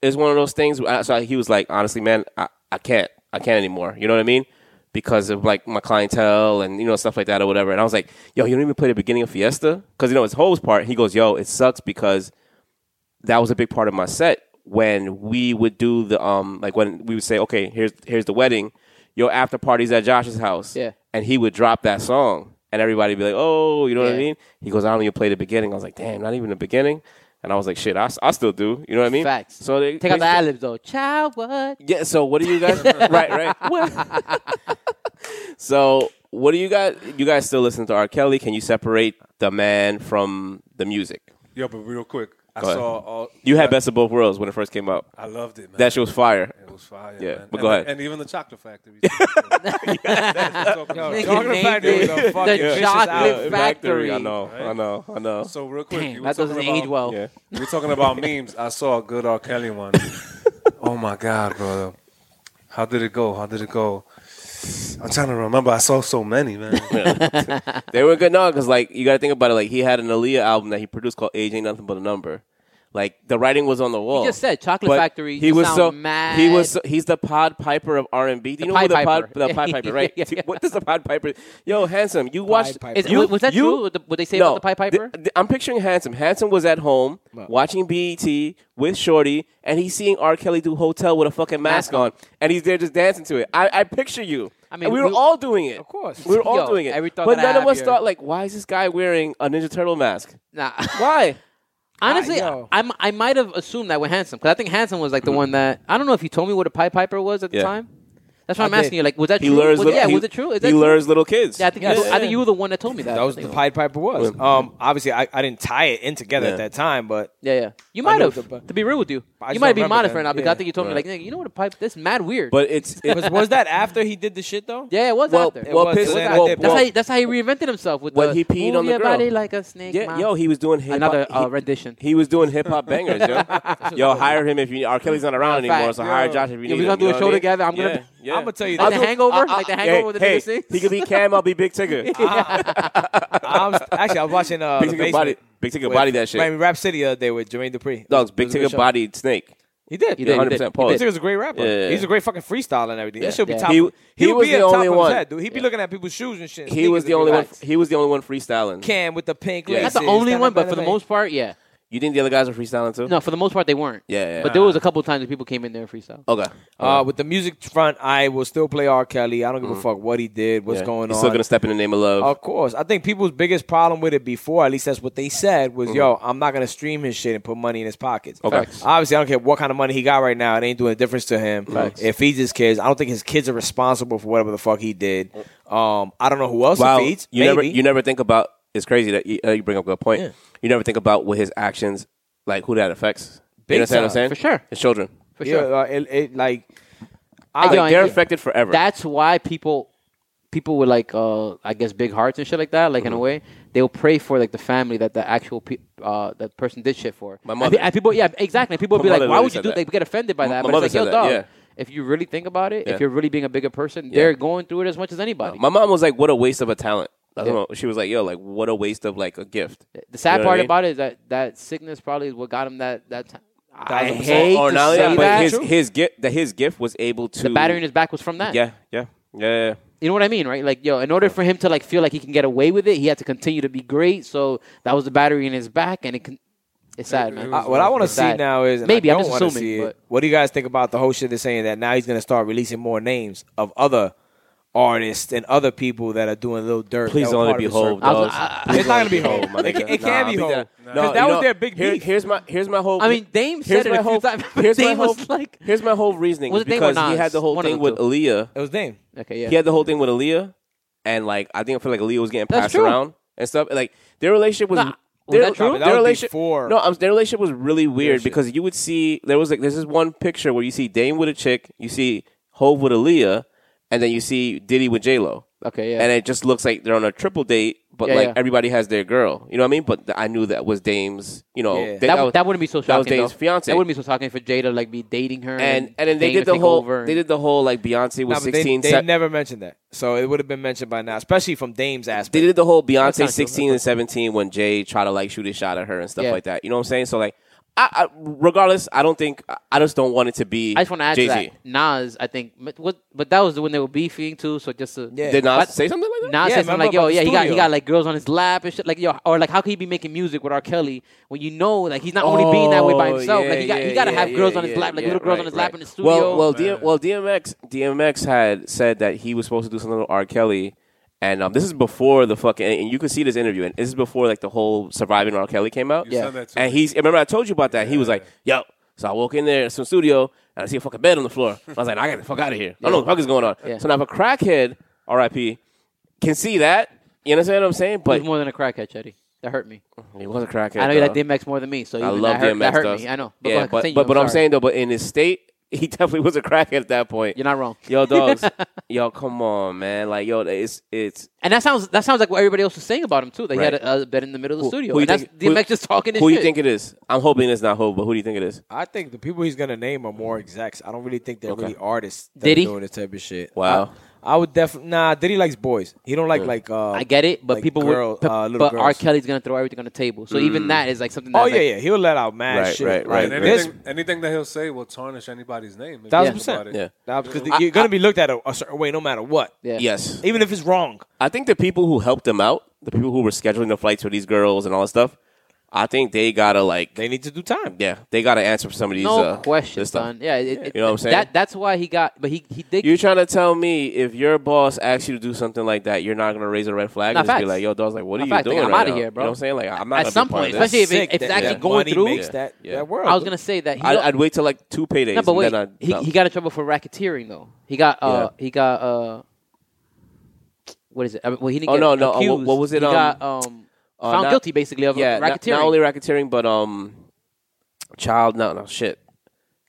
Speaker 1: it's one of those things. where- So he was like, "Honestly, man, I, I can't, I can't anymore." You know what I mean? Because of like my clientele and you know stuff like that or whatever. And I was like, "Yo, you don't even play the beginning of Fiesta?" Because you know his host part. He goes, "Yo, it sucks because." that was a big part of my set when we would do the um like when we would say okay here's here's the wedding your after party's at josh's house
Speaker 2: Yeah.
Speaker 1: and he would drop that song and everybody would be like oh you know what i
Speaker 2: Yeah.
Speaker 1: mean he goes i don't even play the beginning i was like damn not even the beginning and i was like shit i, s- I still do you know what i mean
Speaker 2: Facts.
Speaker 1: so they,
Speaker 2: Take
Speaker 1: they
Speaker 2: out the ad libs though. Child, what?
Speaker 1: yeah. So what do you
Speaker 2: <laughs>
Speaker 1: guys? right, right. <laughs> so what do you guys? You guys still listen to R. Kelly? Can you separate the man from the music?
Speaker 4: Yo, but real quick, I
Speaker 1: Go ahead.
Speaker 4: saw all.
Speaker 1: You had best of both worlds when it first came out.
Speaker 4: I loved it, man.
Speaker 1: That shit was fire.
Speaker 4: It was fire.
Speaker 1: Yeah,
Speaker 4: man.
Speaker 1: but
Speaker 4: and,
Speaker 1: go ahead.
Speaker 4: And even the
Speaker 1: <laughs>
Speaker 4: chocolate factory. <laughs> Yo,
Speaker 2: Nigga
Speaker 3: Chocolate
Speaker 2: named
Speaker 3: Factory
Speaker 2: it
Speaker 3: was a fucking
Speaker 2: the
Speaker 3: vicious
Speaker 2: Chocolate
Speaker 3: album.
Speaker 2: Factory.
Speaker 1: I know, I know, I know.
Speaker 4: so real quick, you were
Speaker 2: That
Speaker 4: talking
Speaker 2: doesn't
Speaker 4: about,
Speaker 2: age well.
Speaker 1: yeah.
Speaker 4: We're talking about
Speaker 2: <laughs>
Speaker 4: memes. I saw a good R. Kelly one. oh my God, brother! How did it go? How did it go? I'm trying to remember. I saw so
Speaker 1: <laughs>
Speaker 4: many, man.
Speaker 1: They were good now because like you got to think about it. Like he had an Aaliyah album that he produced called "Age Ain't Nothing But a Number." Like the writing was on the wall.
Speaker 2: just said Chocolate
Speaker 1: But
Speaker 2: Factory.
Speaker 1: He
Speaker 2: You
Speaker 1: was
Speaker 2: sound
Speaker 1: so
Speaker 2: mad.
Speaker 1: he was so, he's the Pod Piper of R and B. Do you
Speaker 2: The
Speaker 1: know who
Speaker 2: Pied
Speaker 1: the Pod
Speaker 2: Piper. <laughs>
Speaker 1: the Pod Piper right?
Speaker 2: Yeah, yeah.
Speaker 1: What does the Pod Piper? Yo, handsome, you watched
Speaker 3: Piper.
Speaker 2: Is,
Speaker 1: you-
Speaker 2: was that
Speaker 1: you-
Speaker 2: true? What the- What they say about the Pied Piper?
Speaker 1: th- th- I'm picturing Handsome. Handsome was at home watching BET with Shorty, and he's seeing R. Kelly do Hotel with a fucking mask,
Speaker 2: Mask on.
Speaker 1: on, and he's there just dancing to it. I, I picture you. I
Speaker 2: I
Speaker 1: mean,
Speaker 2: mean,
Speaker 1: we were
Speaker 2: we-
Speaker 1: all doing it. Of
Speaker 3: course.
Speaker 1: we were all
Speaker 2: Yo,
Speaker 1: doing it.
Speaker 2: every thought
Speaker 1: but
Speaker 2: that I
Speaker 1: none of
Speaker 2: have
Speaker 1: us
Speaker 2: here-
Speaker 1: thought like, why is this guy wearing a Ninja Turtle mask?
Speaker 2: Nah.
Speaker 1: Why?
Speaker 2: Honestly,
Speaker 3: yo. Mm-hmm.
Speaker 2: I'm, I might have assumed that with Handsome because I think Handsome was like the one that I don't know if you told me what a Pied Piper was at the
Speaker 1: Yeah.
Speaker 2: time. That's why I'm
Speaker 3: did.
Speaker 2: asking you. Like, was that
Speaker 1: He
Speaker 2: true?
Speaker 1: lures.
Speaker 2: was,
Speaker 1: little,
Speaker 2: yeah,
Speaker 1: he,
Speaker 2: was it true? Is that
Speaker 1: he
Speaker 2: true?
Speaker 1: lures little kids.
Speaker 2: Yeah, I think,
Speaker 3: Yes.
Speaker 2: you, I think you were the one that told me that.
Speaker 3: That was
Speaker 2: I
Speaker 3: the
Speaker 2: think.
Speaker 3: Pied Piper was. Um, obviously, I, I didn't tie it in together
Speaker 1: Yeah.
Speaker 3: at that time, but
Speaker 2: Yeah, yeah. You might
Speaker 3: know
Speaker 2: have.
Speaker 3: the pi-
Speaker 2: to be real with you,
Speaker 3: I
Speaker 2: you
Speaker 3: just
Speaker 2: might
Speaker 3: don't
Speaker 2: be
Speaker 3: remember
Speaker 2: modest
Speaker 3: that.
Speaker 2: right now because
Speaker 3: Yeah.
Speaker 2: I think you told me like, nigga, you know what a pipe? That's mad weird.
Speaker 1: but it's it,
Speaker 3: was, was that after he did the shit though?
Speaker 2: yeah, it was
Speaker 1: well,
Speaker 2: out there.
Speaker 1: well,
Speaker 3: was-
Speaker 1: piss-
Speaker 3: it was out
Speaker 1: well,
Speaker 3: there.
Speaker 2: that's,
Speaker 1: well,
Speaker 2: how he, that's how he reinvented himself with
Speaker 1: When
Speaker 2: the
Speaker 1: he peed
Speaker 2: move
Speaker 1: on the
Speaker 2: your
Speaker 1: girl.
Speaker 2: body like a snake.
Speaker 1: yeah,
Speaker 2: mom.
Speaker 1: yo, he was doing hip
Speaker 2: another
Speaker 1: hop-
Speaker 2: uh,
Speaker 1: he-
Speaker 2: rendition.
Speaker 1: He was doing hip hop
Speaker 2: <laughs>
Speaker 1: bangers, yo. yo, hire him if you need. R. Kelly's not around
Speaker 2: Fact.
Speaker 1: anymore, so hire
Speaker 3: Yo.
Speaker 1: Josh if you need.
Speaker 2: Yeah, we gonna
Speaker 1: him,
Speaker 2: do
Speaker 1: you
Speaker 2: a
Speaker 1: know
Speaker 2: show
Speaker 1: what I mean?
Speaker 2: together. I'm
Speaker 1: yeah,
Speaker 2: <laughs> gonna-
Speaker 1: Yeah.
Speaker 3: I'm gonna tell you
Speaker 2: Like
Speaker 3: this.
Speaker 2: the Hangover,
Speaker 1: I- I-
Speaker 2: like the Hangover with the
Speaker 1: uh, hey,
Speaker 2: nigga sings.
Speaker 1: He could be Cam. I'll be Big Tigger.
Speaker 2: <laughs>
Speaker 3: I'm, actually, I was watching uh,
Speaker 1: Big
Speaker 3: The
Speaker 1: Tigger
Speaker 3: Basement
Speaker 1: body. Big Tigger
Speaker 3: with
Speaker 1: body. That
Speaker 3: Miami
Speaker 1: shit.
Speaker 3: Rap City the other day with Jermaine Dupri.
Speaker 1: Dogs.
Speaker 3: It was
Speaker 1: Big
Speaker 3: a good
Speaker 1: Tigger
Speaker 3: show.
Speaker 1: body. Snake.
Speaker 3: He did.
Speaker 2: He
Speaker 1: Yeah,
Speaker 2: did.
Speaker 1: 100%
Speaker 2: He
Speaker 1: pause.
Speaker 2: did.
Speaker 3: He was a great rapper.
Speaker 1: Yeah.
Speaker 3: He's a great fucking freestyler and everything. That should be
Speaker 2: Yeah.
Speaker 3: top.
Speaker 1: He-
Speaker 3: He,
Speaker 1: he
Speaker 3: would
Speaker 1: was
Speaker 3: be
Speaker 1: the
Speaker 3: at top
Speaker 1: only
Speaker 3: of his
Speaker 1: one.
Speaker 3: head, dude. He'd be looking at people's shoes and shit.
Speaker 1: He was
Speaker 3: sneakers
Speaker 1: the
Speaker 3: and
Speaker 1: only one.
Speaker 3: facts.
Speaker 1: He was the only one freestyling.
Speaker 3: Cam with the pink
Speaker 1: Yeah.
Speaker 2: That's
Speaker 3: laces.
Speaker 2: the only one, but for the
Speaker 3: Dynamite.
Speaker 2: most part, yeah.
Speaker 1: You think the other guys were freestyling too?
Speaker 2: No, for the most part, they weren't.
Speaker 1: Yeah, yeah.
Speaker 2: But there was a couple times that people came in there and freestyle.
Speaker 1: Okay.
Speaker 3: Uh, with the music front, I will still play R. Kelly. I don't give a fuck what he did,
Speaker 1: Mm-hmm.
Speaker 3: what's
Speaker 1: Yeah.
Speaker 3: going
Speaker 1: He's
Speaker 3: on.
Speaker 1: Still gonna step in the name of love.
Speaker 3: Of course. I think people's biggest problem with it before, at least that's what they said, was yo, I'm not gonna stream his shit and put money in his pockets.
Speaker 1: Mm-hmm. Okay. Facts.
Speaker 3: Obviously, I don't care what kind of money he got right now, it ain't doing a difference to him. It feeds his kids. I don't think his kids are responsible for whatever the fuck he did. Um, I don't know who else
Speaker 1: Wow.
Speaker 3: it feeds.
Speaker 1: Mm. You
Speaker 3: Maybe.
Speaker 1: never. You never think about. It's crazy that you, uh, you bring up a good point.
Speaker 3: Yeah.
Speaker 1: You never think about what his actions, like who that affects.
Speaker 3: Big
Speaker 1: you understand what I'm
Speaker 3: time,
Speaker 1: saying?
Speaker 2: for sure.
Speaker 1: His children.
Speaker 2: For
Speaker 3: yeah,
Speaker 2: sure.
Speaker 3: uh, it, it, like I,
Speaker 2: yo,
Speaker 1: Like, they're
Speaker 2: and-
Speaker 1: affected forever.
Speaker 2: That's why people people with like uh I guess big hearts and shit like that, like in a
Speaker 1: Mm-hmm.
Speaker 2: way, they'll pray for like the family that the actual pe- uh that person did shit for.
Speaker 1: My
Speaker 2: And
Speaker 1: mother.
Speaker 2: pe- And, people, yeah, exactly. And people will
Speaker 1: My
Speaker 2: be like,
Speaker 1: mother
Speaker 2: why
Speaker 1: really
Speaker 2: would you
Speaker 1: said
Speaker 2: do?
Speaker 1: that.
Speaker 2: that? They get offended by
Speaker 1: My
Speaker 2: that.
Speaker 1: mother
Speaker 2: but it's
Speaker 1: said
Speaker 2: like, yo,
Speaker 1: that,
Speaker 2: dog.
Speaker 1: yeah.
Speaker 2: If you really think about it,
Speaker 1: Yeah.
Speaker 2: if you're really being a bigger person,
Speaker 1: Yeah.
Speaker 2: they're going through it as much as anybody.
Speaker 1: My mom was like, "What a waste of a talent." I don't
Speaker 2: Yeah.
Speaker 1: know. She was like, "Yo, like what a waste of like a gift."
Speaker 2: the sad
Speaker 1: You know what
Speaker 2: part
Speaker 1: I mean?
Speaker 2: about it is that that sickness probably is what got him that that time. I
Speaker 3: Thousand percent.
Speaker 2: hate
Speaker 1: or
Speaker 2: to
Speaker 1: not only
Speaker 2: say
Speaker 1: that, but
Speaker 2: that.
Speaker 1: his his gift that his gift was able to
Speaker 2: the battery in his back was from that.
Speaker 1: yeah yeah yeah, yeah, yeah.
Speaker 2: You know what I mean, right? Like, yo, in order for him to like feel like he can get away with it, he had to continue to be great. So that was the battery in his back, and it can. It's sad, man.
Speaker 3: I- what I want to
Speaker 2: It's
Speaker 3: see
Speaker 2: sad.
Speaker 3: now is and
Speaker 2: maybe
Speaker 3: I
Speaker 2: am
Speaker 3: don't
Speaker 2: just
Speaker 3: wanna
Speaker 2: assuming.
Speaker 3: see it.
Speaker 2: but
Speaker 3: What do you guys think about the whole shit? They're saying that now he's going to start releasing more names of other artists and other people that are doing little dirt.
Speaker 1: Please
Speaker 3: that
Speaker 1: don't
Speaker 3: were
Speaker 1: let it
Speaker 3: part
Speaker 1: be
Speaker 3: of the
Speaker 1: whole.
Speaker 3: circle.
Speaker 2: I was-
Speaker 1: dogs.
Speaker 2: I-
Speaker 1: Please
Speaker 3: It's not
Speaker 1: don't
Speaker 3: gonna be
Speaker 1: let it
Speaker 3: whole, my
Speaker 1: It,
Speaker 3: nigga. It can't be
Speaker 1: I think
Speaker 3: whole.
Speaker 1: that-
Speaker 3: 'Cause that
Speaker 1: you
Speaker 3: was
Speaker 1: know,
Speaker 3: their big
Speaker 1: here-
Speaker 3: beef.
Speaker 1: Here's my here's my whole.
Speaker 2: I mean, Dame <laughs> said
Speaker 1: here's
Speaker 2: it
Speaker 1: my
Speaker 2: a few
Speaker 1: whole,
Speaker 2: times.
Speaker 1: <laughs> Here's my
Speaker 2: Dame
Speaker 1: whole,
Speaker 2: was like-
Speaker 1: here's my
Speaker 2: <laughs>
Speaker 1: whole reasoning
Speaker 2: Was it Dame or
Speaker 1: because he
Speaker 2: Nas?
Speaker 1: had the whole
Speaker 2: One of
Speaker 1: thing
Speaker 2: the
Speaker 1: with
Speaker 2: two.
Speaker 1: Aaliyah.
Speaker 3: It was Dame.
Speaker 2: okay, yeah.
Speaker 1: He had the whole thing with Aaliyah, and like I think I feel like Aaliyah was getting
Speaker 2: That's
Speaker 1: passed
Speaker 2: true.
Speaker 1: arown and stuff. Like their relationship was.
Speaker 2: Nah, was
Speaker 1: their,
Speaker 2: that true?
Speaker 1: their
Speaker 3: That was
Speaker 1: relationship,
Speaker 3: before-
Speaker 1: no, um, their relationship was really weird
Speaker 3: shit.
Speaker 1: because you would see there was like this is one picture where you see Dame with a chick, you see Hove with Aaliyah, and then you see Diddy with J Lo.
Speaker 2: Okay, yeah.
Speaker 1: And it just looks like they're on a triple date, but
Speaker 2: Yeah,
Speaker 1: like
Speaker 2: yeah.
Speaker 1: everybody has their girl. You know what I mean? But th- I knew that was Dame's. You know,
Speaker 3: Yeah.
Speaker 1: th-
Speaker 3: That
Speaker 2: that,
Speaker 1: was-
Speaker 2: that wouldn't be so
Speaker 1: That was
Speaker 2: shocking.
Speaker 1: Dame's
Speaker 2: though.
Speaker 1: fiance.
Speaker 2: That wouldn't be so shocking for Jay to like be dating her,
Speaker 1: and and then they
Speaker 2: Dame
Speaker 1: did
Speaker 2: to
Speaker 1: the
Speaker 2: take
Speaker 1: whole
Speaker 2: Over
Speaker 1: they did the whole like Beyonce was
Speaker 3: Nah, but they,
Speaker 1: sixteen.
Speaker 3: they
Speaker 1: se-
Speaker 3: never mentioned that, so it would have been mentioned by now, especially from Dame's
Speaker 1: they
Speaker 3: aspect.
Speaker 1: did the whole
Speaker 2: not
Speaker 1: Beyonce
Speaker 2: true.
Speaker 1: 16 and 17 when Jay tried to like shoot a shot at her and stuff
Speaker 2: Yeah.
Speaker 1: like that. You know what I'm saying? So like, I, I regardless, I don't think I- I just don't want it to be.
Speaker 2: I just want to add
Speaker 1: Jay-Z.
Speaker 2: to that Nas. I think, but, what- but that was when they were beefing too. So just to,
Speaker 3: Yeah.
Speaker 1: Did Nas
Speaker 2: But-
Speaker 1: say something like that?
Speaker 2: Nas
Speaker 3: Yeah,
Speaker 2: said something
Speaker 3: remember
Speaker 2: like, "Yo,
Speaker 3: about the
Speaker 2: yeah, he got he
Speaker 3: studio.
Speaker 2: got like girls on his lap and shit." Like, yo, or like, how can he be making music with R. Kelly when you know like he's not only being that way by
Speaker 1: Oh,
Speaker 2: himself? like,
Speaker 1: yeah,
Speaker 2: he got
Speaker 1: yeah,
Speaker 2: he got to
Speaker 1: yeah,
Speaker 2: have girls
Speaker 1: yeah,
Speaker 2: on his
Speaker 1: yeah,
Speaker 2: lap, like
Speaker 1: yeah,
Speaker 2: little girls
Speaker 1: right,
Speaker 2: on his
Speaker 1: right.
Speaker 2: lap in the studio.
Speaker 1: Well, well, D- well, DMX, DMX had said that he was supposed to do something with R. Kelly, and um, this is before the fucking. And you can see this interview, and this is before like the whole surviving R. Kelly came out.
Speaker 4: You said that to
Speaker 1: and
Speaker 4: me.
Speaker 1: he's remember I told you about that. He was like, "Yo." So I walk in there, it's some studio, and I see a fucking bed on the floor. I was like, "I gotta fuck out of here. I don't know what the fuck is going on."
Speaker 2: Yeah.
Speaker 1: So now if a crackhead, R.I.P., can see that, you understand what I'm saying?
Speaker 2: he
Speaker 1: But
Speaker 2: was more than a crackhead, Chetty. That hurt me.
Speaker 1: he was a crackhead.
Speaker 2: I know you like
Speaker 1: though.
Speaker 2: DMX more than me, so
Speaker 1: I
Speaker 2: even
Speaker 1: love
Speaker 2: that hurt,
Speaker 1: DMX.
Speaker 2: That hurt
Speaker 1: does.
Speaker 2: me. I know.
Speaker 1: yeah,
Speaker 2: go ahead,
Speaker 1: but
Speaker 2: continue,
Speaker 1: but, but I'm,
Speaker 2: sorry.
Speaker 1: saying though, but in his state, <laughs> he definitely was a crackhead at that point.
Speaker 2: you're not wrong.
Speaker 1: Yo,
Speaker 2: <laughs>
Speaker 1: dogs. yo, come on, man. Like, yo, it's it's.
Speaker 2: And that sounds that sounds like what everybody else was saying about him too. That
Speaker 1: Right.
Speaker 2: he had a, a bed in the middle of the studio.
Speaker 1: you
Speaker 2: and that's
Speaker 1: think- who-
Speaker 2: DMX just talking his
Speaker 1: Who
Speaker 2: shit.
Speaker 1: you think it is? I'm hoping it's not Hope, but who do you think it is?
Speaker 3: I think the people he's going to name are more execs. I don't really think they're
Speaker 1: Okay.
Speaker 3: really artists that
Speaker 2: Did
Speaker 3: are
Speaker 2: he?
Speaker 3: doing this type of shit.
Speaker 1: Wow. Mm.
Speaker 3: I- I would definitely nah. Diddy likes boys. He don't like like. Uh,
Speaker 2: I get it, but
Speaker 3: like
Speaker 2: people
Speaker 3: girl,
Speaker 2: would.
Speaker 3: uh, little
Speaker 2: but R.
Speaker 3: girls.
Speaker 2: Kelly's gonna throw everything on the table, so
Speaker 1: Mm.
Speaker 2: even that is like something. That
Speaker 3: Oh
Speaker 2: like,
Speaker 3: yeah, yeah. He'll let out mad
Speaker 1: Right,
Speaker 3: shit.
Speaker 1: right, right,
Speaker 3: Like,
Speaker 4: And
Speaker 1: right.
Speaker 3: This,
Speaker 4: anything, anything that he'll say will tarnish anybody's name. if you
Speaker 3: Thousand
Speaker 4: think
Speaker 3: percent.
Speaker 4: about it.
Speaker 1: Yeah.
Speaker 3: Nah, because you're gonna be looked at a, a certain way no matter what.
Speaker 2: yeah.
Speaker 1: Yes.
Speaker 3: Even if it's wrong.
Speaker 1: I think the people who helped them out, the people who were scheduling the flights for these girls and all that stuff, I think they gotta like,
Speaker 3: They need to do time.
Speaker 1: yeah, they gotta answer for some of these.
Speaker 2: No
Speaker 1: uh,
Speaker 2: question,
Speaker 1: this stuff.
Speaker 2: son. Yeah, it, it,
Speaker 1: You know what I'm saying?
Speaker 2: That that's why he got, but he he did.
Speaker 1: You're trying to tell me if your boss asks you to do something like that, you're not gonna raise a red flag
Speaker 2: Nah,
Speaker 1: and just be
Speaker 2: facts.
Speaker 1: like, "Yo, dog's like, what are
Speaker 2: Nah,
Speaker 1: you
Speaker 2: facts.
Speaker 1: doing?
Speaker 2: Like, I'm
Speaker 1: right
Speaker 2: outta
Speaker 1: now?"
Speaker 2: here, bro.
Speaker 1: You know what I'm saying? Like, I'm not
Speaker 2: At
Speaker 1: gonna
Speaker 2: some
Speaker 1: be part
Speaker 2: point,
Speaker 1: of this.
Speaker 2: especially if it-
Speaker 3: Sick
Speaker 2: it's
Speaker 3: that-
Speaker 2: actually
Speaker 3: that
Speaker 2: going
Speaker 3: money
Speaker 2: through-
Speaker 3: Makes that,
Speaker 1: Yeah.
Speaker 3: that world.
Speaker 2: I was gonna say that. He
Speaker 1: I,
Speaker 2: don't-
Speaker 1: I'd wait till like two paydays.
Speaker 2: no, but
Speaker 1: and
Speaker 2: wait,
Speaker 1: then I'd-
Speaker 2: he,
Speaker 1: no.
Speaker 2: he got in trouble for racketeering though. He got uh he got uh what is it? I mean, well, he didn't
Speaker 1: Oh,
Speaker 2: get
Speaker 1: no, no, uh, what-
Speaker 2: accused.
Speaker 1: what was it,
Speaker 2: He
Speaker 1: um,
Speaker 2: got um
Speaker 1: uh,
Speaker 2: found
Speaker 1: not-
Speaker 2: guilty basically of
Speaker 1: yeah,
Speaker 2: yeah,
Speaker 1: not,
Speaker 2: racketeering.
Speaker 1: not only racketeering, but um, child, no, no, shit,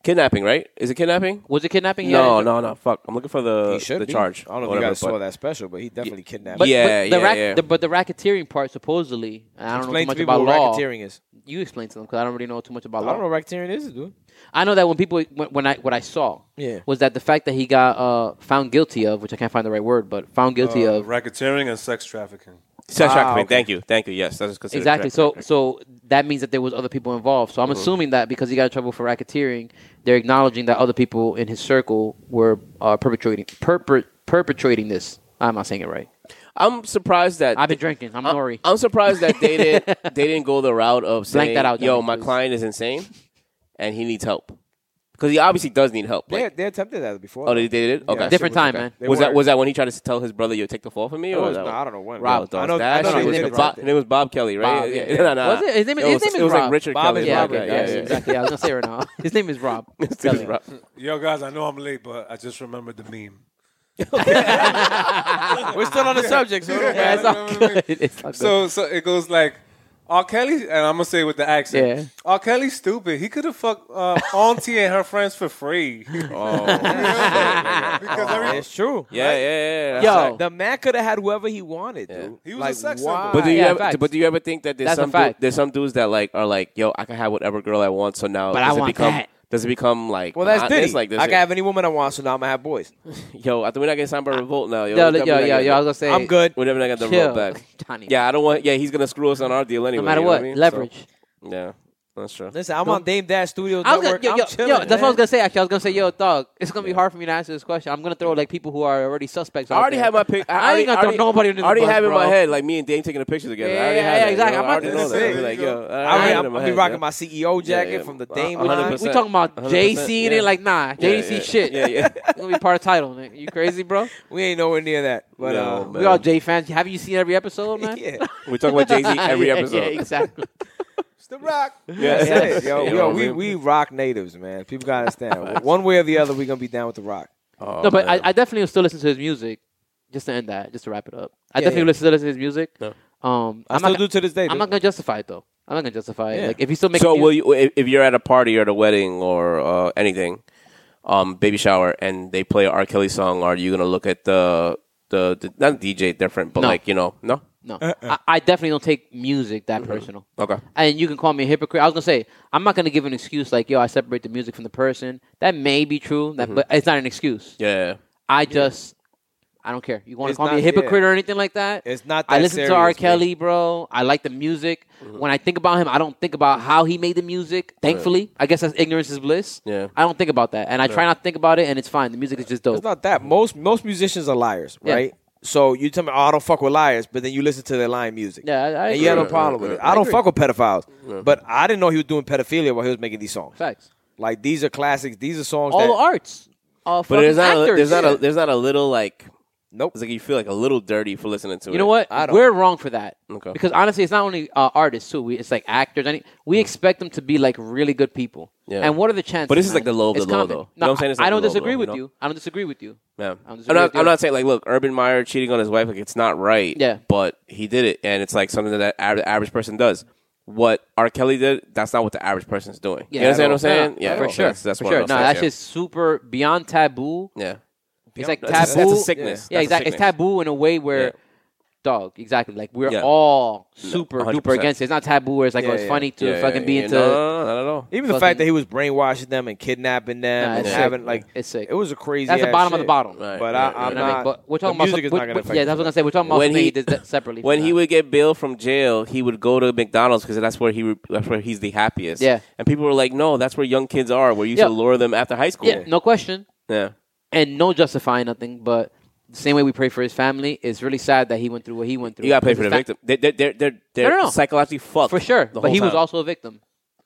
Speaker 1: kidnapping, right? Is it kidnapping?
Speaker 2: was it kidnapping? He
Speaker 1: No,
Speaker 2: had-
Speaker 1: no, no. Fuck, I'm looking for the
Speaker 3: He should
Speaker 1: the
Speaker 3: be.
Speaker 1: charge.
Speaker 3: I don't know if
Speaker 1: whatever,
Speaker 3: you guys saw
Speaker 1: but-
Speaker 3: that special, but he definitely kidnapped.
Speaker 2: But,
Speaker 3: me.
Speaker 1: Yeah,
Speaker 2: but the
Speaker 1: yeah, yeah.
Speaker 2: The, but the racketeering part supposedly, and I don't
Speaker 3: Explain
Speaker 2: know
Speaker 3: to
Speaker 2: too
Speaker 3: people
Speaker 2: much about
Speaker 3: what
Speaker 2: law.
Speaker 3: racketeering is.
Speaker 2: You explain to them because I don't really know too much about
Speaker 3: I
Speaker 2: law.
Speaker 3: don't know what racketeering is, dude.
Speaker 2: I know that when people when, when I what I saw
Speaker 3: Yeah.
Speaker 2: was that the fact that he got uh, found guilty of, which I can't find the right word, but found guilty
Speaker 4: Uh,
Speaker 2: of
Speaker 4: racketeering and sex trafficking.
Speaker 1: Sex
Speaker 3: Ah,
Speaker 1: trafficking.
Speaker 3: okay.
Speaker 1: Thank you, thank you. Yes, that's considered
Speaker 2: exactly.
Speaker 1: sex
Speaker 2: So
Speaker 1: trafficking.
Speaker 2: so that means that there was other people involved. So I'm assuming that because he got in trouble for racketeering, they're acknowledging that other people in his circle were uh, perpetrating perpet perpetrating this. I'm not saying it right.
Speaker 1: I'm surprised that
Speaker 2: I've been drinking. I'm Nori.
Speaker 1: I'm surprised that they
Speaker 2: <laughs>
Speaker 1: didn't they didn't go the route of
Speaker 2: Blank
Speaker 1: saying,
Speaker 2: that out,
Speaker 1: "Yo,
Speaker 2: Johnny,
Speaker 1: my
Speaker 2: please."
Speaker 1: client is insane, and he needs help," because he obviously does need help.
Speaker 3: They,
Speaker 1: Like,
Speaker 3: they attempted that before.
Speaker 1: oh, they did it. Okay,
Speaker 3: that shit
Speaker 2: Different
Speaker 3: was-
Speaker 2: time,
Speaker 3: okay.
Speaker 2: man.
Speaker 3: They
Speaker 1: was that
Speaker 3: were-
Speaker 1: was that when he tried to tell his brother, "Yo, take the fall for me"?
Speaker 3: It
Speaker 1: or
Speaker 3: was,
Speaker 1: that
Speaker 3: no,
Speaker 1: was-
Speaker 3: I don't know when.
Speaker 1: Rob,
Speaker 3: I
Speaker 1: dog,
Speaker 3: know,
Speaker 1: that
Speaker 3: I know
Speaker 1: shit
Speaker 3: they
Speaker 1: was
Speaker 3: did
Speaker 1: Bob-
Speaker 3: it.
Speaker 1: and it was Bob Kelly, right?
Speaker 2: Bob,
Speaker 1: <laughs>
Speaker 2: yeah, <laughs>
Speaker 1: No, no, no.
Speaker 2: Was it? His name-
Speaker 1: It
Speaker 2: his
Speaker 1: was-
Speaker 2: name is
Speaker 1: it was like
Speaker 2: Rob.
Speaker 1: Richard
Speaker 3: Bob
Speaker 1: Kelly.
Speaker 3: is
Speaker 1: yeah,
Speaker 2: yeah,
Speaker 3: Robert,
Speaker 1: okay,
Speaker 2: yeah,
Speaker 1: yeah, <laughs>
Speaker 3: yes,
Speaker 1: yeah.
Speaker 2: exactly. I was gonna say it right now. <laughs> His name is Rob.
Speaker 1: It was <laughs> Rob.
Speaker 4: Yo, guys, I know I'm late, but I just remembered the meme.
Speaker 3: We're still on the subject, <laughs> so don't
Speaker 2: Yeah, it's all
Speaker 4: You know what I mean?
Speaker 2: good. <laughs> It's all good.
Speaker 4: So, so it goes like. R. Kelly, and I'm gonna say it with the accent.
Speaker 2: Yeah.
Speaker 4: R. Kelly's stupid. He could have fucked uh, Auntie and her friends for free. <laughs> because every,
Speaker 3: It's true.
Speaker 1: Yeah, yeah, yeah, yeah.
Speaker 2: Yo.
Speaker 1: That's right.
Speaker 3: The man could have had whoever he wanted, dude.
Speaker 4: He was a
Speaker 3: like,
Speaker 4: sex symbol.
Speaker 3: why?
Speaker 1: But do you
Speaker 2: Yeah,
Speaker 1: ever?
Speaker 2: facts.
Speaker 1: But do you ever think that there's
Speaker 2: That's a
Speaker 1: some dude,
Speaker 2: fact.
Speaker 1: there's some dudes that like are like, "Yo, I can have whatever girl I want," so now
Speaker 2: But I
Speaker 1: does it
Speaker 2: want
Speaker 1: become
Speaker 2: that.
Speaker 1: does it become like
Speaker 3: well, that's
Speaker 1: monotonous
Speaker 3: Diddy.
Speaker 1: like this?
Speaker 3: I can have any woman I want, so now I'm gonna have boys.
Speaker 1: <laughs> Yo, I think we're not getting signed by Revolt now. Yo, We're
Speaker 2: yo, yo, yo,
Speaker 1: definitely not
Speaker 2: yo,
Speaker 1: getting-
Speaker 2: I was gonna say
Speaker 3: I'm good.
Speaker 1: We're definitely not getting the
Speaker 2: Chill,
Speaker 1: Revolt back.
Speaker 2: <laughs> Johnny.
Speaker 1: Yeah, I don't want. Yeah, he's gonna screw us on our deal anyway.
Speaker 2: No matter
Speaker 1: you know
Speaker 2: what,
Speaker 1: I mean?
Speaker 2: leverage.
Speaker 1: So, yeah, that's true.
Speaker 3: Listen, I'm on Dame Dash Studios
Speaker 2: I was gonna,
Speaker 3: Network.
Speaker 2: yo,
Speaker 3: I'm
Speaker 2: yo,
Speaker 3: chilling,
Speaker 2: yo, that's what I was
Speaker 3: man.
Speaker 2: gonna say. Actually, I was gonna say, yo, dog, it's gonna be hard for me to answer this question. I'm gonna throw like people who are already suspects.
Speaker 1: I already have my pick.
Speaker 2: I ain't gonna throw nobody under the
Speaker 1: I already
Speaker 2: bus,
Speaker 1: have in
Speaker 2: bro.
Speaker 1: my head like me and Dame taking a picture together. I
Speaker 2: Yeah,
Speaker 1: already
Speaker 2: yeah,
Speaker 1: have
Speaker 2: yeah,
Speaker 1: that,
Speaker 2: exactly.
Speaker 1: you know?
Speaker 2: I'm
Speaker 1: I already
Speaker 2: about
Speaker 1: know
Speaker 2: to
Speaker 1: that.
Speaker 4: say,
Speaker 1: Be like,
Speaker 4: you
Speaker 1: yo, I
Speaker 3: I
Speaker 1: already have
Speaker 3: mean,
Speaker 1: it
Speaker 3: I'm
Speaker 1: in my
Speaker 3: gonna
Speaker 1: head,
Speaker 3: be rocking
Speaker 1: yo.
Speaker 3: my CEO jacket
Speaker 1: yeah.
Speaker 3: from the Dame
Speaker 1: Uh, 100%.
Speaker 3: line.
Speaker 2: We talking about
Speaker 1: 100%,
Speaker 2: JC and
Speaker 1: yeah.
Speaker 2: it like nah,
Speaker 1: Yeah,
Speaker 2: JC
Speaker 1: yeah.
Speaker 2: shit.
Speaker 1: Yeah,
Speaker 2: <laughs>
Speaker 1: yeah.
Speaker 2: It's gonna be part of title, nigga. You crazy,
Speaker 1: <laughs>
Speaker 2: bro?
Speaker 3: We ain't nowhere near that. But
Speaker 1: No,
Speaker 3: uh,
Speaker 1: man.
Speaker 2: We all J fans. Have you seen every
Speaker 1: <laughs>
Speaker 2: episode, man?
Speaker 3: <laughs> yeah,
Speaker 1: We're talking about <laughs> Jay Z every
Speaker 2: <laughs> Yeah,
Speaker 1: episode. <laughs>
Speaker 2: Yeah, exactly.
Speaker 4: it's the rock.
Speaker 1: Yeah,
Speaker 3: that's it. Yo,
Speaker 1: You
Speaker 3: yo,
Speaker 1: know what I
Speaker 3: we,
Speaker 1: mean?
Speaker 3: we rock natives, man. People gotta <laughs> understand. One way or the other, we gonna be down with the rock.
Speaker 1: Oh,
Speaker 2: no, but I,
Speaker 1: man.
Speaker 2: I definitely will still listen to his music. Just to end that, just to wrap it up, I
Speaker 3: Yeah,
Speaker 2: definitely
Speaker 3: yeah.
Speaker 2: will still listen to his music.
Speaker 1: Yeah.
Speaker 2: Um,
Speaker 3: I
Speaker 2: I'm
Speaker 3: still
Speaker 2: not,
Speaker 3: do to this day.
Speaker 2: I'm
Speaker 3: dude.
Speaker 2: not gonna justify it though. I'm not gonna justify
Speaker 3: Yeah.
Speaker 2: it. Like if you still make
Speaker 1: so
Speaker 2: music,
Speaker 1: will you if if you're at a party or at a wedding or uh, anything um, baby shower and they play a R. Kelly song are you gonna look at the the, the not DJ different but
Speaker 2: No.
Speaker 1: like you know no
Speaker 2: No,
Speaker 1: Uh-uh.
Speaker 2: I, I definitely don't take music that
Speaker 3: Mm-hmm.
Speaker 2: personal.
Speaker 1: okay
Speaker 2: And you can call me a hypocrite. I was gonna say I'm not gonna give an excuse like yo, I separate the music from the person. That may be true,
Speaker 3: Mm-hmm.
Speaker 2: that, but it's not an excuse.
Speaker 1: yeah
Speaker 2: I just I don't care. You want to
Speaker 3: It's
Speaker 2: call me a
Speaker 3: not-
Speaker 2: hypocrite
Speaker 3: yeah.
Speaker 2: or anything like that?
Speaker 3: It's not
Speaker 2: I
Speaker 3: that
Speaker 2: listen
Speaker 3: serious,
Speaker 2: to R.
Speaker 3: man. Mm-hmm.
Speaker 2: Kelly, bro. I like the music. When I think about him, I don't think about how he made the music. Thankfully, I guess that's ignorance is bliss.
Speaker 1: Yeah.
Speaker 2: I don't think about that, and I try not to think about it, and it's fine. The music is just dope.
Speaker 3: It's not that. Most most musicians are liars,
Speaker 2: Yeah.
Speaker 3: right? So you tell me, oh, I don't fuck with liars, but then you listen to their lying music.
Speaker 2: Yeah, I- I
Speaker 3: and you have no
Speaker 2: agree.
Speaker 3: problem with it. I don't fuck with pedophiles, but I didn't know he was doing pedophilia while he was making these songs.
Speaker 2: Facts.
Speaker 3: Like these are classics. These are songs.
Speaker 2: All
Speaker 3: that,
Speaker 2: the arts. All
Speaker 1: but there's not
Speaker 2: actors.
Speaker 1: a, there's not a there's not a little like
Speaker 3: Nope.
Speaker 1: it's like you feel like a little dirty for listening to it
Speaker 2: You know what?
Speaker 3: I don't-
Speaker 2: We're wrong for that.
Speaker 1: Okay.
Speaker 2: Because honestly, it's not only uh, artists too. We, it's like actors. Any, we expect them to be like really good people.
Speaker 1: Hmm. Yeah.
Speaker 2: And what are the chances?
Speaker 1: But this is
Speaker 2: man?
Speaker 1: like the low of
Speaker 2: It's
Speaker 1: the low,
Speaker 2: common.
Speaker 1: though. You know
Speaker 2: No,
Speaker 1: what I'm saying? It's
Speaker 2: I,
Speaker 1: like
Speaker 2: I don't
Speaker 1: the low of the
Speaker 2: disagree
Speaker 1: low,
Speaker 2: with
Speaker 1: you know?
Speaker 2: you. I don't disagree with you.
Speaker 1: Yeah.
Speaker 2: I'm
Speaker 1: I'm
Speaker 2: just
Speaker 1: not,
Speaker 2: with you.
Speaker 1: I'm not saying like, look, Urban Meyer cheating on his wife, like it's not right.
Speaker 2: Yeah.
Speaker 1: But he did it, and it's like something that the aver- average person does. What R. Kelly did, that's not what the average person's doing.
Speaker 2: Yeah,
Speaker 1: you understand what I'm
Speaker 2: No, no,
Speaker 1: saying?
Speaker 2: no, for sure.
Speaker 1: That's, that's
Speaker 2: for
Speaker 1: one of
Speaker 2: sure.
Speaker 1: those
Speaker 2: No,
Speaker 1: things,
Speaker 2: that's
Speaker 1: yeah.
Speaker 2: just super beyond taboo.
Speaker 1: yeah.
Speaker 2: It's like
Speaker 1: That's,
Speaker 2: taboo.
Speaker 1: that's a sickness.
Speaker 2: Yeah,
Speaker 1: That's a
Speaker 2: exactly. It's
Speaker 1: sickness.
Speaker 2: taboo in a way where
Speaker 1: Yeah.
Speaker 2: dog, exactly. Like we're
Speaker 1: Yeah.
Speaker 2: all super
Speaker 1: 100%.
Speaker 2: duper against it. It's not taboo where it's like,
Speaker 1: Yeah,
Speaker 2: oh, it's
Speaker 1: yeah.
Speaker 2: funny to
Speaker 1: Yeah,
Speaker 2: fucking
Speaker 1: yeah,
Speaker 2: be
Speaker 1: yeah.
Speaker 2: into.
Speaker 1: No, no, no, not at all.
Speaker 3: Even the
Speaker 2: Fucking-
Speaker 3: fact that he was brainwashing them and kidnapping them
Speaker 2: Nah,
Speaker 3: and
Speaker 2: it's
Speaker 3: having
Speaker 2: sick.
Speaker 3: like
Speaker 2: It's sick.
Speaker 3: it was a crazy.
Speaker 2: That's the
Speaker 3: ass
Speaker 2: bottom of
Speaker 3: shit.
Speaker 2: the bottom.
Speaker 1: Right. right,
Speaker 3: But I, I'm
Speaker 1: right.
Speaker 2: You know what I mean?
Speaker 3: not.
Speaker 2: But we're talking about
Speaker 3: the music
Speaker 2: some-
Speaker 3: is
Speaker 2: we-
Speaker 3: not gonna
Speaker 2: we- Yeah, that's
Speaker 3: affect
Speaker 2: what I was gonna say. We're talking about
Speaker 1: When
Speaker 2: when he,
Speaker 1: he-
Speaker 2: did that separately.
Speaker 1: when
Speaker 2: from
Speaker 1: he
Speaker 2: that.
Speaker 1: would get bail from jail, he would go to McDonald's because that's where he re- that's where he's the happiest.
Speaker 2: Yeah.
Speaker 1: and people were like, "No, that's where young kids are. Where you
Speaker 2: Yeah.
Speaker 1: should lure them after high school."
Speaker 2: yeah, no question,
Speaker 1: yeah.
Speaker 2: and no justifying nothing, but. The same way we pray for his family, it's really sad that he went through what he went through.
Speaker 1: you gotta pay for the
Speaker 2: Because it's
Speaker 1: victim. They, they're they're they're, they're
Speaker 2: No, no, no.
Speaker 1: psychologically fucked
Speaker 2: not- for sure.
Speaker 1: the
Speaker 2: But
Speaker 1: whole
Speaker 2: he was
Speaker 1: time.
Speaker 2: also a victim.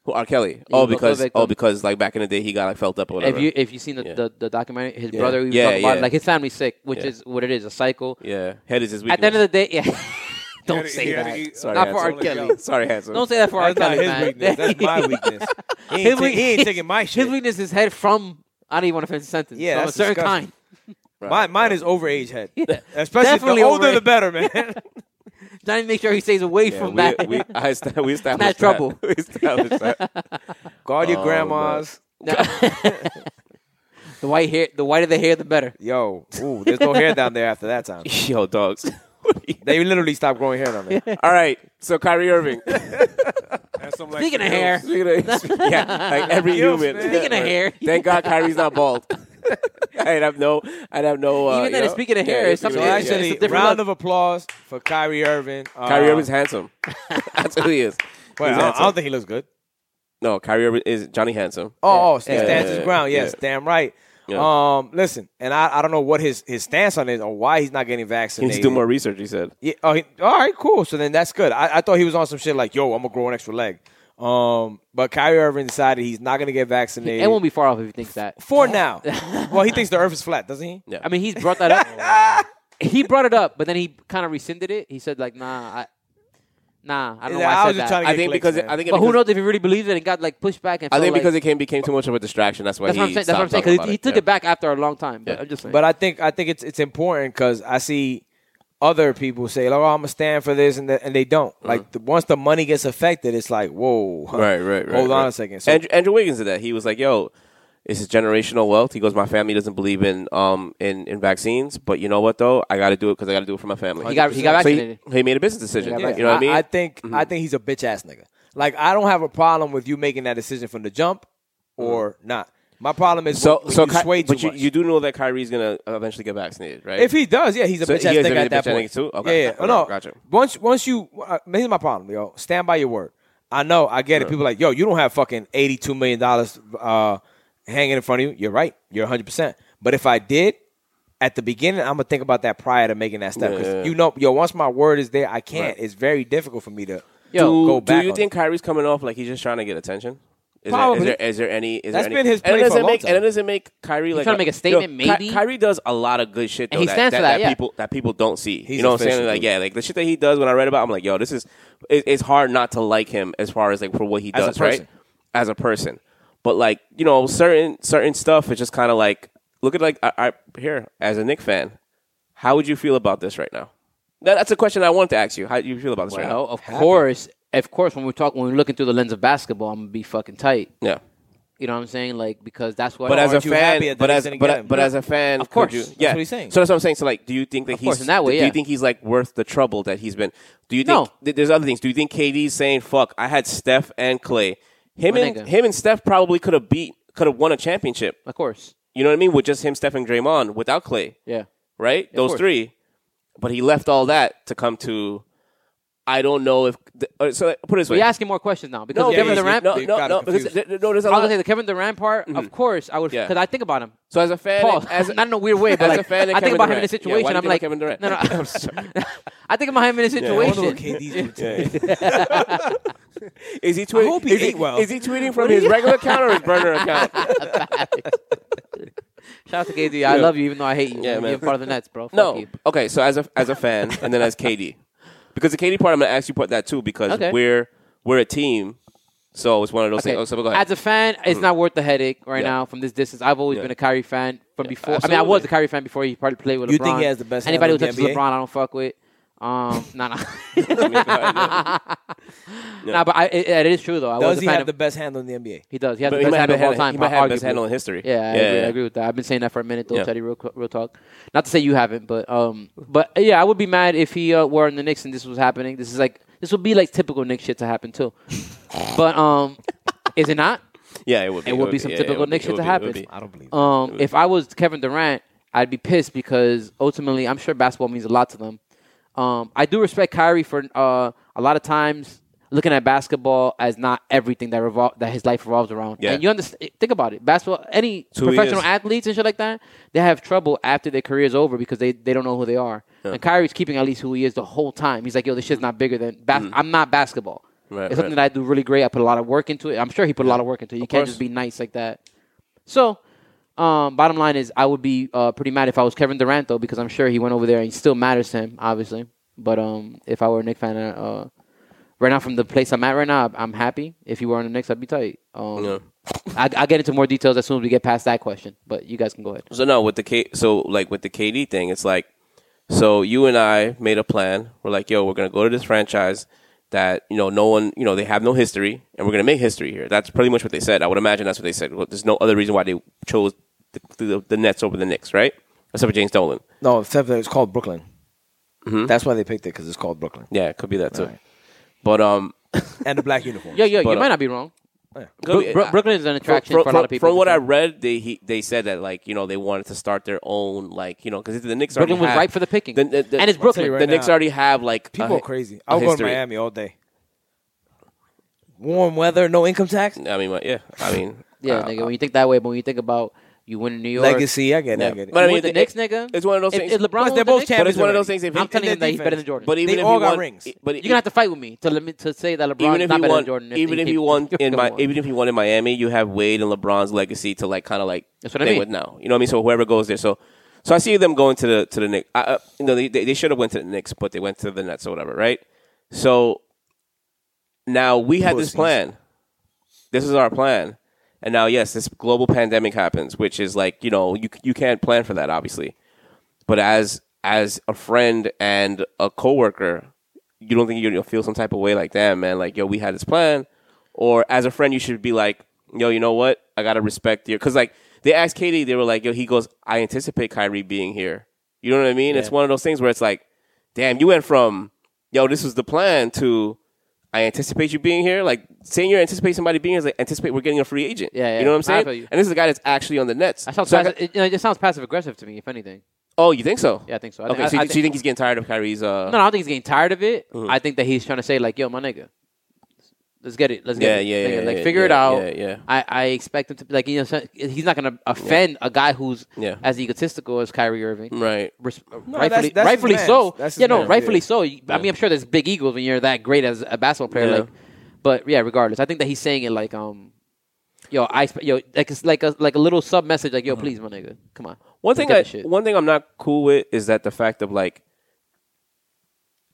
Speaker 1: Who, R. Kelly. Oh,
Speaker 2: was also a
Speaker 1: because
Speaker 2: victim.
Speaker 1: oh, because like back in the day, he got like felt up or whatever.
Speaker 2: um, If you if you seen the,
Speaker 1: Yeah.
Speaker 2: the, the documentary, his
Speaker 3: Yeah.
Speaker 2: brother, we were
Speaker 1: Yeah,
Speaker 2: talking about
Speaker 1: yeah.
Speaker 2: it, like his family's sick, which
Speaker 1: Yeah.
Speaker 2: is what it is, a cycle.
Speaker 1: yeah, head is his weakness.
Speaker 2: At the end
Speaker 1: <laughs>
Speaker 2: of the day, yeah. <laughs>
Speaker 4: He
Speaker 2: Don't
Speaker 4: had to-
Speaker 2: say
Speaker 4: he had to
Speaker 2: that.
Speaker 4: eat- uh,
Speaker 1: Sorry,
Speaker 2: Not for
Speaker 1: handsome.
Speaker 2: R. Kelly.
Speaker 1: Sorry, handsome.
Speaker 2: Don't say that for R.
Speaker 3: That's not
Speaker 2: Kelly,
Speaker 3: his
Speaker 2: man. <laughs>
Speaker 3: weakness. That's my weakness. He
Speaker 2: His
Speaker 3: ain't, ta- he ain't
Speaker 2: weakness-
Speaker 3: taking
Speaker 2: <laughs>
Speaker 3: my
Speaker 2: His
Speaker 3: shit.
Speaker 2: weakness is head from. I don't even want to finish the sentence.
Speaker 3: Yeah,
Speaker 2: from
Speaker 3: that's
Speaker 2: a certain
Speaker 3: disgusting.
Speaker 2: kind.
Speaker 1: Right.
Speaker 3: My, mine is overage head.
Speaker 2: <laughs> Yeah.
Speaker 3: <laughs> Especially
Speaker 2: Definitely
Speaker 3: the older
Speaker 2: overage.
Speaker 3: the
Speaker 2: <laughs>
Speaker 3: better, man.
Speaker 2: Trying to make sure he stays away
Speaker 1: Yeah,
Speaker 2: from
Speaker 1: we,
Speaker 2: that. <laughs>
Speaker 1: We, I esta- we established
Speaker 2: Not
Speaker 1: that.
Speaker 2: trouble.
Speaker 1: <laughs> we established
Speaker 2: <laughs>
Speaker 1: that.
Speaker 3: Guard your
Speaker 1: Oh,
Speaker 3: grandmas.
Speaker 2: the white hair, the whiter the hair, the <laughs> better.
Speaker 3: Yo, ooh, there's no hair down there
Speaker 2: <laughs>
Speaker 3: after that time.
Speaker 1: Yo, dogs.
Speaker 3: They literally stopped growing hair down there.
Speaker 1: All right, so Kyrie
Speaker 2: <laughs>
Speaker 1: Irving.
Speaker 4: And some, like,
Speaker 2: Speaking of
Speaker 4: pills.
Speaker 2: hair,
Speaker 1: Speaking of, yeah, like every
Speaker 3: Yes,
Speaker 1: human.
Speaker 3: man.
Speaker 2: <laughs> Speaking of hair.
Speaker 1: thank God Kyrie's not bald. <laughs> I'd have no, I'd have no. Uh,
Speaker 2: Even then,
Speaker 1: you know?
Speaker 2: speaking of hair, it's
Speaker 1: speaking
Speaker 3: So
Speaker 2: something-
Speaker 1: of hair,
Speaker 2: it's a
Speaker 3: actually,
Speaker 2: different
Speaker 3: round
Speaker 2: look.
Speaker 3: of applause for Kyrie Irving. Uh,
Speaker 1: Kyrie Irving's handsome. <laughs> That's who he is.
Speaker 3: wait, I,
Speaker 1: He's
Speaker 3: don't, I
Speaker 1: handsome.
Speaker 3: don't think he looks good.
Speaker 1: no, Kyrie Irving is Johnny handsome.
Speaker 3: Oh, oh so he
Speaker 1: Yeah.
Speaker 3: stands
Speaker 1: Yeah.
Speaker 3: his ground. Yes,
Speaker 1: Yeah.
Speaker 3: damn right.
Speaker 1: Yeah.
Speaker 3: Um, listen, and I, I don't know what his, his stance on it or why he's not getting
Speaker 1: He
Speaker 3: vaccinated.
Speaker 1: needs to do more research. He said.
Speaker 3: Yeah. Oh, he, all right. Cool. So then that's good. I, I thought he was on some shit like, "Yo, I'm gonna grow an extra leg." Um, but Kyrie Irving decided he's not gonna get vaccinated
Speaker 2: it won't be far off if you think that. <laughs>
Speaker 3: for now. well, he thinks the Earth is flat, doesn't he?
Speaker 1: Yeah.
Speaker 2: I mean, he's brought that <laughs> up. he brought it up, but then he kind of rescinded it. He said like, "Nah, I, nah, I don't know
Speaker 3: Yeah,
Speaker 2: why I,
Speaker 3: I
Speaker 2: said
Speaker 3: was just
Speaker 2: that."
Speaker 3: trying to
Speaker 1: I
Speaker 3: get
Speaker 1: think
Speaker 3: clicks,
Speaker 1: because it,
Speaker 3: man.
Speaker 1: I think. it
Speaker 2: but who
Speaker 1: because-
Speaker 2: knows if he really believed it and got like pushed back and
Speaker 1: I
Speaker 2: felt
Speaker 1: think
Speaker 2: like,
Speaker 1: because it came became too much of a distraction. That's why
Speaker 2: that's
Speaker 1: he
Speaker 2: what I'm saying. That's what I'm
Speaker 1: stopped
Speaker 2: saying.
Speaker 1: talking
Speaker 2: Because
Speaker 1: about
Speaker 2: he, he took
Speaker 1: Yeah.
Speaker 2: it back after a long time. But
Speaker 1: Yeah.
Speaker 2: I'm just saying.
Speaker 3: But I think I think it's it's important because I see other people say, like, "Oh, I'm gonna stand for this," and the, and they don't.
Speaker 2: Mm-hmm.
Speaker 3: Like the, once the money gets affected, it's like, <laughs> "Whow,
Speaker 1: Right, right, right.
Speaker 3: Hold on
Speaker 1: right.
Speaker 3: a second. So,
Speaker 1: Andrew, Andrew Wiggins did that. He was like, "Yo, this is generational wealth." He goes, "My family doesn't believe in um in, in vaccines, but you know what though? I got to do it because I got to do it for my family."
Speaker 2: He got- he got
Speaker 1: So
Speaker 2: vaccinated.
Speaker 1: he, made a business decision.
Speaker 2: He got
Speaker 1: You know what I mean? Mm-hmm.
Speaker 3: think I think he's a bitch ass nigga. Like I don't have a problem with you making that decision from the jump or not. My problem is
Speaker 1: Mm-hmm. so
Speaker 3: when, when
Speaker 1: so,
Speaker 3: you
Speaker 1: Ky-
Speaker 3: sway too
Speaker 1: but you,
Speaker 3: much.
Speaker 1: you do know that Kyrie's gonna eventually get vaccinated, right?
Speaker 3: If he does, yeah, he's a
Speaker 1: So
Speaker 3: bitch
Speaker 1: he
Speaker 3: ass
Speaker 1: is
Speaker 3: nigga
Speaker 1: gonna
Speaker 3: at
Speaker 1: be a
Speaker 3: that
Speaker 1: bitch-ass
Speaker 3: point.
Speaker 1: nigga too? Okay.
Speaker 3: Yeah, yeah. Oh,
Speaker 1: Okay,
Speaker 3: no.
Speaker 1: gotcha.
Speaker 3: Once once you uh, here's my problem, yo. Stand by your word. I know, I get it. People are like, yo, you don't have fucking eighty two million dollars uh, hanging in front of you. You're right. You're hundred percent. But if I did, at the beginning, I'm gonna think about that prior to making that step. Because
Speaker 1: Yeah.
Speaker 3: you know, yo, once my word is there, I can't.
Speaker 1: Right.
Speaker 3: It's very difficult for me to
Speaker 2: Yo,
Speaker 1: do,
Speaker 3: go
Speaker 1: do
Speaker 3: back.
Speaker 1: you
Speaker 3: on
Speaker 1: think Kyrie's coming off like he's just trying to get attention? Is
Speaker 3: Probably.
Speaker 1: There, is, there, is there any? Is
Speaker 3: That's
Speaker 1: there any,
Speaker 3: been his
Speaker 1: and
Speaker 3: play
Speaker 1: it doesn't
Speaker 3: for a long
Speaker 1: make,
Speaker 3: time.
Speaker 1: And it doesn't make Kyrie like
Speaker 2: trying to make a statement,
Speaker 1: Yo, Ky-
Speaker 2: maybe?
Speaker 1: Kyrie does a lot of good shit. Though,
Speaker 2: And he
Speaker 1: that,
Speaker 2: stands
Speaker 1: that,
Speaker 2: for that, yeah.
Speaker 1: people that people don't see.
Speaker 3: He's
Speaker 1: you know what I'm
Speaker 3: official,
Speaker 1: saying? Like
Speaker 3: dude.
Speaker 1: yeah, like the shit that he does. When I read about, it, I'm like, yo, this is. It, it's hard not to like him as far as like for what he
Speaker 3: As a
Speaker 1: does, right?
Speaker 3: person.
Speaker 1: As a person, but like you know, certain certain stuff is just kind of like look at like I, I here as a Nick fan, how would you feel about this right now? That, that's a question I wanted to ask you. How do you feel about this right
Speaker 2: Well,
Speaker 1: now?
Speaker 2: uh, of course, of course, when we're talking, when we're looking through the lens of basketball, I'm gonna be fucking tight.
Speaker 1: Yeah.
Speaker 2: You know what I'm saying? Like because that's what.
Speaker 1: But as a
Speaker 3: aren't you
Speaker 1: fan,
Speaker 3: happy that
Speaker 1: but
Speaker 3: they
Speaker 1: as
Speaker 3: didn't get him?
Speaker 1: but, but
Speaker 3: Yeah.
Speaker 1: as a fan,
Speaker 2: Of
Speaker 1: could
Speaker 2: course.
Speaker 1: you-
Speaker 2: That's
Speaker 1: yeah.
Speaker 3: what he's saying.
Speaker 1: So that's what I'm saying. So like, do you think that he's
Speaker 2: course, in that way,
Speaker 1: do
Speaker 2: yeah.
Speaker 1: you think he's like worth the trouble that he's been? Do you think
Speaker 2: No.
Speaker 1: th- there's other things? Do you think KD's saying fuck? I had Steph and Clay. Him
Speaker 2: My
Speaker 1: and
Speaker 2: nigga.
Speaker 1: him and Steph probably could have beat, could have won a championship.
Speaker 2: of course,
Speaker 1: You know what I mean? With just him, Steph, and Draymond without Clay,
Speaker 2: yeah.
Speaker 1: right? Those
Speaker 2: course.
Speaker 1: three. But he left all that to come to. I don't know if th- uh, so. Put it this way.
Speaker 2: We're asking more questions now because
Speaker 1: no,
Speaker 3: Yeah,
Speaker 2: Kevin
Speaker 1: because-
Speaker 3: he's-
Speaker 2: Durant.
Speaker 1: no,
Speaker 3: They've
Speaker 1: no,
Speaker 3: got
Speaker 1: no,
Speaker 3: it
Speaker 1: because
Speaker 3: confused.
Speaker 1: there- no, there's a
Speaker 2: I was
Speaker 1: lot.
Speaker 2: gonna say the Kevin Durant part. Of course, I would
Speaker 1: Mm-hmm. Yeah.
Speaker 2: because I think about him.
Speaker 1: So as a fan,
Speaker 2: Paul, <laughs>
Speaker 1: as
Speaker 2: not in a weird way, but
Speaker 1: as
Speaker 2: like
Speaker 1: a fan, of
Speaker 2: I think
Speaker 1: Kevin
Speaker 2: about him in
Speaker 1: Durant.
Speaker 2: a
Speaker 1: Yeah, why
Speaker 2: situation.
Speaker 1: do you
Speaker 2: <laughs> I'm
Speaker 1: think
Speaker 2: like
Speaker 1: Kevin Durant. <laughs>
Speaker 2: No, no.
Speaker 1: I'm sorry.
Speaker 2: I think about him in a
Speaker 1: I
Speaker 3: I wonder
Speaker 2: situation.
Speaker 3: what
Speaker 2: <laughs>
Speaker 3: KD's routine is.
Speaker 1: Is he tweeting?
Speaker 3: hope he
Speaker 1: is,
Speaker 3: ate well.
Speaker 1: is he tweeting from his regular account or his burner account?
Speaker 2: Shout out to KD. I love you, even though I hate you.
Speaker 1: Yeah, man.
Speaker 2: You're part of the Nets,
Speaker 1: <laughs>
Speaker 2: bro. Fuck
Speaker 1: no.
Speaker 2: you.
Speaker 1: Okay, so as a as a fan, and then as KD, because the KD part, I'm gonna ask you part that too because
Speaker 2: Okay.
Speaker 1: we're we're a team, so it's one of those
Speaker 2: Okay.
Speaker 1: things. Oh, so go ahead. <laughs>
Speaker 2: As a fan, it's not worth the headache right
Speaker 1: Yeah.
Speaker 2: now from this distance. I've always
Speaker 1: Yeah.
Speaker 2: been a Kyrie fan from before. I mean, I
Speaker 1: absolutely.
Speaker 2: was a Kyrie fan before he probably played with LeBron.
Speaker 3: You think he has the best
Speaker 2: Anybody who
Speaker 3: handle in
Speaker 2: touches
Speaker 3: the NBA?
Speaker 2: LeBron, I don't fuck with. Um, <laughs> nah, nah,
Speaker 1: <laughs> Yeah.
Speaker 2: <laughs> nah. But I, it, it is true though. I was
Speaker 3: Does
Speaker 2: a
Speaker 3: he
Speaker 2: fan
Speaker 3: have
Speaker 2: of-
Speaker 3: the best handle in the NBA?
Speaker 2: He does. He has
Speaker 1: But
Speaker 2: the
Speaker 1: he
Speaker 2: best
Speaker 1: might have
Speaker 2: handle of
Speaker 1: the
Speaker 2: all
Speaker 1: head-
Speaker 2: time.
Speaker 1: he might have the best
Speaker 2: arguably.
Speaker 1: handle in history.
Speaker 2: Yeah, I,
Speaker 1: Yeah,
Speaker 2: agree,
Speaker 1: yeah.
Speaker 2: I agree with that. I've been saying that for a minute though,
Speaker 1: Yeah.
Speaker 2: Teddy. Real, real talk. Not to say you haven't, but um, but yeah, I would be mad if he uh, were in the Knicks and this was happening. This is like this would be like typical Knicks shit to happen too. <laughs> but um, is it not?
Speaker 1: Yeah, it would. Be,
Speaker 2: It would be some
Speaker 1: yeah, it
Speaker 2: typical
Speaker 1: would be,
Speaker 2: Knicks
Speaker 1: it would
Speaker 2: shit to
Speaker 1: be, it
Speaker 2: happen.
Speaker 1: would be.
Speaker 3: I don't believe. it.
Speaker 2: Um, if I was Kevin Durant, I'd be pissed because ultimately, I'm sure basketball means a lot to them. Um, I do respect Kyrie for uh, a lot of times looking at basketball as not everything that revol- that his life revolves around.
Speaker 1: Yeah.
Speaker 2: And you understand? Think about it. Basketball, any
Speaker 1: who he
Speaker 2: professional
Speaker 1: is.
Speaker 2: athletes and shit like that, they have trouble after their career's over because they, they don't know who they are. And Kyrie's keeping at least who he is the whole time. He's like, yo, this shit's not bigger than bas- I'm not basketball.
Speaker 1: Right,
Speaker 2: it's something
Speaker 1: right.
Speaker 2: that I do really great. I put a lot of work into it. I'm sure he put a lot of work into it. You can't just
Speaker 1: course.
Speaker 2: be nice like that. So, um, bottom line is, I would be uh, pretty mad if I was Kevin Durant though, because I'm sure he went over there and it still matters to him, obviously. But um, if I were a Knicks fan, uh, right now from the place I'm at right now, I'm happy. If you were on the Knicks, I'd be tight. Um,
Speaker 1: Yeah.
Speaker 2: I, I'll get into more details as soon as we get past that question. But you guys can go ahead.
Speaker 1: So no, with the K, so like with the KD thing, it's like, so you and I made a plan. We're like, yo, we're gonna go to this franchise that you know no one, you know, they have no history, and we're gonna make history here. That's pretty much what they said. I would imagine that's what they said. Well, There's no other reason why they chose the, the, the Nets over the Knicks, right? Except for James Dolan.
Speaker 3: No, except that it's called Brooklyn.
Speaker 1: Mm-hmm.
Speaker 3: That's why they picked it because it's called Brooklyn
Speaker 1: Yeah, it could be that too.
Speaker 3: Right.
Speaker 1: But um,
Speaker 3: <laughs> and the black uniform.
Speaker 2: Yeah, yeah, you
Speaker 1: But, uh,
Speaker 2: might not be wrong.
Speaker 1: could
Speaker 2: Bro-
Speaker 1: be-
Speaker 2: Bro- Brooklyn is an attraction
Speaker 1: from,
Speaker 2: for a lot of
Speaker 1: from-
Speaker 2: people.
Speaker 1: From what I read, they he, they said that like you know they wanted to start their own like you know because the Knicks
Speaker 2: Brooklyn
Speaker 1: already
Speaker 2: was
Speaker 1: have-
Speaker 2: ripe for the picking.
Speaker 1: The, the, the,
Speaker 2: And it's
Speaker 1: the
Speaker 2: Brooklyn.
Speaker 3: right
Speaker 1: Knicks
Speaker 3: now,
Speaker 1: already have like
Speaker 3: people
Speaker 1: a-
Speaker 3: are crazy.
Speaker 1: a
Speaker 3: I'll go to
Speaker 1: uh, history.
Speaker 3: Miami all day. Warm weather, no income tax,
Speaker 1: I mean, yeah. I mean,
Speaker 2: <laughs> Yeah,
Speaker 1: uh,
Speaker 2: nigga. When you think that way, but when you think about you win in New York,
Speaker 3: legacy. I get it.
Speaker 1: Yeah.
Speaker 3: I get it.
Speaker 1: But I
Speaker 2: you
Speaker 1: mean,
Speaker 2: win the
Speaker 1: it-
Speaker 2: Knicks,
Speaker 1: it-
Speaker 2: nigga.
Speaker 1: it's one of those
Speaker 2: If-
Speaker 1: things-
Speaker 2: If LeBron
Speaker 1: Plus,
Speaker 2: was
Speaker 3: they're
Speaker 2: the
Speaker 3: both
Speaker 2: Knicks,
Speaker 1: But
Speaker 3: champions
Speaker 1: it's one of those
Speaker 3: already.
Speaker 1: things. If
Speaker 2: I'm
Speaker 1: he,
Speaker 2: telling you that he's
Speaker 3: defense.
Speaker 2: better than Jordan.
Speaker 1: but even
Speaker 3: They
Speaker 1: if
Speaker 3: all
Speaker 1: he
Speaker 3: got
Speaker 1: won,
Speaker 3: rings.
Speaker 1: But
Speaker 2: You're gonna have to fight with me to limit to say that LeBron
Speaker 1: even
Speaker 2: is
Speaker 1: if
Speaker 2: not
Speaker 1: he
Speaker 2: better than
Speaker 1: won,
Speaker 2: Jordan.
Speaker 1: even if he
Speaker 2: keeps- <laughs>
Speaker 1: won in
Speaker 2: Come
Speaker 1: my,
Speaker 2: on.
Speaker 1: even if he won in Miami, you have Wade and LeBron's legacy to like kind of like
Speaker 2: That's what I
Speaker 1: thing
Speaker 2: mean.
Speaker 1: with now. You know what I mean? So whoever goes there, so so I see them going to the to the Knicks. I, uh, you know, they they, they should have went to the Knicks, but they went to the Nets or whatever, right? So now we had this
Speaker 3: Pussies.
Speaker 1: plan. This is our plan. And now, yes, this global pandemic happens, which is like you know you you can't plan for that, obviously. But as as a friend and a coworker, you don't think you're gonna feel some type of way like, damn, man, like yo, we had this plan. Or as a friend, you should be like, yo, you know what? I gotta respect your because like they asked Katie, they were like, yo, he goes, I anticipate Kyrie being here. You know what I mean? It's one of those things where it's like, damn, you went from yo, this was the plan to I anticipate you being here. Like saying you anticipate somebody being here is like anticipate we're getting a free agent.
Speaker 2: Yeah, yeah.
Speaker 1: You know what I'm
Speaker 2: I
Speaker 1: saying?
Speaker 2: feel you.
Speaker 1: And this is a guy that's actually on the Nets.
Speaker 2: I sound
Speaker 1: So I
Speaker 2: passive,
Speaker 1: got-
Speaker 2: it, you know, it just sounds passive aggressive to me, if anything.
Speaker 1: oh, you think so?
Speaker 2: Yeah, I think so. I
Speaker 1: okay,
Speaker 2: think-
Speaker 1: so,
Speaker 2: I-
Speaker 1: you,
Speaker 2: I
Speaker 1: so you
Speaker 2: think-
Speaker 1: think he's Mm-hmm. getting tired of Kyrie's? Uh,
Speaker 2: No, no, I don't think he's getting tired of it. I think that he's trying to say like, "Yo, my nigga, let's get it, let's
Speaker 1: Yeah,
Speaker 2: get it,
Speaker 1: yeah,
Speaker 2: Nigga,
Speaker 1: yeah,
Speaker 2: like
Speaker 1: yeah,
Speaker 2: figure it
Speaker 1: yeah,
Speaker 2: out."
Speaker 1: yeah, yeah.
Speaker 2: I, I expect him to like you know so- he's not gonna offend a guy who's
Speaker 1: Yeah.
Speaker 2: as egotistical as Kyrie Irving.
Speaker 1: Right.
Speaker 2: Res- uh, rightfully,
Speaker 3: that's- that's his
Speaker 2: rightfully
Speaker 3: man.
Speaker 2: so.
Speaker 3: That's his
Speaker 2: yeah, no,
Speaker 3: man,
Speaker 2: rightfully
Speaker 3: yeah.
Speaker 2: so. You- I mean, I'm sure there's big egos when you're that great as a basketball player.
Speaker 1: Yeah.
Speaker 2: Like, but yeah, regardless, I think that he's saying it like, um, yo, I, expe- yo, like it's like a like a little sub message, like,
Speaker 1: Uh-huh.
Speaker 2: yo, please, my nigga, come on.
Speaker 1: One
Speaker 2: Let's
Speaker 1: thing
Speaker 2: get
Speaker 1: I
Speaker 2: this shit.
Speaker 1: one thing I'm not cool with is that the fact of like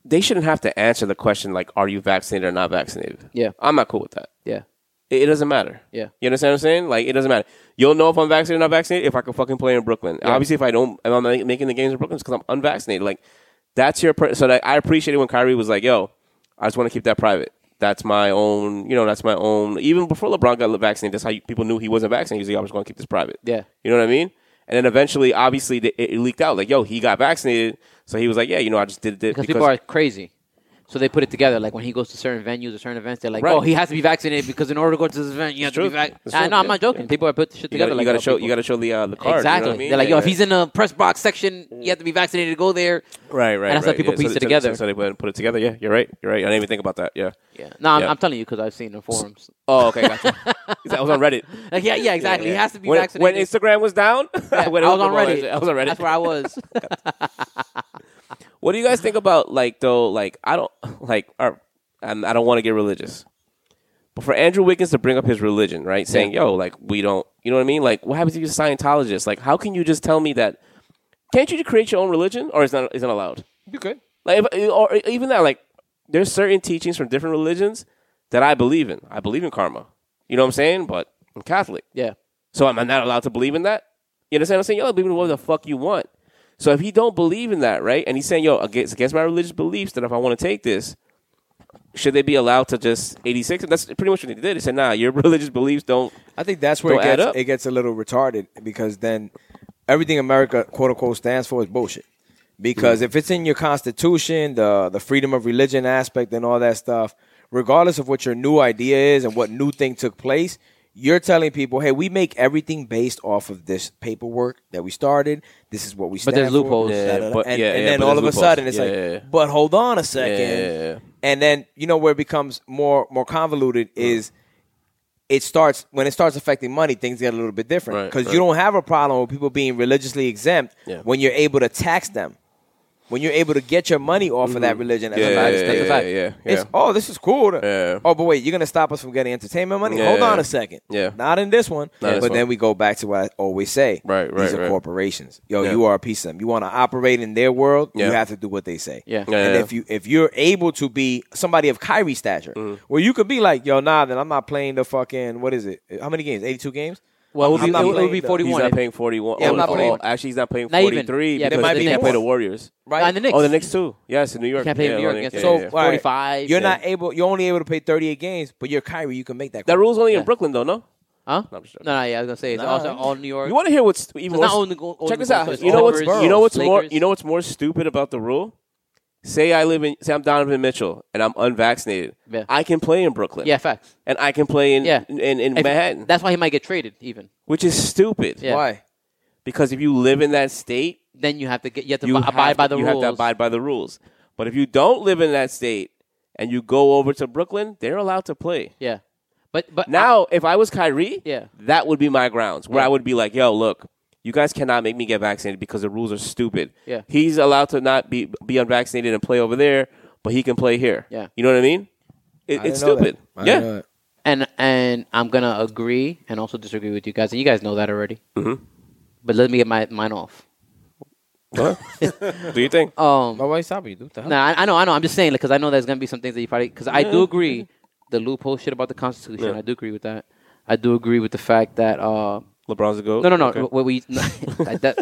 Speaker 1: they shouldn't have to answer the question like are you vaccinated or not vaccinated.
Speaker 2: Yeah.
Speaker 1: I'm not cool with that.
Speaker 2: yeah,
Speaker 1: It, it doesn't matter.
Speaker 2: Yeah.
Speaker 1: You understand what I'm saying? Like it doesn't matter. You'll know if I'm vaccinated or not vaccinated if I can fucking play in Brooklyn. Obviously if I don't if I'm ma- making the games in Brooklyn it's cuz I'm unvaccinated. Like that's your per- so like, I appreciate it when Kyrie was like, "Yo, I just want to keep that private." That's my own, you know. That's my own. Even before LeBron got vaccinated, that's how you, people knew he wasn't vaccinated. He was like, "I'm just going to keep this private."
Speaker 2: Yeah.
Speaker 1: You know what I mean? And then eventually, obviously, th- it it leaked out like, yo, he got vaccinated. So he was like, yeah, you know, I just did it
Speaker 2: because people are crazy. So they put it together. Like when he goes to certain venues or certain events, they're like, "Oh,
Speaker 1: Right.
Speaker 2: he has to be vaccinated because in order to go to this event, you have to
Speaker 1: true.
Speaker 2: be vaccinated."
Speaker 1: It's
Speaker 2: Nah,
Speaker 1: true.
Speaker 2: no, I'm
Speaker 1: Yeah.
Speaker 2: not joking. People are put shit
Speaker 1: you
Speaker 2: together.
Speaker 1: gotta,
Speaker 2: like
Speaker 1: you gotta
Speaker 2: that.
Speaker 1: show,
Speaker 2: People-
Speaker 1: you gotta show the uh, the card. you know what I
Speaker 2: exactly.
Speaker 1: mean?
Speaker 2: They're like,
Speaker 1: Yeah,
Speaker 2: "Yo, if
Speaker 1: yeah.
Speaker 2: he's in a press box section, you have to be vaccinated to go there."
Speaker 1: right, right,
Speaker 2: and that's how
Speaker 1: right.
Speaker 2: people
Speaker 1: Yeah,
Speaker 2: piece
Speaker 1: so-
Speaker 2: it
Speaker 1: so-
Speaker 2: together.
Speaker 1: So they went and put it together. Yeah, you're right. You're right. I didn't even think about that. Yeah.
Speaker 2: Yeah. No, I'm,
Speaker 1: Yeah.
Speaker 2: I'm telling you because I've seen the forums.
Speaker 1: Oh, okay, <laughs> gotcha. I was on Reddit.
Speaker 2: Like, yeah, yeah, <laughs> exactly.
Speaker 1: Yeah,
Speaker 2: He
Speaker 1: yeah.
Speaker 2: has to be
Speaker 1: when,
Speaker 2: vaccinated.
Speaker 1: When Instagram was down, <laughs>
Speaker 2: Yeah,
Speaker 1: when it
Speaker 2: I was on
Speaker 1: all-
Speaker 2: Reddit.
Speaker 1: I was on Reddit.
Speaker 2: That's where
Speaker 1: <laughs>
Speaker 2: I was.
Speaker 1: What do you guys think about like though? Like I don't like. Or, I'm, I don't want to get religious, but for Andrew Wiggins to bring up his religion, right? Saying, "Yo, like we don't," you know what I mean? Like, what happens if you're a Scientologist? Like, how can you just tell me that? Can't you create your own religion, or is not is not allowed?
Speaker 2: you could.
Speaker 1: Like, if, or even that, like, there's certain teachings from different religions that I believe in. I believe in karma. You know what I'm saying? But I'm Catholic.
Speaker 2: Yeah.
Speaker 1: So am I not allowed to believe in that? You understand what I'm saying? You allowed to believe in what the fuck you want. So if he don't believe in that, right, and he's saying, "Yo, against against my religious beliefs, that if I want to take this, should they be allowed to just 86?" And that's pretty much what they did. They said, "Nah, your <laughs> religious beliefs don't."
Speaker 3: I think that's where it
Speaker 1: Don't add
Speaker 3: gets,
Speaker 1: up.
Speaker 3: it gets a little retarded because then everything America quote unquote stands for is bullshit. Because
Speaker 1: Mm.
Speaker 3: if it's in your constitution, the the freedom of religion aspect and all that stuff, regardless of what your new idea is and what new thing took place, you're telling people, hey, we make everything based off of this paperwork that we started. This is what we
Speaker 2: But
Speaker 3: stand
Speaker 2: there's
Speaker 3: for,
Speaker 2: loopholes.
Speaker 3: da,
Speaker 2: Yeah,
Speaker 3: da, da.
Speaker 1: but-
Speaker 3: and,
Speaker 1: yeah,
Speaker 3: and
Speaker 1: yeah,
Speaker 3: then
Speaker 1: but
Speaker 3: all
Speaker 1: there's
Speaker 3: of a
Speaker 1: loopholes.
Speaker 3: sudden it's like,
Speaker 1: Yeah, yeah, yeah.
Speaker 3: but hold on a second.
Speaker 1: yeah, yeah.
Speaker 3: And then you know where it becomes more more convoluted
Speaker 1: Mm.
Speaker 3: is it starts when it starts affecting money, things get a little bit different
Speaker 1: Right,
Speaker 3: because
Speaker 1: right.
Speaker 3: you don't have a problem with people being religiously exempt
Speaker 1: Yeah.
Speaker 3: when you're able to tax them. When you're able to get your money off of that religion, as
Speaker 1: Mm-hmm. Yeah,
Speaker 3: a
Speaker 1: yeah,
Speaker 3: fact,
Speaker 1: yeah,
Speaker 3: that's a
Speaker 1: yeah,
Speaker 3: fact.
Speaker 1: yeah, yeah.
Speaker 3: It's, oh, this is cool. to-
Speaker 1: Yeah.
Speaker 3: Oh, but wait, you're gonna stop us from getting entertainment money?
Speaker 1: Yeah,
Speaker 3: Hold on
Speaker 1: yeah.
Speaker 3: a second.
Speaker 1: Yeah.
Speaker 3: not in this one.
Speaker 1: Not this
Speaker 3: but then
Speaker 1: one.
Speaker 3: we go back to what I always say.
Speaker 1: Right,
Speaker 3: These
Speaker 1: right,
Speaker 3: are
Speaker 1: right.
Speaker 3: corporations. Yo,
Speaker 1: Yeah.
Speaker 3: you are a piece of them. You want to operate in their world, you
Speaker 1: Yeah.
Speaker 3: have to do what they say.
Speaker 2: Yeah.
Speaker 1: Yeah,
Speaker 3: and
Speaker 1: yeah.
Speaker 3: if you if you're able to be somebody of Kyrie stature,
Speaker 1: Mm-hmm.
Speaker 3: where you could be like, yo, nah, then I'm not playing the fucking what is it? How many games? 82 games?
Speaker 2: Well, it
Speaker 3: I'm
Speaker 2: would be,
Speaker 3: not
Speaker 2: it would- it would be
Speaker 3: playing the-
Speaker 1: He's
Speaker 2: 41.
Speaker 1: not paying 41.
Speaker 3: Yeah, I'm
Speaker 1: Oh,
Speaker 3: not
Speaker 1: oh,
Speaker 3: playing-
Speaker 1: actually, he's not paying
Speaker 2: Not even.
Speaker 1: 43
Speaker 2: Yeah,
Speaker 1: because
Speaker 3: might
Speaker 1: they
Speaker 3: be
Speaker 1: can't
Speaker 3: more.
Speaker 1: play the Warriors.
Speaker 3: Right.
Speaker 2: On the Knicks.
Speaker 1: Oh, the Knicks too. Yes, in New York.
Speaker 2: Can't play in
Speaker 1: Yeah,
Speaker 2: New York
Speaker 1: on the-
Speaker 2: against
Speaker 1: yeah,
Speaker 2: the-
Speaker 1: yeah.
Speaker 3: So all right,
Speaker 2: 45,
Speaker 3: You're
Speaker 2: yeah.
Speaker 3: not able. You're only able to play 38 games, but you're Kyrie. You can make that.
Speaker 1: that
Speaker 3: call.
Speaker 1: rule's only
Speaker 2: Yeah.
Speaker 1: in Brooklyn though. No.
Speaker 2: Huh?
Speaker 1: No,
Speaker 2: No,
Speaker 1: I'm just joking.
Speaker 2: no, yeah, I was gonna say it's also all New York.
Speaker 1: You want to hear what's even
Speaker 2: It's not
Speaker 1: worse?
Speaker 2: only go- only
Speaker 1: Check this
Speaker 2: Gold
Speaker 1: out.
Speaker 2: Coast,
Speaker 1: You know
Speaker 2: all
Speaker 1: what's
Speaker 2: boroughs,
Speaker 1: you know what's more
Speaker 2: Lakers.
Speaker 1: you know what's more stupid about the rule? Say I live in say I'm Donovan Mitchell and I'm unvaccinated.
Speaker 2: Yeah.
Speaker 1: I can play in Brooklyn.
Speaker 2: yeah, facts.
Speaker 1: and I can play in
Speaker 2: Yeah.
Speaker 1: in, in
Speaker 2: If-
Speaker 1: Manhattan,
Speaker 2: That's why he might get traded. Even
Speaker 1: which is stupid.
Speaker 2: Yeah.
Speaker 3: Why?
Speaker 1: Because if you live in that state,
Speaker 2: then, you have to get you have to
Speaker 1: you
Speaker 2: ab-
Speaker 1: have
Speaker 2: abide
Speaker 1: to-
Speaker 2: by the
Speaker 1: you
Speaker 2: rules.
Speaker 1: have to abide by the rules. But if you don't live in that state and you go over to Brooklyn, they're allowed to play.
Speaker 2: Yeah, but but
Speaker 1: Now, if I was Kyrie,
Speaker 2: Yeah.
Speaker 1: that would be my grounds where
Speaker 2: Yeah.
Speaker 1: I would be like, "Yo, look, you guys cannot make me get vaccinated because the rules are stupid."
Speaker 2: Yeah.
Speaker 1: he's allowed to not be be unvaccinated and play over there, but he can play here.
Speaker 2: Yeah.
Speaker 1: you know what I mean? It,
Speaker 3: I
Speaker 1: it's
Speaker 3: didn't know
Speaker 1: stupid.
Speaker 3: that. I
Speaker 1: Yeah,
Speaker 3: didn't know that.
Speaker 2: and and I'm gonna agree and also disagree with you guys, and you guys know that already. Mm-hmm. But let me get my mine off.
Speaker 1: <laughs> do you think?
Speaker 2: Um,
Speaker 3: But why you stopping you? dude? What the hell?
Speaker 2: no, I, I know, I know. I'm just saying, because I know there's gonna be some things that you probably because I do agree the loophole shit about the Constitution. I do agree with that. I do agree with the fact that uh,
Speaker 1: LeBron's a goat.
Speaker 2: no, no, no.
Speaker 1: Okay.
Speaker 2: What we <laughs> no,
Speaker 1: <laughs>
Speaker 2: that,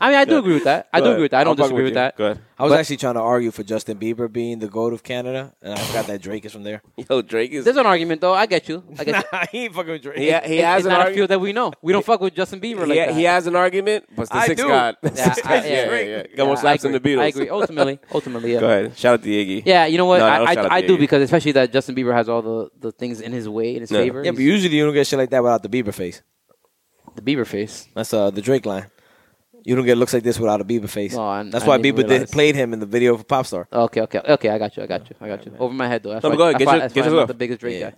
Speaker 2: I mean, I do agree with that. I
Speaker 1: Go
Speaker 2: do
Speaker 1: ahead.
Speaker 2: agree with that. I don't
Speaker 1: I'm fucking
Speaker 2: disagree with,
Speaker 1: you.
Speaker 2: that.
Speaker 1: Go ahead.
Speaker 3: I was
Speaker 2: But-
Speaker 3: actually trying to argue for Justin Bieber being the goat of Canada, and I forgot that Drake is from there.
Speaker 1: Yo, Drake is.
Speaker 2: There's an argument though. I get you.
Speaker 1: <laughs>
Speaker 2: I get you.
Speaker 3: <laughs> nah, he ain't fucking with Drake.
Speaker 1: he, he
Speaker 2: It's-
Speaker 1: has
Speaker 2: it's
Speaker 1: an
Speaker 2: not a
Speaker 1: argument.
Speaker 2: field that we know. We don't fuck with Justin Bieber like
Speaker 1: he,
Speaker 2: that.
Speaker 1: he has an argument, but the
Speaker 3: I
Speaker 1: six
Speaker 3: do.
Speaker 1: god.
Speaker 2: Yeah,
Speaker 1: <laughs> Six
Speaker 2: I-
Speaker 1: God.
Speaker 2: yeah,
Speaker 1: yeah,
Speaker 2: Drake.
Speaker 1: yeah, yeah.
Speaker 2: Yeah,
Speaker 1: Almost slaps
Speaker 2: I
Speaker 1: in the
Speaker 2: agree.
Speaker 1: Beatles.
Speaker 2: I agree. Ultimately, ultimately, yeah.
Speaker 1: <laughs> Go ahead. Shout out to Iggy.
Speaker 2: Yeah, you know what?
Speaker 1: No, no,
Speaker 2: I,
Speaker 1: shout out
Speaker 2: I, I
Speaker 1: to
Speaker 2: do
Speaker 1: Iggy.
Speaker 2: because especially that Justin Bieber has all the, the things in his way in his
Speaker 1: Yeah.
Speaker 2: favor.
Speaker 3: Yeah, but
Speaker 2: He's-
Speaker 3: usually you don't get shit like that without the Bieber face.
Speaker 2: the Bieber face.
Speaker 3: That's uh, the Drake line. You don't get looks like this without a Bieber face.
Speaker 2: Oh, I-
Speaker 3: That's
Speaker 2: I
Speaker 3: why
Speaker 2: didn't
Speaker 3: Bieber did,
Speaker 2: realize.
Speaker 3: played him in the video for Popstar.
Speaker 2: Okay, okay, okay. I got you. I got you. I got you. Over my head though. That's
Speaker 1: No,
Speaker 2: why,
Speaker 1: but go ahead.
Speaker 2: that's
Speaker 1: Get
Speaker 2: why-
Speaker 1: your-
Speaker 2: that's
Speaker 1: get
Speaker 2: why I'm
Speaker 1: yourself.
Speaker 2: not the biggest Drake
Speaker 3: Yeah.
Speaker 2: guy.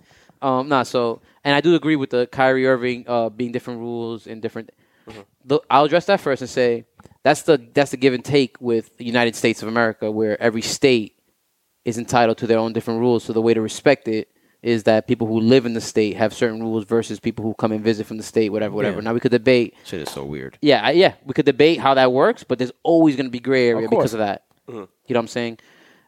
Speaker 2: Um, nah. So, and I do agree with the Kyrie Irving uh, being different rules and different.
Speaker 1: Mm-hmm.
Speaker 2: Look, I'll address that first and say that's the that's the give and take with the United States of America, where every state is entitled to their own different rules. So the way to respect it is that people who live in the state have certain rules versus people who come and visit from the state, whatever, whatever.
Speaker 3: Yeah.
Speaker 2: Now we could debate
Speaker 3: Shit is so weird.
Speaker 2: yeah, I- yeah, we could debate how that works, but there's always going to be gray area
Speaker 3: Of course.
Speaker 2: because of that. You know what I'm saying?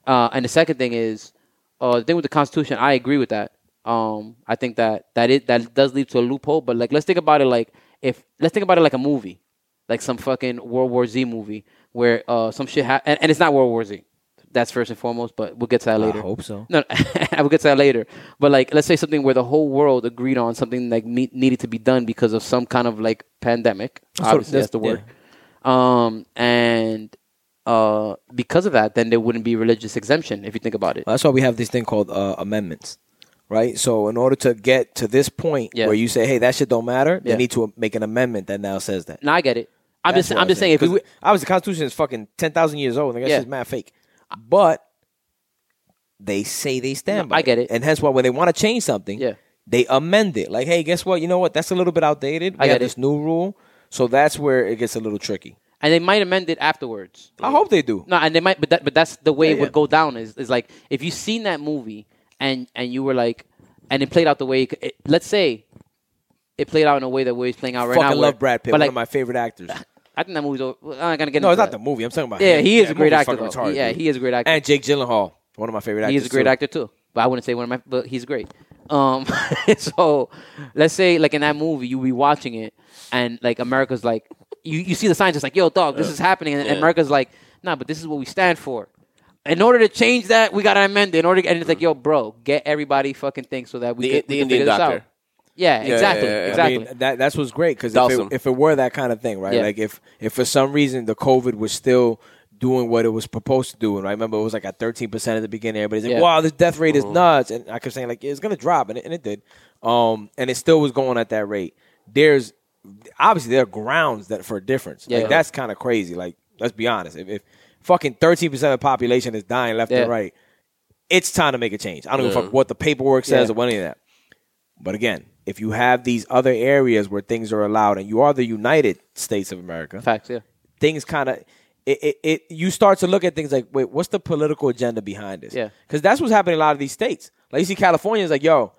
Speaker 2: Uh, and the second thing is uh, the thing with the Constitution. I agree with that. Um, I think that that it that does lead to a loophole. But like, let's think about it like if let's think about it like a movie, like some fucking World War Z movie where uh, some shit hap and, and it's not World War Z. That's first and foremost, but we'll get to that later.
Speaker 3: hope so.
Speaker 2: No, <laughs> I will get to that later. But like, let's say something where the whole world agreed on something like me- needed to be done because of some kind of like pandemic.
Speaker 3: what-
Speaker 2: Obviously, that's,
Speaker 3: that's-
Speaker 2: the word. Um, and uh, because of that, then there wouldn't be religious exemption if you think about it.
Speaker 3: That's why we have this thing called uh, amendments, right? So in order to get to this point
Speaker 2: Yeah.
Speaker 3: where you say, "Hey, that shit don't matter," they
Speaker 2: Yeah.
Speaker 3: need to make an amendment that now says that.
Speaker 2: Now I get it. I'm
Speaker 3: That's
Speaker 2: just,
Speaker 3: what
Speaker 2: I'm just saying. If
Speaker 3: 'Cause
Speaker 2: we,
Speaker 3: obviously the Constitution is fucking ten thousand years old, and that
Speaker 2: Yeah.
Speaker 3: shit's mad fake. But they say they stand
Speaker 2: No,
Speaker 3: by.
Speaker 2: I get it.
Speaker 3: and hence why when they want to change something,
Speaker 2: Yeah.
Speaker 3: they amend it. Like, hey, guess what? You know what? That's a little bit outdated. We
Speaker 2: I get
Speaker 3: have
Speaker 2: it.
Speaker 3: this new rule, so that's where it gets a little tricky.
Speaker 2: and they might amend it afterwards.
Speaker 3: I hope they do.
Speaker 2: No, and they might, but that, but that's the way
Speaker 3: Yeah,
Speaker 2: it
Speaker 3: yeah.
Speaker 2: would go down. Is is like if you seen that movie and and you were like, and it played out the way. It, it- let's say it played out in a way that way it's playing out right now.
Speaker 3: fucking
Speaker 2: where-
Speaker 3: love Brad Pitt,
Speaker 2: but
Speaker 3: one
Speaker 2: like
Speaker 3: of my favorite
Speaker 2: <laughs>
Speaker 3: actors.
Speaker 2: I think that movie's. Over. I'm not gonna get.
Speaker 3: No,
Speaker 2: into
Speaker 3: it's not
Speaker 2: that.
Speaker 3: the movie. I'm talking about.
Speaker 2: Yeah,
Speaker 3: him.
Speaker 2: he is a
Speaker 3: That
Speaker 2: great
Speaker 3: movie's
Speaker 2: actor.
Speaker 3: fucking
Speaker 2: though.
Speaker 3: retarded,
Speaker 2: yeah,
Speaker 3: dude.
Speaker 2: he is a great actor.
Speaker 3: And Jake Gyllenhaal, one of my favorite actors.
Speaker 2: He's a great
Speaker 3: too.
Speaker 2: actor too, but I wouldn't say one of my. But he's great. Um, <laughs> so let's say like in that movie, you be watching it, and like America's like, you, you see the signs. It's like, yo, dog, this is happening. And, and America's like, nah, but this is what we stand for. In order to change that, we gotta amend it. In order, to, and it's like, yo, bro, get everybody fucking things so that we
Speaker 1: The- the
Speaker 2: can, we can
Speaker 1: Indian
Speaker 2: figure this out.
Speaker 1: doctor.
Speaker 2: Yeah, exactly,
Speaker 1: yeah, yeah. I mean,
Speaker 2: exactly.
Speaker 3: I mean, that that's what's great because if,
Speaker 1: Dawson.
Speaker 3: it- if it were that kind of thing, right?
Speaker 2: Yeah.
Speaker 3: Like if if for some reason the COVID was still doing what it was proposed to do, and I remember it was like at thirteen percent at the beginning. Everybody's like,
Speaker 2: Yeah. Mm-hmm.
Speaker 3: "Wow, this death rate is nuts," and I kept saying like, "It's gonna drop," and it, and it did. Um, and it still was going at that rate. There's obviously there are grounds that for a difference.
Speaker 2: Yeah.
Speaker 3: Like that's kind of crazy. Like let's be honest, if, if fucking thirteen percent of the population is dying left
Speaker 2: Yeah.
Speaker 3: and right, it's time to make a change. I don't give a fuck what the paperwork says
Speaker 2: Yeah.
Speaker 3: or what any of that. But again, if you have these other areas where things are allowed, and you are the United States of America,
Speaker 2: Facts, yeah.
Speaker 3: things kind of it, it, it you start to look at things like, wait, what's the political agenda behind this?
Speaker 2: Yeah.
Speaker 3: because that's what's happening in a lot of these states. Like you see, California is like, yo,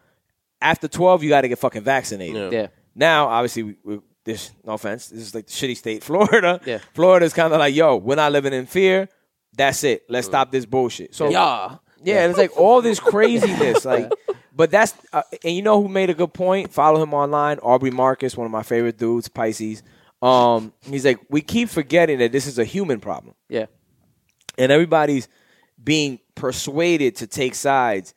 Speaker 3: after twelve, you got to get fucking vaccinated.
Speaker 2: Yeah.
Speaker 3: Now, obviously, we, we, this no offense, this is like the shitty state, <laughs> Florida.
Speaker 2: Yeah.
Speaker 3: Florida's kind of like, yo, we're not living in fear. That's it. Let's stop this bullshit. So
Speaker 2: Yeah.
Speaker 3: yeah, and it's like all this
Speaker 2: <laughs>
Speaker 3: craziness. Like, but that's uh, and you know who made a good point. Follow him online, Aubrey Marcus, one of my favorite dudes, Pisces. Um, he's like, we keep forgetting that this is a human problem,
Speaker 2: Yeah.
Speaker 3: and everybody's being persuaded to take sides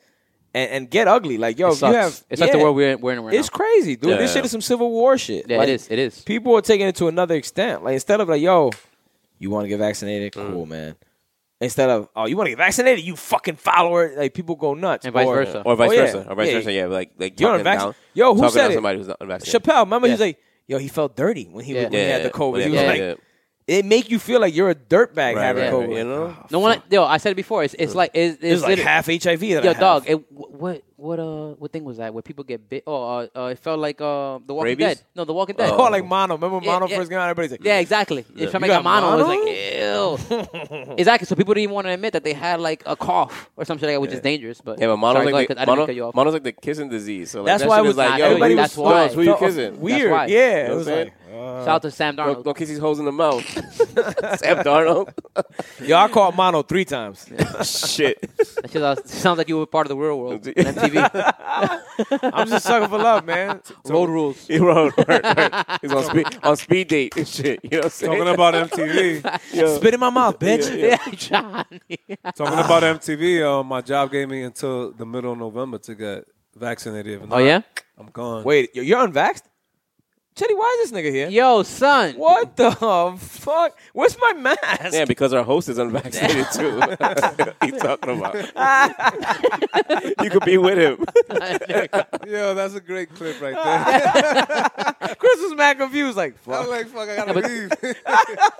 Speaker 3: and, and get ugly. Like, yo,
Speaker 2: It
Speaker 3: if you
Speaker 2: sucks.
Speaker 3: have
Speaker 2: it's like the
Speaker 3: yeah,
Speaker 2: world we're in, we're in right
Speaker 3: It's
Speaker 2: now.
Speaker 3: crazy, dude. This
Speaker 1: Yeah.
Speaker 3: shit is some civil war shit.
Speaker 2: Yeah,
Speaker 3: Like,
Speaker 2: it is. It is.
Speaker 3: People are taking it to another extent. Like instead of like, yo, you want to get vaccinated?
Speaker 2: Mm.
Speaker 3: Cool, man. Instead of oh, you want to get vaccinated? You fucking follower. Like people go nuts.
Speaker 2: And vice
Speaker 3: Or-
Speaker 2: versa.
Speaker 1: or vice
Speaker 3: Oh, yeah.
Speaker 1: versa, or vice
Speaker 3: Yeah.
Speaker 1: versa. Yeah, like like
Speaker 3: You're
Speaker 1: talking
Speaker 3: unvaccinated.
Speaker 1: down,
Speaker 3: Yo, who
Speaker 1: talking
Speaker 3: said
Speaker 1: down
Speaker 3: it?
Speaker 1: somebody who's not unvaccinated.
Speaker 3: Chappelle, remember he's
Speaker 2: Yeah.
Speaker 3: like, yo, he felt dirty when he,
Speaker 2: Yeah.
Speaker 3: when he had the COVID.
Speaker 1: yeah,
Speaker 3: he was
Speaker 1: yeah,
Speaker 3: like,
Speaker 1: yeah.
Speaker 3: it make you feel like you're a dirtbag
Speaker 1: Right,
Speaker 3: having
Speaker 1: right,
Speaker 3: COVID.
Speaker 1: right, you know?
Speaker 2: No one, yo, I said it before. It's, it's like it's, it's,
Speaker 3: It's like
Speaker 2: literally-
Speaker 3: half HIV. That I
Speaker 2: Yo,
Speaker 3: have.
Speaker 2: dog.
Speaker 3: <laughs>
Speaker 2: It, wh- what what uh what thing was that? Where people get bit? Oh, uh, uh, it felt like uh the Walking
Speaker 1: Rabies?
Speaker 2: Dead. No, the Walking Dead. <laughs>
Speaker 3: Oh, like mono. Remember
Speaker 2: Yeah,
Speaker 3: mono
Speaker 2: yeah.
Speaker 3: first came out? Everybody's like,
Speaker 2: yeah, exactly. If somebody got
Speaker 3: got
Speaker 2: mono,
Speaker 3: mono?
Speaker 2: it's like
Speaker 1: <laughs>
Speaker 2: ew. exactly. So people didn't even want to admit that they had like a cough or some shit like that, which is dangerous. But
Speaker 1: Yeah, but mono's
Speaker 2: Sorry, go
Speaker 1: like,
Speaker 2: ahead,
Speaker 1: the,
Speaker 2: 'cause I didn't
Speaker 1: mono,
Speaker 2: cut you off.
Speaker 1: mono's like the kissing disease. So like,
Speaker 3: That's
Speaker 1: that
Speaker 3: why
Speaker 1: shit
Speaker 3: it
Speaker 1: is
Speaker 3: was
Speaker 1: like,
Speaker 2: not-
Speaker 1: yo,
Speaker 2: everybody
Speaker 1: you-
Speaker 2: was- that's
Speaker 1: who you
Speaker 2: why.
Speaker 1: kissing?
Speaker 3: Weird.
Speaker 2: why.
Speaker 1: You
Speaker 3: Yeah. It
Speaker 1: know what
Speaker 3: was
Speaker 1: I'm saying?
Speaker 3: like,
Speaker 2: Shout out to Sam
Speaker 1: Don't,
Speaker 2: Darnold.
Speaker 1: don't kiss these hoes in the
Speaker 3: <laughs>
Speaker 1: mouth. Sam Darnold. <laughs>
Speaker 3: yo, I caught mono three times.
Speaker 1: Shit.
Speaker 2: That shit was- sounds like you were part of the real
Speaker 1: <laughs>
Speaker 2: world. MTV
Speaker 3: I'm just sucking for love, <laughs> man.
Speaker 2: road rules.
Speaker 1: He wrote, wrote,
Speaker 2: <laughs>
Speaker 1: wrote. He's on speed, on speed date and shit. You know what I'm saying?
Speaker 4: Talking about MTV.
Speaker 1: Yo.
Speaker 3: <laughs> Spit in my mouth, bitch.
Speaker 2: Yeah, Johnny.
Speaker 4: Talking about MTV. Uh, my job gave me until the middle of November to get vaccinated. If
Speaker 2: Oh
Speaker 4: not,
Speaker 2: yeah.
Speaker 4: I'm gone.
Speaker 3: Wait, yo- you're unvaxxed? Chetty, why is this nigga here?
Speaker 2: Yo, son.
Speaker 3: What the fuck? Where's my mask?
Speaker 1: Yeah, because our host is unvaccinated too. <laughs> He's talking
Speaker 3: <laughs>
Speaker 1: about. you could be with him.
Speaker 4: Yo, that's a great clip right there. <laughs>
Speaker 3: Chris was mad confused. Like,
Speaker 4: I'm
Speaker 3: fuck.
Speaker 4: like, fuck, I gotta leave.
Speaker 2: <laughs>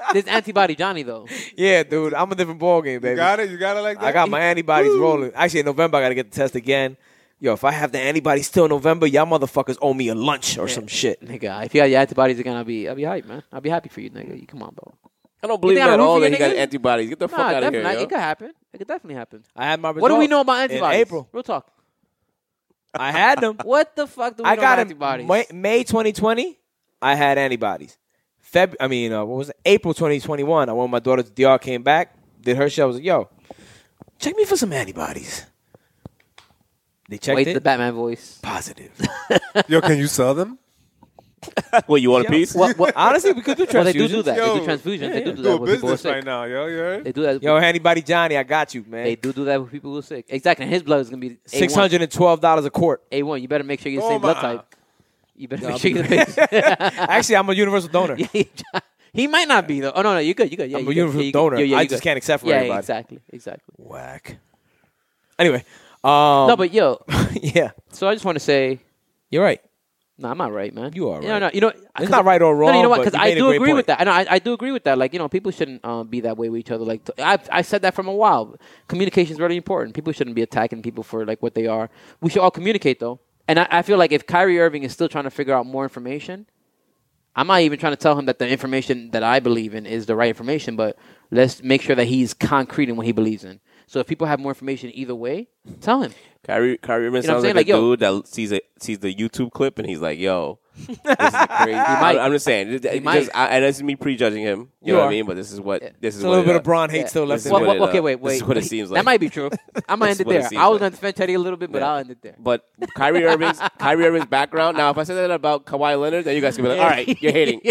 Speaker 4: <laughs>
Speaker 2: This antibody Johnny though.
Speaker 3: Yeah, dude, I'm a different ballgame, baby.
Speaker 4: You got it? You got it like that?
Speaker 3: I got my antibodies rolling. Actually, in November, I got to get the test again. Yo, if I have the antibodies still in November, y'all motherfuckers owe me a lunch or some shit.
Speaker 2: Nigga, if you had your antibodies again, I'll be I'll be hype, man. I'll be happy for you, nigga. You come on, bro.
Speaker 1: I don't believe
Speaker 2: think I
Speaker 1: that at
Speaker 2: root
Speaker 1: all
Speaker 2: for you,
Speaker 1: that he got
Speaker 2: nigga?
Speaker 1: antibodies. Get the fuck
Speaker 2: Nah,
Speaker 1: out of here.
Speaker 2: definitely.
Speaker 1: yo.
Speaker 2: it could happen. It could definitely happen.
Speaker 3: I had my results.
Speaker 2: What do we know about antibodies?
Speaker 3: In April.
Speaker 2: Real talk.
Speaker 3: I had them.
Speaker 2: What the fuck do we
Speaker 3: I
Speaker 2: know
Speaker 3: got
Speaker 2: about
Speaker 3: them.
Speaker 2: antibodies?
Speaker 3: May, May 2020, I had antibodies. Feb, I mean, uh, what was it? April 2021, I went with my daughter to DR, came back, did her shit. I was like, yo, check me for some antibodies. They checked
Speaker 2: Wait,
Speaker 3: it.
Speaker 2: the Batman voice.
Speaker 3: positive.
Speaker 4: Yo, can you sell them?
Speaker 1: Well, you want a piece?
Speaker 3: What- <laughs> what- honestly, we could do
Speaker 2: <laughs> Well, they do
Speaker 3: transfusions.
Speaker 2: do that. they
Speaker 4: Yo,
Speaker 2: do transfusions.
Speaker 3: yeah,
Speaker 2: they do do
Speaker 3: yeah.
Speaker 4: Do
Speaker 2: that
Speaker 4: a
Speaker 2: with people who are
Speaker 4: business
Speaker 2: sick.
Speaker 4: right now, yo. You heard?
Speaker 2: They do that.
Speaker 3: Yo, anybody Johnny, I got you, man.
Speaker 2: they do do that with people who are sick. Exactly. And his blood is gonna be
Speaker 3: Six hundred and twelve dollars
Speaker 2: <laughs>
Speaker 3: a quart.
Speaker 2: A one. You better make sure you're the same
Speaker 4: Toma.
Speaker 2: blood type. You better make sure you're <laughs>
Speaker 3: <laughs>
Speaker 2: the
Speaker 3: Actually, I'm a universal donor.
Speaker 2: same. he might not be though. Oh no, no, you good. You good. Yeah,
Speaker 3: I'm
Speaker 2: you
Speaker 3: a
Speaker 2: good.
Speaker 3: universal
Speaker 2: yeah, you good.
Speaker 3: donor.
Speaker 2: Yeah, yeah,
Speaker 3: I
Speaker 2: you
Speaker 3: just
Speaker 2: good.
Speaker 3: can't accept for
Speaker 2: yeah,
Speaker 3: everybody.
Speaker 2: exactly, exactly.
Speaker 3: Whack. Anyway, um,
Speaker 2: no, but yo.
Speaker 3: <laughs> yeah,
Speaker 2: So I just want to say,
Speaker 3: you're right.
Speaker 2: No, I'm not right, man.
Speaker 3: You are
Speaker 2: No,
Speaker 3: right.
Speaker 2: no, you know,
Speaker 3: It's not right or
Speaker 2: No, you
Speaker 3: wrong,
Speaker 2: know what?
Speaker 3: but you
Speaker 2: I
Speaker 3: made a
Speaker 2: do
Speaker 3: great
Speaker 2: agree
Speaker 3: point.
Speaker 2: with that. I know, I, I do agree with that. Like, you know, people shouldn't um, be that way with each other. Like, t- I've, I said that from a while. Communication is really important. People shouldn't be attacking people for like what they are. We should all communicate though. And I, I feel like if Kyrie Irving is still trying to figure out more information, I'm not even trying to tell him that the information that I believe in is the right information, but let's make sure that he's concrete in what he believes in. So if people have more information either way, tell him.
Speaker 1: Kyrie, Kyrie Irving
Speaker 2: You know what I'm
Speaker 1: sounds
Speaker 2: saying?
Speaker 1: like,
Speaker 2: Like,
Speaker 1: a
Speaker 2: yo.
Speaker 1: dude that sees a sees the YouTube clip and he's like, "Yo,
Speaker 2: <laughs>
Speaker 1: This is crazy.
Speaker 2: might.
Speaker 1: I'm, I'm just saying. It- it-
Speaker 2: might.
Speaker 1: just- I, and this is me prejudging him. You,
Speaker 3: You
Speaker 1: know what
Speaker 3: are.
Speaker 1: I mean? But this is what this is.
Speaker 3: It's a
Speaker 1: what
Speaker 3: little bit
Speaker 1: it,
Speaker 3: of Braun hate
Speaker 2: Yeah.
Speaker 3: still
Speaker 1: This
Speaker 3: left in
Speaker 1: is
Speaker 2: Well,
Speaker 3: there.
Speaker 1: what it,
Speaker 2: well, okay,
Speaker 1: uh,
Speaker 2: wait, wait.
Speaker 1: this is what it seems
Speaker 2: <laughs> That
Speaker 1: like.
Speaker 2: might
Speaker 1: <laughs>
Speaker 2: be true. I'm gonna
Speaker 1: This is
Speaker 2: end it
Speaker 1: what it
Speaker 2: there.
Speaker 1: seems
Speaker 2: I was
Speaker 1: like.
Speaker 2: gonna defend Teddy a little bit, but I'll end it there.
Speaker 1: But Kyrie
Speaker 2: <laughs>
Speaker 1: Irving's Kyrie Irving's background. Now, if I said that about Kawhi Leonard, then you guys can be like, "All right, you're
Speaker 2: <laughs>
Speaker 1: hating."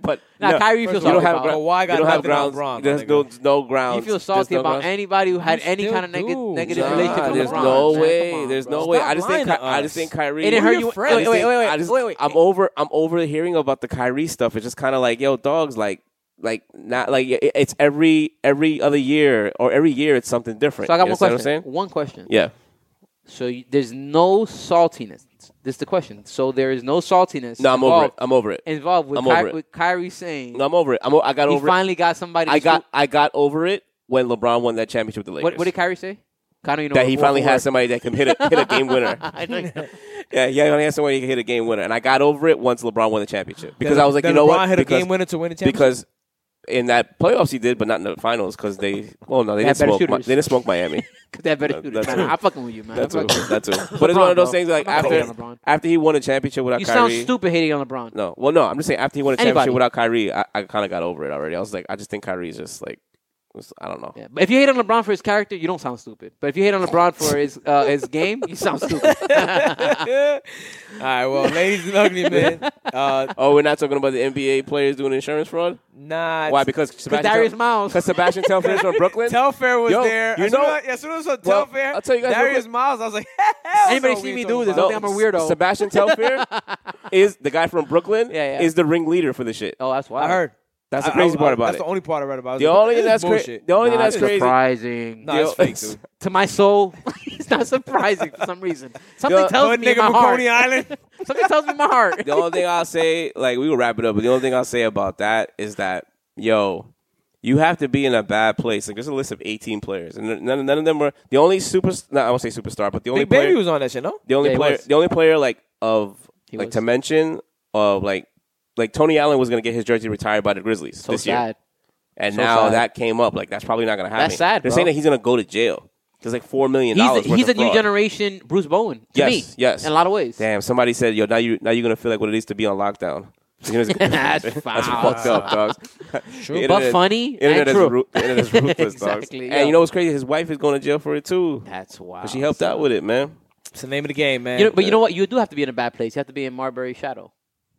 Speaker 1: But
Speaker 2: Nah,
Speaker 1: no,
Speaker 2: Kyrie
Speaker 1: you
Speaker 2: feels
Speaker 1: don't
Speaker 2: sorry
Speaker 1: have
Speaker 2: about
Speaker 1: ground-
Speaker 2: it.
Speaker 3: Kawhi got
Speaker 1: you don't have
Speaker 3: nothing on
Speaker 1: grounds.
Speaker 3: Bron, my
Speaker 1: there's
Speaker 3: nigga.
Speaker 1: no no grounds.
Speaker 2: You feel
Speaker 1: There's
Speaker 2: salty
Speaker 1: no
Speaker 2: about
Speaker 1: grounds.
Speaker 2: anybody who had
Speaker 3: You
Speaker 2: any
Speaker 3: still
Speaker 2: kind of neg-
Speaker 3: do.
Speaker 2: negative
Speaker 1: Nah,
Speaker 2: relationship with
Speaker 1: there's
Speaker 2: LeBron.
Speaker 1: no
Speaker 2: man.
Speaker 1: way.
Speaker 2: Come on,
Speaker 1: there's no
Speaker 2: bro.
Speaker 1: way.
Speaker 3: Stop
Speaker 1: I just think.
Speaker 3: lying
Speaker 1: Ky-
Speaker 3: to
Speaker 1: I
Speaker 3: us.
Speaker 1: just think Kyrie.
Speaker 2: It didn't
Speaker 1: I
Speaker 2: hurt
Speaker 1: just
Speaker 2: you.
Speaker 1: think-
Speaker 2: Wait, wait, wait, wait,
Speaker 1: I just-
Speaker 2: wait, wait.
Speaker 1: I'm over. I'm over hearing about the Kyrie stuff. It's just kind of like, yo, dogs. Like, like not like it- it's every every other year or every year it's something different.
Speaker 2: So I got
Speaker 1: You
Speaker 2: one
Speaker 1: understand
Speaker 2: question.
Speaker 1: What I'm saying?
Speaker 2: One question.
Speaker 1: Yeah.
Speaker 2: So you, there's no saltiness. This is the question. So there is no saltiness.
Speaker 1: No, I'm over it.
Speaker 2: involved,
Speaker 1: I'm over it.
Speaker 2: Involved with,
Speaker 1: I'm over
Speaker 2: Ky-
Speaker 1: it.
Speaker 2: with Kyrie saying
Speaker 1: No, I'm over it. I'm, o- I got
Speaker 2: he
Speaker 1: over. it.
Speaker 2: finally got somebody.
Speaker 1: I
Speaker 2: to
Speaker 1: got
Speaker 2: scoop-
Speaker 1: I got over it when LeBron won that championship with the Lakers.
Speaker 2: What, what did Kyrie say? Kind of you know
Speaker 1: that he
Speaker 2: word for
Speaker 1: finally
Speaker 2: word.
Speaker 1: had somebody that can hit a hit a game winner.
Speaker 2: <laughs> I know you know.
Speaker 1: Yeah, yeah, he only had somebody who can hit a game winner, and I got over it once LeBron won the championship because I was like,
Speaker 3: Then
Speaker 1: you know
Speaker 3: LeBron
Speaker 1: what?
Speaker 3: hit a
Speaker 1: because,
Speaker 3: game winner to win the championship.
Speaker 1: because in that playoffs he did, but not in the finals because they. Well, no, they
Speaker 2: They
Speaker 1: didn't
Speaker 2: had better
Speaker 1: smoke. Mi-
Speaker 2: shooters.
Speaker 1: they didn't smoke Miami.
Speaker 2: <laughs> Cause that better
Speaker 1: That-
Speaker 2: shoot
Speaker 1: that's
Speaker 2: it.
Speaker 1: true.
Speaker 2: I'm fucking with you, man.
Speaker 1: That's
Speaker 2: I'm
Speaker 1: all.
Speaker 2: fucking-
Speaker 1: That's all. But it's one of
Speaker 2: bro.
Speaker 1: those things like
Speaker 2: I'm not
Speaker 1: after
Speaker 2: hating on LeBron.
Speaker 1: after he won a championship without
Speaker 2: You sound
Speaker 1: Kyrie.
Speaker 2: stupid hating on LeBron.
Speaker 1: No, well, no. I'm just saying after he won a championship
Speaker 2: Anybody.
Speaker 1: without Kyrie, I, I kind of got over it already. I was like, I just think Kyrie's just like, was- I don't know.
Speaker 2: Yeah, but if you hate on LeBron for his character, you don't sound stupid. But if you hate on LeBron for his uh,
Speaker 1: <laughs>
Speaker 2: his game, you sound stupid.
Speaker 3: All right, well, ladies and ugly men, uh,
Speaker 1: Oh, we're not talking about the NBA players doing insurance fraud.
Speaker 3: nah.
Speaker 1: Why? Because Sebastian
Speaker 2: Darius
Speaker 1: Tel-
Speaker 2: Miles.
Speaker 1: Because Sebastian Telfair is from
Speaker 2: <laughs>
Speaker 1: Brooklyn.
Speaker 3: Telfair was
Speaker 1: Yo,
Speaker 3: there.
Speaker 1: you
Speaker 3: as soon
Speaker 1: know-
Speaker 3: as, I- as soon as I saw
Speaker 1: Well,
Speaker 3: Telfair,
Speaker 1: I'll tell you guys real
Speaker 3: Darius
Speaker 1: quick.
Speaker 3: Miles, I was like, hell
Speaker 2: Anybody
Speaker 3: no,
Speaker 2: see
Speaker 3: we
Speaker 2: me
Speaker 3: talking
Speaker 2: do this?
Speaker 3: about.
Speaker 2: Don't think I'm a weirdo.
Speaker 1: Sebastian Telfair
Speaker 2: <laughs>
Speaker 1: is the guy from Brooklyn.
Speaker 2: Yeah, yeah.
Speaker 1: Is the ringleader for the shit.
Speaker 2: oh, that's why
Speaker 3: I heard.
Speaker 1: that's
Speaker 3: I-
Speaker 1: the crazy
Speaker 3: I-
Speaker 1: part
Speaker 3: I-
Speaker 1: about
Speaker 3: that's
Speaker 1: it.
Speaker 3: the only part I read about. I was
Speaker 1: The
Speaker 3: like,
Speaker 1: only
Speaker 3: this
Speaker 1: thing
Speaker 3: is
Speaker 1: that's crazy.
Speaker 3: bullshit.
Speaker 1: The only
Speaker 2: Not
Speaker 1: thing that's crazy.
Speaker 2: surprising.
Speaker 3: Nah, it's
Speaker 1: Yo,
Speaker 3: fake, dude.
Speaker 2: To my soul, <laughs> it's not surprising for some reason. Something
Speaker 1: Yo,
Speaker 2: tells
Speaker 3: Hood
Speaker 2: me in
Speaker 3: nigga
Speaker 2: my
Speaker 3: from
Speaker 2: heart.
Speaker 3: Coney Island.
Speaker 2: Something tells me in my heart.
Speaker 1: <laughs> The only thing I'll say, like we will wrap it up, but the only thing I'll say about that is that yo, you have to be in a bad place. Like there's a list of 18 players, and none, none of them were the only super. No, I won't say superstar, but the only
Speaker 3: Big
Speaker 1: player,
Speaker 3: Baby was on that shit, no?
Speaker 1: the only
Speaker 2: Yeah, he
Speaker 1: player,
Speaker 2: was.
Speaker 1: the only player like of
Speaker 2: He
Speaker 1: like
Speaker 2: was.
Speaker 1: to mention of like like Tony Allen was gonna get his jersey retired by the Grizzlies
Speaker 2: So
Speaker 1: this year,
Speaker 2: sad.
Speaker 1: and
Speaker 2: So
Speaker 1: now
Speaker 2: sad.
Speaker 1: that came up. Like that's probably not gonna happen.
Speaker 2: sad,
Speaker 1: They're
Speaker 2: bro.
Speaker 1: saying that he's gonna go to jail. There's like four million
Speaker 2: He's,
Speaker 1: dollars.
Speaker 2: a, he's
Speaker 1: worth
Speaker 2: a
Speaker 1: of
Speaker 2: new
Speaker 1: fraud.
Speaker 2: generation Bruce Bowen. To
Speaker 1: Yes,
Speaker 2: me,
Speaker 1: yes.
Speaker 2: In a lot of ways.
Speaker 1: Damn, somebody said, "Yo, now you now you're gonna feel like what it is to be on lockdown." <laughs> You know, it's-
Speaker 2: <laughs> That's
Speaker 1: That's
Speaker 2: foul.
Speaker 1: fucked up,
Speaker 2: <laughs>
Speaker 1: dogs. The
Speaker 2: But
Speaker 1: internet-
Speaker 2: funny
Speaker 1: internet
Speaker 2: and
Speaker 1: is
Speaker 2: true.
Speaker 1: ru- the
Speaker 2: <laughs>
Speaker 1: internet is ruthless, dogs.
Speaker 2: Exactly, yeah. Ah,
Speaker 1: And you know what's crazy? His wife is going to jail for it too.
Speaker 2: That's wild.
Speaker 1: 'Cause She helped out with it,
Speaker 2: <laughs>
Speaker 1: man.
Speaker 3: It's the name of the game, man.
Speaker 2: You know, but you know what? You do have to be in a bad place. You have to be in Marbury Shadow.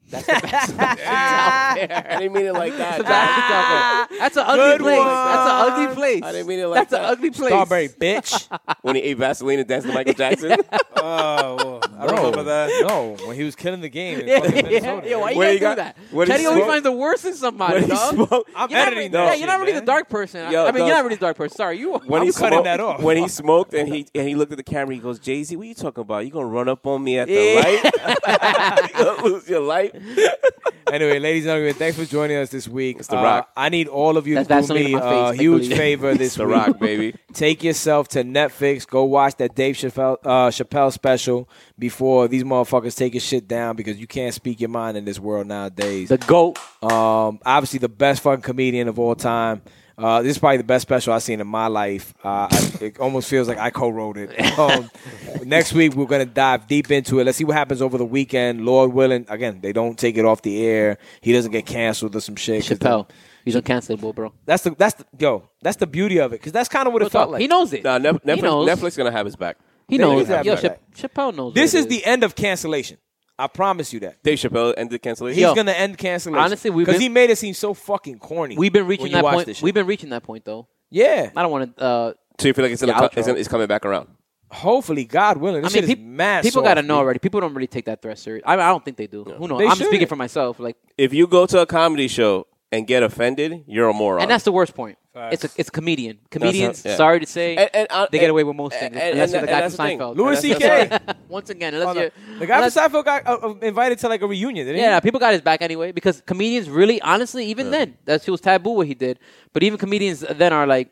Speaker 2: That's the best.
Speaker 1: I didn't mean it like
Speaker 2: <laughs>
Speaker 1: that. dogs.
Speaker 2: Sebastian Telfair. That's an ugly
Speaker 3: Good
Speaker 2: place.
Speaker 3: one.
Speaker 2: That's an ugly place.
Speaker 1: I didn't mean it like
Speaker 2: That's an
Speaker 1: that.
Speaker 2: ugly place.
Speaker 3: Strawberry, bitch.
Speaker 2: <laughs>
Speaker 1: When he ate Vaseline and danced to Michael Jackson. <laughs>
Speaker 4: Oh, well, I remember that.
Speaker 3: no, when he was killing the game. in
Speaker 2: Yeah,
Speaker 3: fucking
Speaker 2: yeah, yeah.
Speaker 3: Minnesota.
Speaker 2: Yo, why you
Speaker 1: Where
Speaker 2: gotta
Speaker 1: he
Speaker 2: do
Speaker 1: got-
Speaker 2: that?
Speaker 1: where he
Speaker 2: Teddy always
Speaker 1: smoked-
Speaker 2: finds the worst in somebody,
Speaker 1: when he
Speaker 2: dog.
Speaker 1: smoked,
Speaker 3: I'm
Speaker 2: You're not
Speaker 3: editing
Speaker 2: really-
Speaker 3: that
Speaker 2: Yeah,
Speaker 3: shit,
Speaker 2: you're not really
Speaker 3: man.
Speaker 2: the dark person.
Speaker 1: Yo,
Speaker 2: I mean,
Speaker 1: dog.
Speaker 2: you're not really the dark person. Sorry, you are.
Speaker 1: when he
Speaker 3: I'm cutting
Speaker 1: smoked-
Speaker 3: that off.
Speaker 1: When he smoked and he and he looked at the camera, he goes, "Jay Z, what you talking about? You gonna run up on me at the
Speaker 2: Yeah.
Speaker 1: light? <laughs> you gonna lose your life?"
Speaker 3: anyway, ladies and gentlemen, thanks for joining us this week.
Speaker 1: The Rock.
Speaker 3: Uh, I need all of you
Speaker 2: That's
Speaker 3: to do
Speaker 2: Vaseline in
Speaker 3: me
Speaker 2: my
Speaker 3: a
Speaker 2: face,
Speaker 3: uh,
Speaker 2: make
Speaker 3: huge
Speaker 2: believe.
Speaker 3: favor this
Speaker 1: It's the
Speaker 3: week.
Speaker 1: rock, baby.
Speaker 3: Take yourself to Netflix. Go watch that Dave Chappelle, uh, Chappelle special before these motherfuckers take his shit down because you can't speak your mind in this world nowadays.
Speaker 2: the goat.
Speaker 3: Um, obviously, the best fucking comedian of all time. Uh, this is probably the best special I've seen in my life. Uh, I, it almost feels like I co-wrote it.
Speaker 2: <laughs>
Speaker 3: Um, next week we're gonna dive deep into it. Let's see what happens over the weekend. Lord willing, again they don't take it off the air. He doesn't get canceled or some shit. 'Cause
Speaker 2: Chappelle, he's uncancelable, bro.
Speaker 3: That's the that's the yo. That's the beauty of it because that's kind of what it
Speaker 2: What's up?
Speaker 3: felt like.
Speaker 2: He knows it.
Speaker 1: Nah, Nef-
Speaker 2: he
Speaker 1: Netflix,
Speaker 2: knows.
Speaker 1: Netflix gonna have his back.
Speaker 2: He knows.
Speaker 3: Netflix have
Speaker 2: Yo,
Speaker 3: that.
Speaker 2: Chap- Chappelle knows.
Speaker 3: This
Speaker 2: what
Speaker 3: is
Speaker 2: it
Speaker 3: the end of cancellation. I promise you that.
Speaker 1: Dave Chappelle ended cancellation.
Speaker 3: He's
Speaker 2: Yo,
Speaker 3: gonna end cancellation.
Speaker 2: honestly, we've
Speaker 3: because
Speaker 2: been-
Speaker 3: he made it seem so fucking corny.
Speaker 2: We've been
Speaker 3: when
Speaker 2: reaching
Speaker 3: you
Speaker 2: that
Speaker 3: watch
Speaker 2: point.
Speaker 3: this shit.
Speaker 2: We've been reaching that point though.
Speaker 3: yeah.
Speaker 2: I don't want to. Uh,
Speaker 1: So you feel like it's, in
Speaker 2: Yeah,
Speaker 1: a,
Speaker 2: outro.
Speaker 1: it's, in- it's coming back around?
Speaker 3: Hopefully, God willing,
Speaker 2: I
Speaker 3: this
Speaker 2: mean,
Speaker 3: shit
Speaker 2: peop-
Speaker 3: is mad.
Speaker 2: people
Speaker 3: soft,
Speaker 2: gotta know
Speaker 3: dude.
Speaker 2: already. People don't really take that threat serious. I, mean, I don't think they do. Who knows?
Speaker 3: They
Speaker 2: I'm
Speaker 3: should.
Speaker 2: speaking for myself. Like,
Speaker 1: If you go to a comedy show and get offended, you're a moron.
Speaker 2: and that's the worst point.
Speaker 4: Facts.
Speaker 2: It's a it's comedian. Comedians.
Speaker 1: yeah.
Speaker 2: Sorry to say,
Speaker 1: And- and, uh,
Speaker 2: they get
Speaker 1: and-
Speaker 2: away with most
Speaker 1: and-
Speaker 2: things. unless
Speaker 1: and-
Speaker 2: you're
Speaker 1: and
Speaker 2: the guy
Speaker 1: that's
Speaker 2: from
Speaker 1: the thing.
Speaker 2: Seinfeld.
Speaker 3: Louis
Speaker 2: Unless-
Speaker 3: CK.
Speaker 2: Once again, unless
Speaker 3: Hold on.
Speaker 2: you
Speaker 3: The guy
Speaker 2: unless-
Speaker 3: from Seinfeld got uh, uh, invited to like a reunion, didn't
Speaker 2: Yeah, people got his back anyway because comedians really, honestly, even then, that shit was taboo what he did. But even comedians then are like,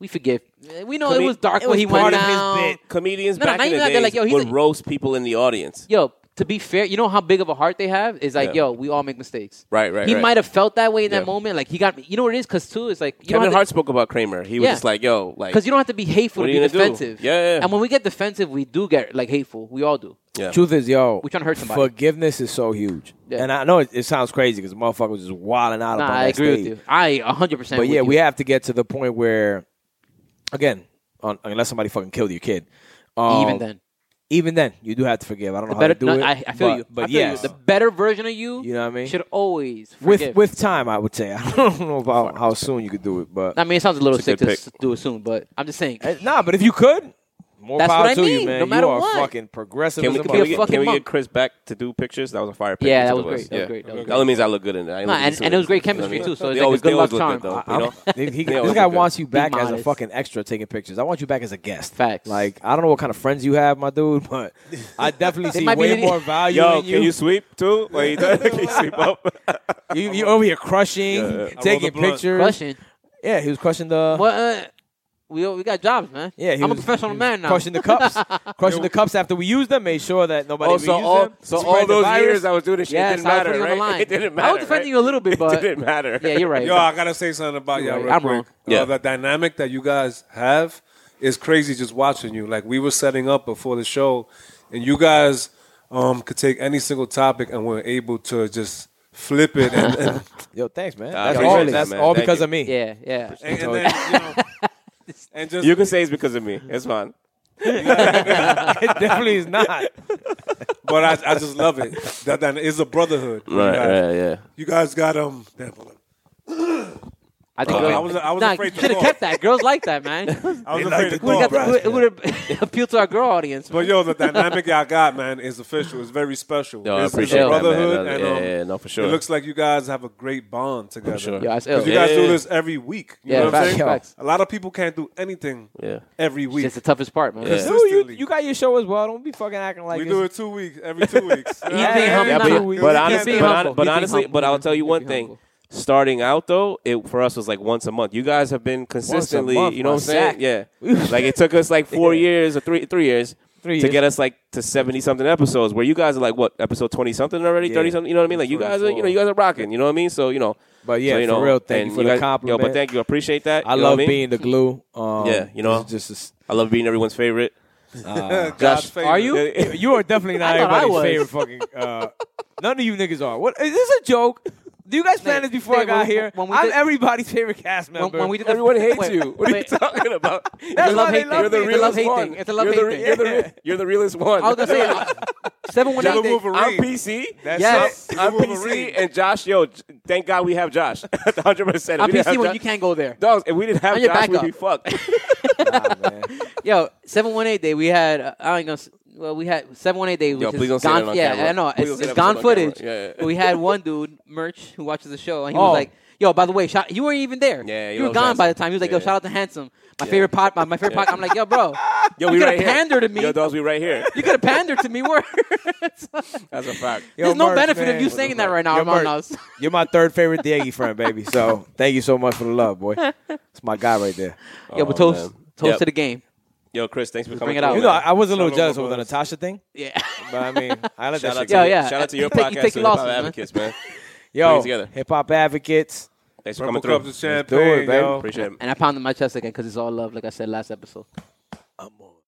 Speaker 2: we forgive. Eh, We know
Speaker 1: Comed-
Speaker 2: it was dark
Speaker 1: it
Speaker 2: when
Speaker 1: was
Speaker 2: he went
Speaker 1: part of his
Speaker 2: down.
Speaker 3: bit.
Speaker 1: comedians
Speaker 2: No, no,
Speaker 1: back
Speaker 2: not
Speaker 1: in the
Speaker 2: even that.
Speaker 1: days
Speaker 2: They're like, yo, he's
Speaker 1: would
Speaker 2: a-
Speaker 1: roast people in the audience.
Speaker 2: Yo, to be fair, you know how big of a heart they have is like,
Speaker 1: Yeah.
Speaker 2: yo, we all make mistakes.
Speaker 1: Right, right,
Speaker 2: He
Speaker 1: right.
Speaker 2: might have felt that way in
Speaker 1: Yeah.
Speaker 2: that moment. Like he got, you know what it is? Because too, it's like you don't
Speaker 1: Kevin
Speaker 2: have
Speaker 1: Hart
Speaker 2: to,
Speaker 1: spoke about Kramer. He was
Speaker 2: Yeah.
Speaker 1: just like, "Yo, like,
Speaker 2: because you don't have to be hateful
Speaker 1: What
Speaker 2: to
Speaker 1: are
Speaker 2: be
Speaker 1: you gonna do?
Speaker 2: defensive.
Speaker 1: Yeah, yeah, yeah.
Speaker 2: And when we get defensive, we do get like hateful. We all do.
Speaker 1: yeah.
Speaker 3: Truth is, yo,
Speaker 2: We tryna hurt somebody.
Speaker 3: Forgiveness is so huge,
Speaker 2: Yeah.
Speaker 3: and I know it, it sounds crazy because motherfuckers just wilding out.
Speaker 2: Nah,
Speaker 3: about
Speaker 2: I
Speaker 3: that
Speaker 2: agree
Speaker 3: stage.
Speaker 2: with you. I 100. percent
Speaker 3: But yeah, we have to get to the point where, again, on, unless somebody fucking killed your kid, um,
Speaker 2: even then.
Speaker 3: even then, you do have to forgive. I don't know how
Speaker 2: better,
Speaker 3: to do
Speaker 2: no,
Speaker 3: it.
Speaker 2: I, I feel
Speaker 3: but,
Speaker 2: you.
Speaker 3: But
Speaker 2: I feel
Speaker 3: yes,
Speaker 2: you. the better version of you,
Speaker 3: You know what I mean?
Speaker 2: should always
Speaker 3: with
Speaker 2: forgive.
Speaker 3: with time, I would say. <laughs> I don't know about how soon you could do it, but
Speaker 2: I mean, it sounds a little
Speaker 1: It's a
Speaker 2: sick
Speaker 1: good
Speaker 2: to s- do it soon, but I'm just saying.
Speaker 3: Eh, nah. But if you could, more
Speaker 2: That's
Speaker 3: power
Speaker 2: what I
Speaker 3: to you,
Speaker 2: mean,
Speaker 3: man.
Speaker 2: no matter
Speaker 3: you are
Speaker 2: what.
Speaker 3: fucking progressive.
Speaker 1: Can we,
Speaker 3: as a
Speaker 1: can, we
Speaker 2: be a
Speaker 1: get,
Speaker 2: fucking
Speaker 1: can we
Speaker 2: monk.
Speaker 1: get Chris back to do pictures? That was a fire picture.
Speaker 2: Yeah, that
Speaker 1: to
Speaker 2: was
Speaker 1: us.
Speaker 2: great. That was great. That was
Speaker 1: That only means I look good in it. I didn't
Speaker 2: Nah,
Speaker 1: do
Speaker 2: and-
Speaker 1: too
Speaker 2: and it was great
Speaker 1: much. You know what I
Speaker 2: chemistry,
Speaker 1: mean?
Speaker 2: too, so it's
Speaker 1: They
Speaker 2: like a
Speaker 1: always-
Speaker 2: good
Speaker 1: they always
Speaker 2: luck
Speaker 1: look
Speaker 2: charm.
Speaker 1: though, you know?
Speaker 3: motherfucker. He-
Speaker 1: <laughs>
Speaker 3: he-
Speaker 1: They always
Speaker 3: this guy
Speaker 1: look good.
Speaker 3: wants you back as a
Speaker 2: modest.
Speaker 3: fucking extra taking pictures. I want you back as a guest.
Speaker 2: Facts.
Speaker 3: Like I don't know what kind of friends you have, my dude, <laughs> but I definitely see
Speaker 2: might be
Speaker 3: way
Speaker 2: the-
Speaker 3: more value
Speaker 1: Yo,
Speaker 3: in you.
Speaker 1: can you sweep too? Like, can <laughs>
Speaker 2: <laughs>
Speaker 1: you sweep up?
Speaker 3: You, you over here crushing,
Speaker 1: Yeah, yeah. I rolled
Speaker 3: taking
Speaker 4: the blunt.
Speaker 3: pictures.
Speaker 2: Question.
Speaker 3: Yeah, he was crushing the.
Speaker 2: What? Uh, we we got jobs, man.
Speaker 3: Yeah, he
Speaker 2: I'm
Speaker 3: was-
Speaker 2: a professional
Speaker 3: he was
Speaker 2: man now.
Speaker 3: Crushing the
Speaker 1: <laughs>
Speaker 3: cups, crushing the cups after we used them, made sure that nobody.
Speaker 1: Oh,
Speaker 3: reused
Speaker 1: so all,
Speaker 3: them,
Speaker 1: so
Speaker 3: spread
Speaker 1: all
Speaker 3: the
Speaker 1: those
Speaker 3: virus.
Speaker 1: years I was doing this shit,
Speaker 2: Yes,
Speaker 1: it didn't
Speaker 2: I was
Speaker 1: matter,
Speaker 2: putting you on the
Speaker 1: right? <laughs>
Speaker 2: line.
Speaker 1: It didn't
Speaker 2: I
Speaker 1: matter.
Speaker 2: was defending you a little bit,
Speaker 1: <laughs>
Speaker 2: but-
Speaker 1: it didn't matter.
Speaker 2: yeah, you're right.
Speaker 4: Yo, I gotta say something about y'all
Speaker 2: right.
Speaker 4: real
Speaker 2: I'm
Speaker 4: quick.
Speaker 2: wrong.
Speaker 1: Yeah.
Speaker 4: Uh, the dynamic that you guys have is crazy. Just watching you, like we were setting up before the show, and you guys um, could take any single topic and were able to just flip it,
Speaker 2: <laughs>
Speaker 4: and, and,
Speaker 3: Yo, thanks, man.
Speaker 1: I
Speaker 3: That's
Speaker 1: appreciate
Speaker 3: all.
Speaker 1: that,
Speaker 3: That's
Speaker 1: man.
Speaker 3: all
Speaker 1: Thank
Speaker 3: because
Speaker 1: you.
Speaker 3: of me.
Speaker 2: Yeah, yeah.
Speaker 4: and, and then you know, and
Speaker 1: <laughs>
Speaker 4: just
Speaker 1: You can say it's because of me. It's fine.
Speaker 3: it definitely is not.
Speaker 4: but I, I just love it. That, that is a brotherhood. You guys-
Speaker 1: yeah.
Speaker 4: You guys got um. Damn, hold on.
Speaker 2: I think
Speaker 4: Uh,
Speaker 2: girls-
Speaker 4: I was- I was
Speaker 2: nah,
Speaker 4: afraid to
Speaker 2: should have
Speaker 4: talk.
Speaker 2: kept that. Girls like that,
Speaker 4: <laughs>
Speaker 2: man.
Speaker 4: I was
Speaker 3: like
Speaker 4: afraid
Speaker 3: the
Speaker 4: to
Speaker 2: We
Speaker 4: call.
Speaker 2: got the- it would have appealed to our girl audience.
Speaker 4: But yo, the dynamic y'all got, man, is official. It's very special.
Speaker 1: No, I
Speaker 4: It's- it's,
Speaker 1: appreciate
Speaker 4: a
Speaker 1: that, man.
Speaker 4: brotherhood,
Speaker 1: That-
Speaker 4: and
Speaker 1: yeah,
Speaker 4: um,
Speaker 1: yeah, yeah, no, for sure.
Speaker 4: It looks like you guys have a great bond together.
Speaker 1: sure.
Speaker 2: Yo, that's ill.
Speaker 4: 'Cause you guys
Speaker 1: Yeah.
Speaker 4: do this every week. You
Speaker 2: Yeah,
Speaker 4: know what
Speaker 2: facts,
Speaker 4: I'm saying?
Speaker 2: facts.
Speaker 4: A lot of people can't do anything
Speaker 1: Yeah.
Speaker 4: every week.
Speaker 2: It's the toughest part, man.
Speaker 4: Yeah.
Speaker 3: Dude, you,
Speaker 4: Consistently.
Speaker 3: you got your show as well. Don't be fucking acting like
Speaker 4: we
Speaker 3: it's-
Speaker 4: do it two weeks,
Speaker 1: <laughs>
Speaker 4: every two weeks. You know
Speaker 2: He's
Speaker 4: what
Speaker 2: being
Speaker 4: I'm saying?
Speaker 2: humble
Speaker 1: Yeah,
Speaker 2: Nah,
Speaker 1: but,
Speaker 2: we-
Speaker 1: but,
Speaker 2: we
Speaker 1: honest,
Speaker 2: can't be
Speaker 1: but, hon-
Speaker 2: humble.
Speaker 1: but
Speaker 2: We be
Speaker 1: honestly,
Speaker 2: humble.
Speaker 1: but I'll tell you
Speaker 2: We
Speaker 1: one
Speaker 2: be
Speaker 1: thing.
Speaker 2: humble.
Speaker 1: Starting out though, it for us was like once a month. You guys have been consistently,
Speaker 3: month,
Speaker 1: you know
Speaker 3: my
Speaker 1: what I'm saying?
Speaker 3: sack.
Speaker 1: Yeah,
Speaker 2: <laughs>
Speaker 1: like it took us like four years or three three years
Speaker 3: Three
Speaker 1: to
Speaker 3: years.
Speaker 1: get us like to seventy something episodes. Where you guys are like what episode twenty something already,
Speaker 3: Yeah.
Speaker 1: thirty something. You know what I mean? Like you guys are, you know,
Speaker 3: 24.
Speaker 1: you guys are rocking. You know what I mean? So you know,
Speaker 3: But yeah,
Speaker 1: so, you
Speaker 3: for
Speaker 1: know,
Speaker 3: real, thank
Speaker 1: and
Speaker 3: you for the
Speaker 1: guys- Yo, but
Speaker 3: compliment.
Speaker 1: thank you, I appreciate that.
Speaker 3: I
Speaker 1: You know
Speaker 3: love
Speaker 1: what I mean?
Speaker 3: being the glue. Um,
Speaker 1: Yeah, you know. <laughs>
Speaker 3: this is
Speaker 1: I love being everyone's favorite.
Speaker 4: God's
Speaker 1: Josh,
Speaker 4: favorite.
Speaker 2: are you?
Speaker 3: just you uh, are definitely
Speaker 2: <laughs>
Speaker 3: not
Speaker 2: I thought I was.
Speaker 3: everybody's favorite fucking. Uh, none of you niggas are. What is this a joke? Do you guys plan
Speaker 2: Nate,
Speaker 3: this before I
Speaker 2: Nate,
Speaker 3: got
Speaker 2: when we-
Speaker 3: here?
Speaker 2: when we
Speaker 3: I'm
Speaker 2: did-
Speaker 3: everybody's favorite cast
Speaker 2: When,
Speaker 3: member.
Speaker 2: when we did the,
Speaker 1: Everyone hates
Speaker 2: wait,
Speaker 1: you. What are you
Speaker 2: wait.
Speaker 1: talking
Speaker 2: <laughs>
Speaker 1: about?
Speaker 3: That's
Speaker 1: You're
Speaker 3: why
Speaker 1: the-
Speaker 3: they
Speaker 1: You're the
Speaker 3: love me. It's a
Speaker 1: realest
Speaker 2: love-hate
Speaker 1: one.
Speaker 2: thing. It's a love-hate
Speaker 1: You're the-
Speaker 2: thing.
Speaker 1: You're the
Speaker 2: <laughs>
Speaker 1: re- you're the realest one.
Speaker 2: I
Speaker 1: <laughs>
Speaker 2: was gonna
Speaker 4: <laughs>
Speaker 2: say uh, seven one
Speaker 4: You're the
Speaker 2: eight.
Speaker 4: Wolverine.
Speaker 1: I'm PC.
Speaker 4: That's
Speaker 2: Yes.
Speaker 4: it.
Speaker 1: I'm
Speaker 4: You're the Wolverine.
Speaker 1: PC and Josh. Yo, j- thank God we have Josh. <laughs> 100. percent
Speaker 2: I'm PC when you can't go there.
Speaker 1: Dogs, if we didn't have
Speaker 2: I'm your
Speaker 1: Josh, we'd be
Speaker 2: backup.
Speaker 1: fucked.
Speaker 2: Yo, seven one eight day we had. Uh, I ain't gonna. s- Well, we had seven one eight day. Which
Speaker 1: Yo, please
Speaker 2: is
Speaker 1: don't say
Speaker 2: gone,
Speaker 1: that on
Speaker 2: Yeah,
Speaker 1: camera.
Speaker 2: I know.
Speaker 1: Please
Speaker 2: It's,
Speaker 1: don't say
Speaker 2: it's
Speaker 1: that on camera.
Speaker 2: gone footage.
Speaker 1: Yeah, yeah.
Speaker 2: We had one dude, merch, who watches the show, and he
Speaker 3: Oh.
Speaker 2: was like, "Yo, by the way, shout, you weren't even there.
Speaker 1: Yeah, he
Speaker 2: you were
Speaker 1: loves
Speaker 2: gone by the
Speaker 1: Handsome.
Speaker 2: time." He was like, "Yo,
Speaker 1: Yeah.
Speaker 2: shout out to Handsome, my favorite pot, my, my favorite pot." I'm like, "Yo,
Speaker 1: <laughs>
Speaker 2: bro,
Speaker 1: Yo,
Speaker 2: you
Speaker 1: we
Speaker 2: could
Speaker 1: right
Speaker 2: have
Speaker 1: here.
Speaker 2: pandered to <laughs> me.
Speaker 1: Yo, dogs, we right here.
Speaker 2: <laughs> you could have pandered to me. Where
Speaker 1: That's a fact.
Speaker 3: Yo,
Speaker 2: there's no
Speaker 3: merch,
Speaker 2: benefit
Speaker 3: man.
Speaker 2: of you saying that right now,
Speaker 3: Yo, merch.
Speaker 2: Armanos.
Speaker 1: Oh,
Speaker 3: You're my third favorite Diego friend, baby. So thank you so much for the love, boy. It's my guy right there.
Speaker 2: Yo, but toast,
Speaker 1: Oh, man.
Speaker 2: toast
Speaker 1: Yep.
Speaker 2: to the game.
Speaker 1: Yo, Chris, thanks for coming.
Speaker 2: bring it out.
Speaker 1: through,
Speaker 3: You know,
Speaker 1: Oh, man.
Speaker 3: I, I was a little
Speaker 4: Shout out
Speaker 3: jealous
Speaker 4: to
Speaker 3: over the
Speaker 4: us.
Speaker 3: Natasha thing,
Speaker 1: <laughs>
Speaker 2: Yeah.
Speaker 3: but I mean, I let that
Speaker 1: shout out
Speaker 3: shit
Speaker 1: to
Speaker 2: Yo,
Speaker 3: go.
Speaker 1: your-
Speaker 2: yeah.
Speaker 1: shout out to your
Speaker 2: You take- you
Speaker 1: podcast,
Speaker 2: take
Speaker 1: so
Speaker 2: your
Speaker 1: Hip Hop
Speaker 2: losses, man.
Speaker 1: Advocates, man. it
Speaker 3: Yo,
Speaker 1: together.
Speaker 3: hip hop advocates.
Speaker 1: Thanks for
Speaker 4: Purple
Speaker 1: coming
Speaker 4: cups
Speaker 1: through.
Speaker 4: of champagne,
Speaker 3: baby.
Speaker 4: yo.
Speaker 1: Appreciate it.
Speaker 2: And I pounded my chest again because it's all love, like I said last episode.
Speaker 3: I'm on.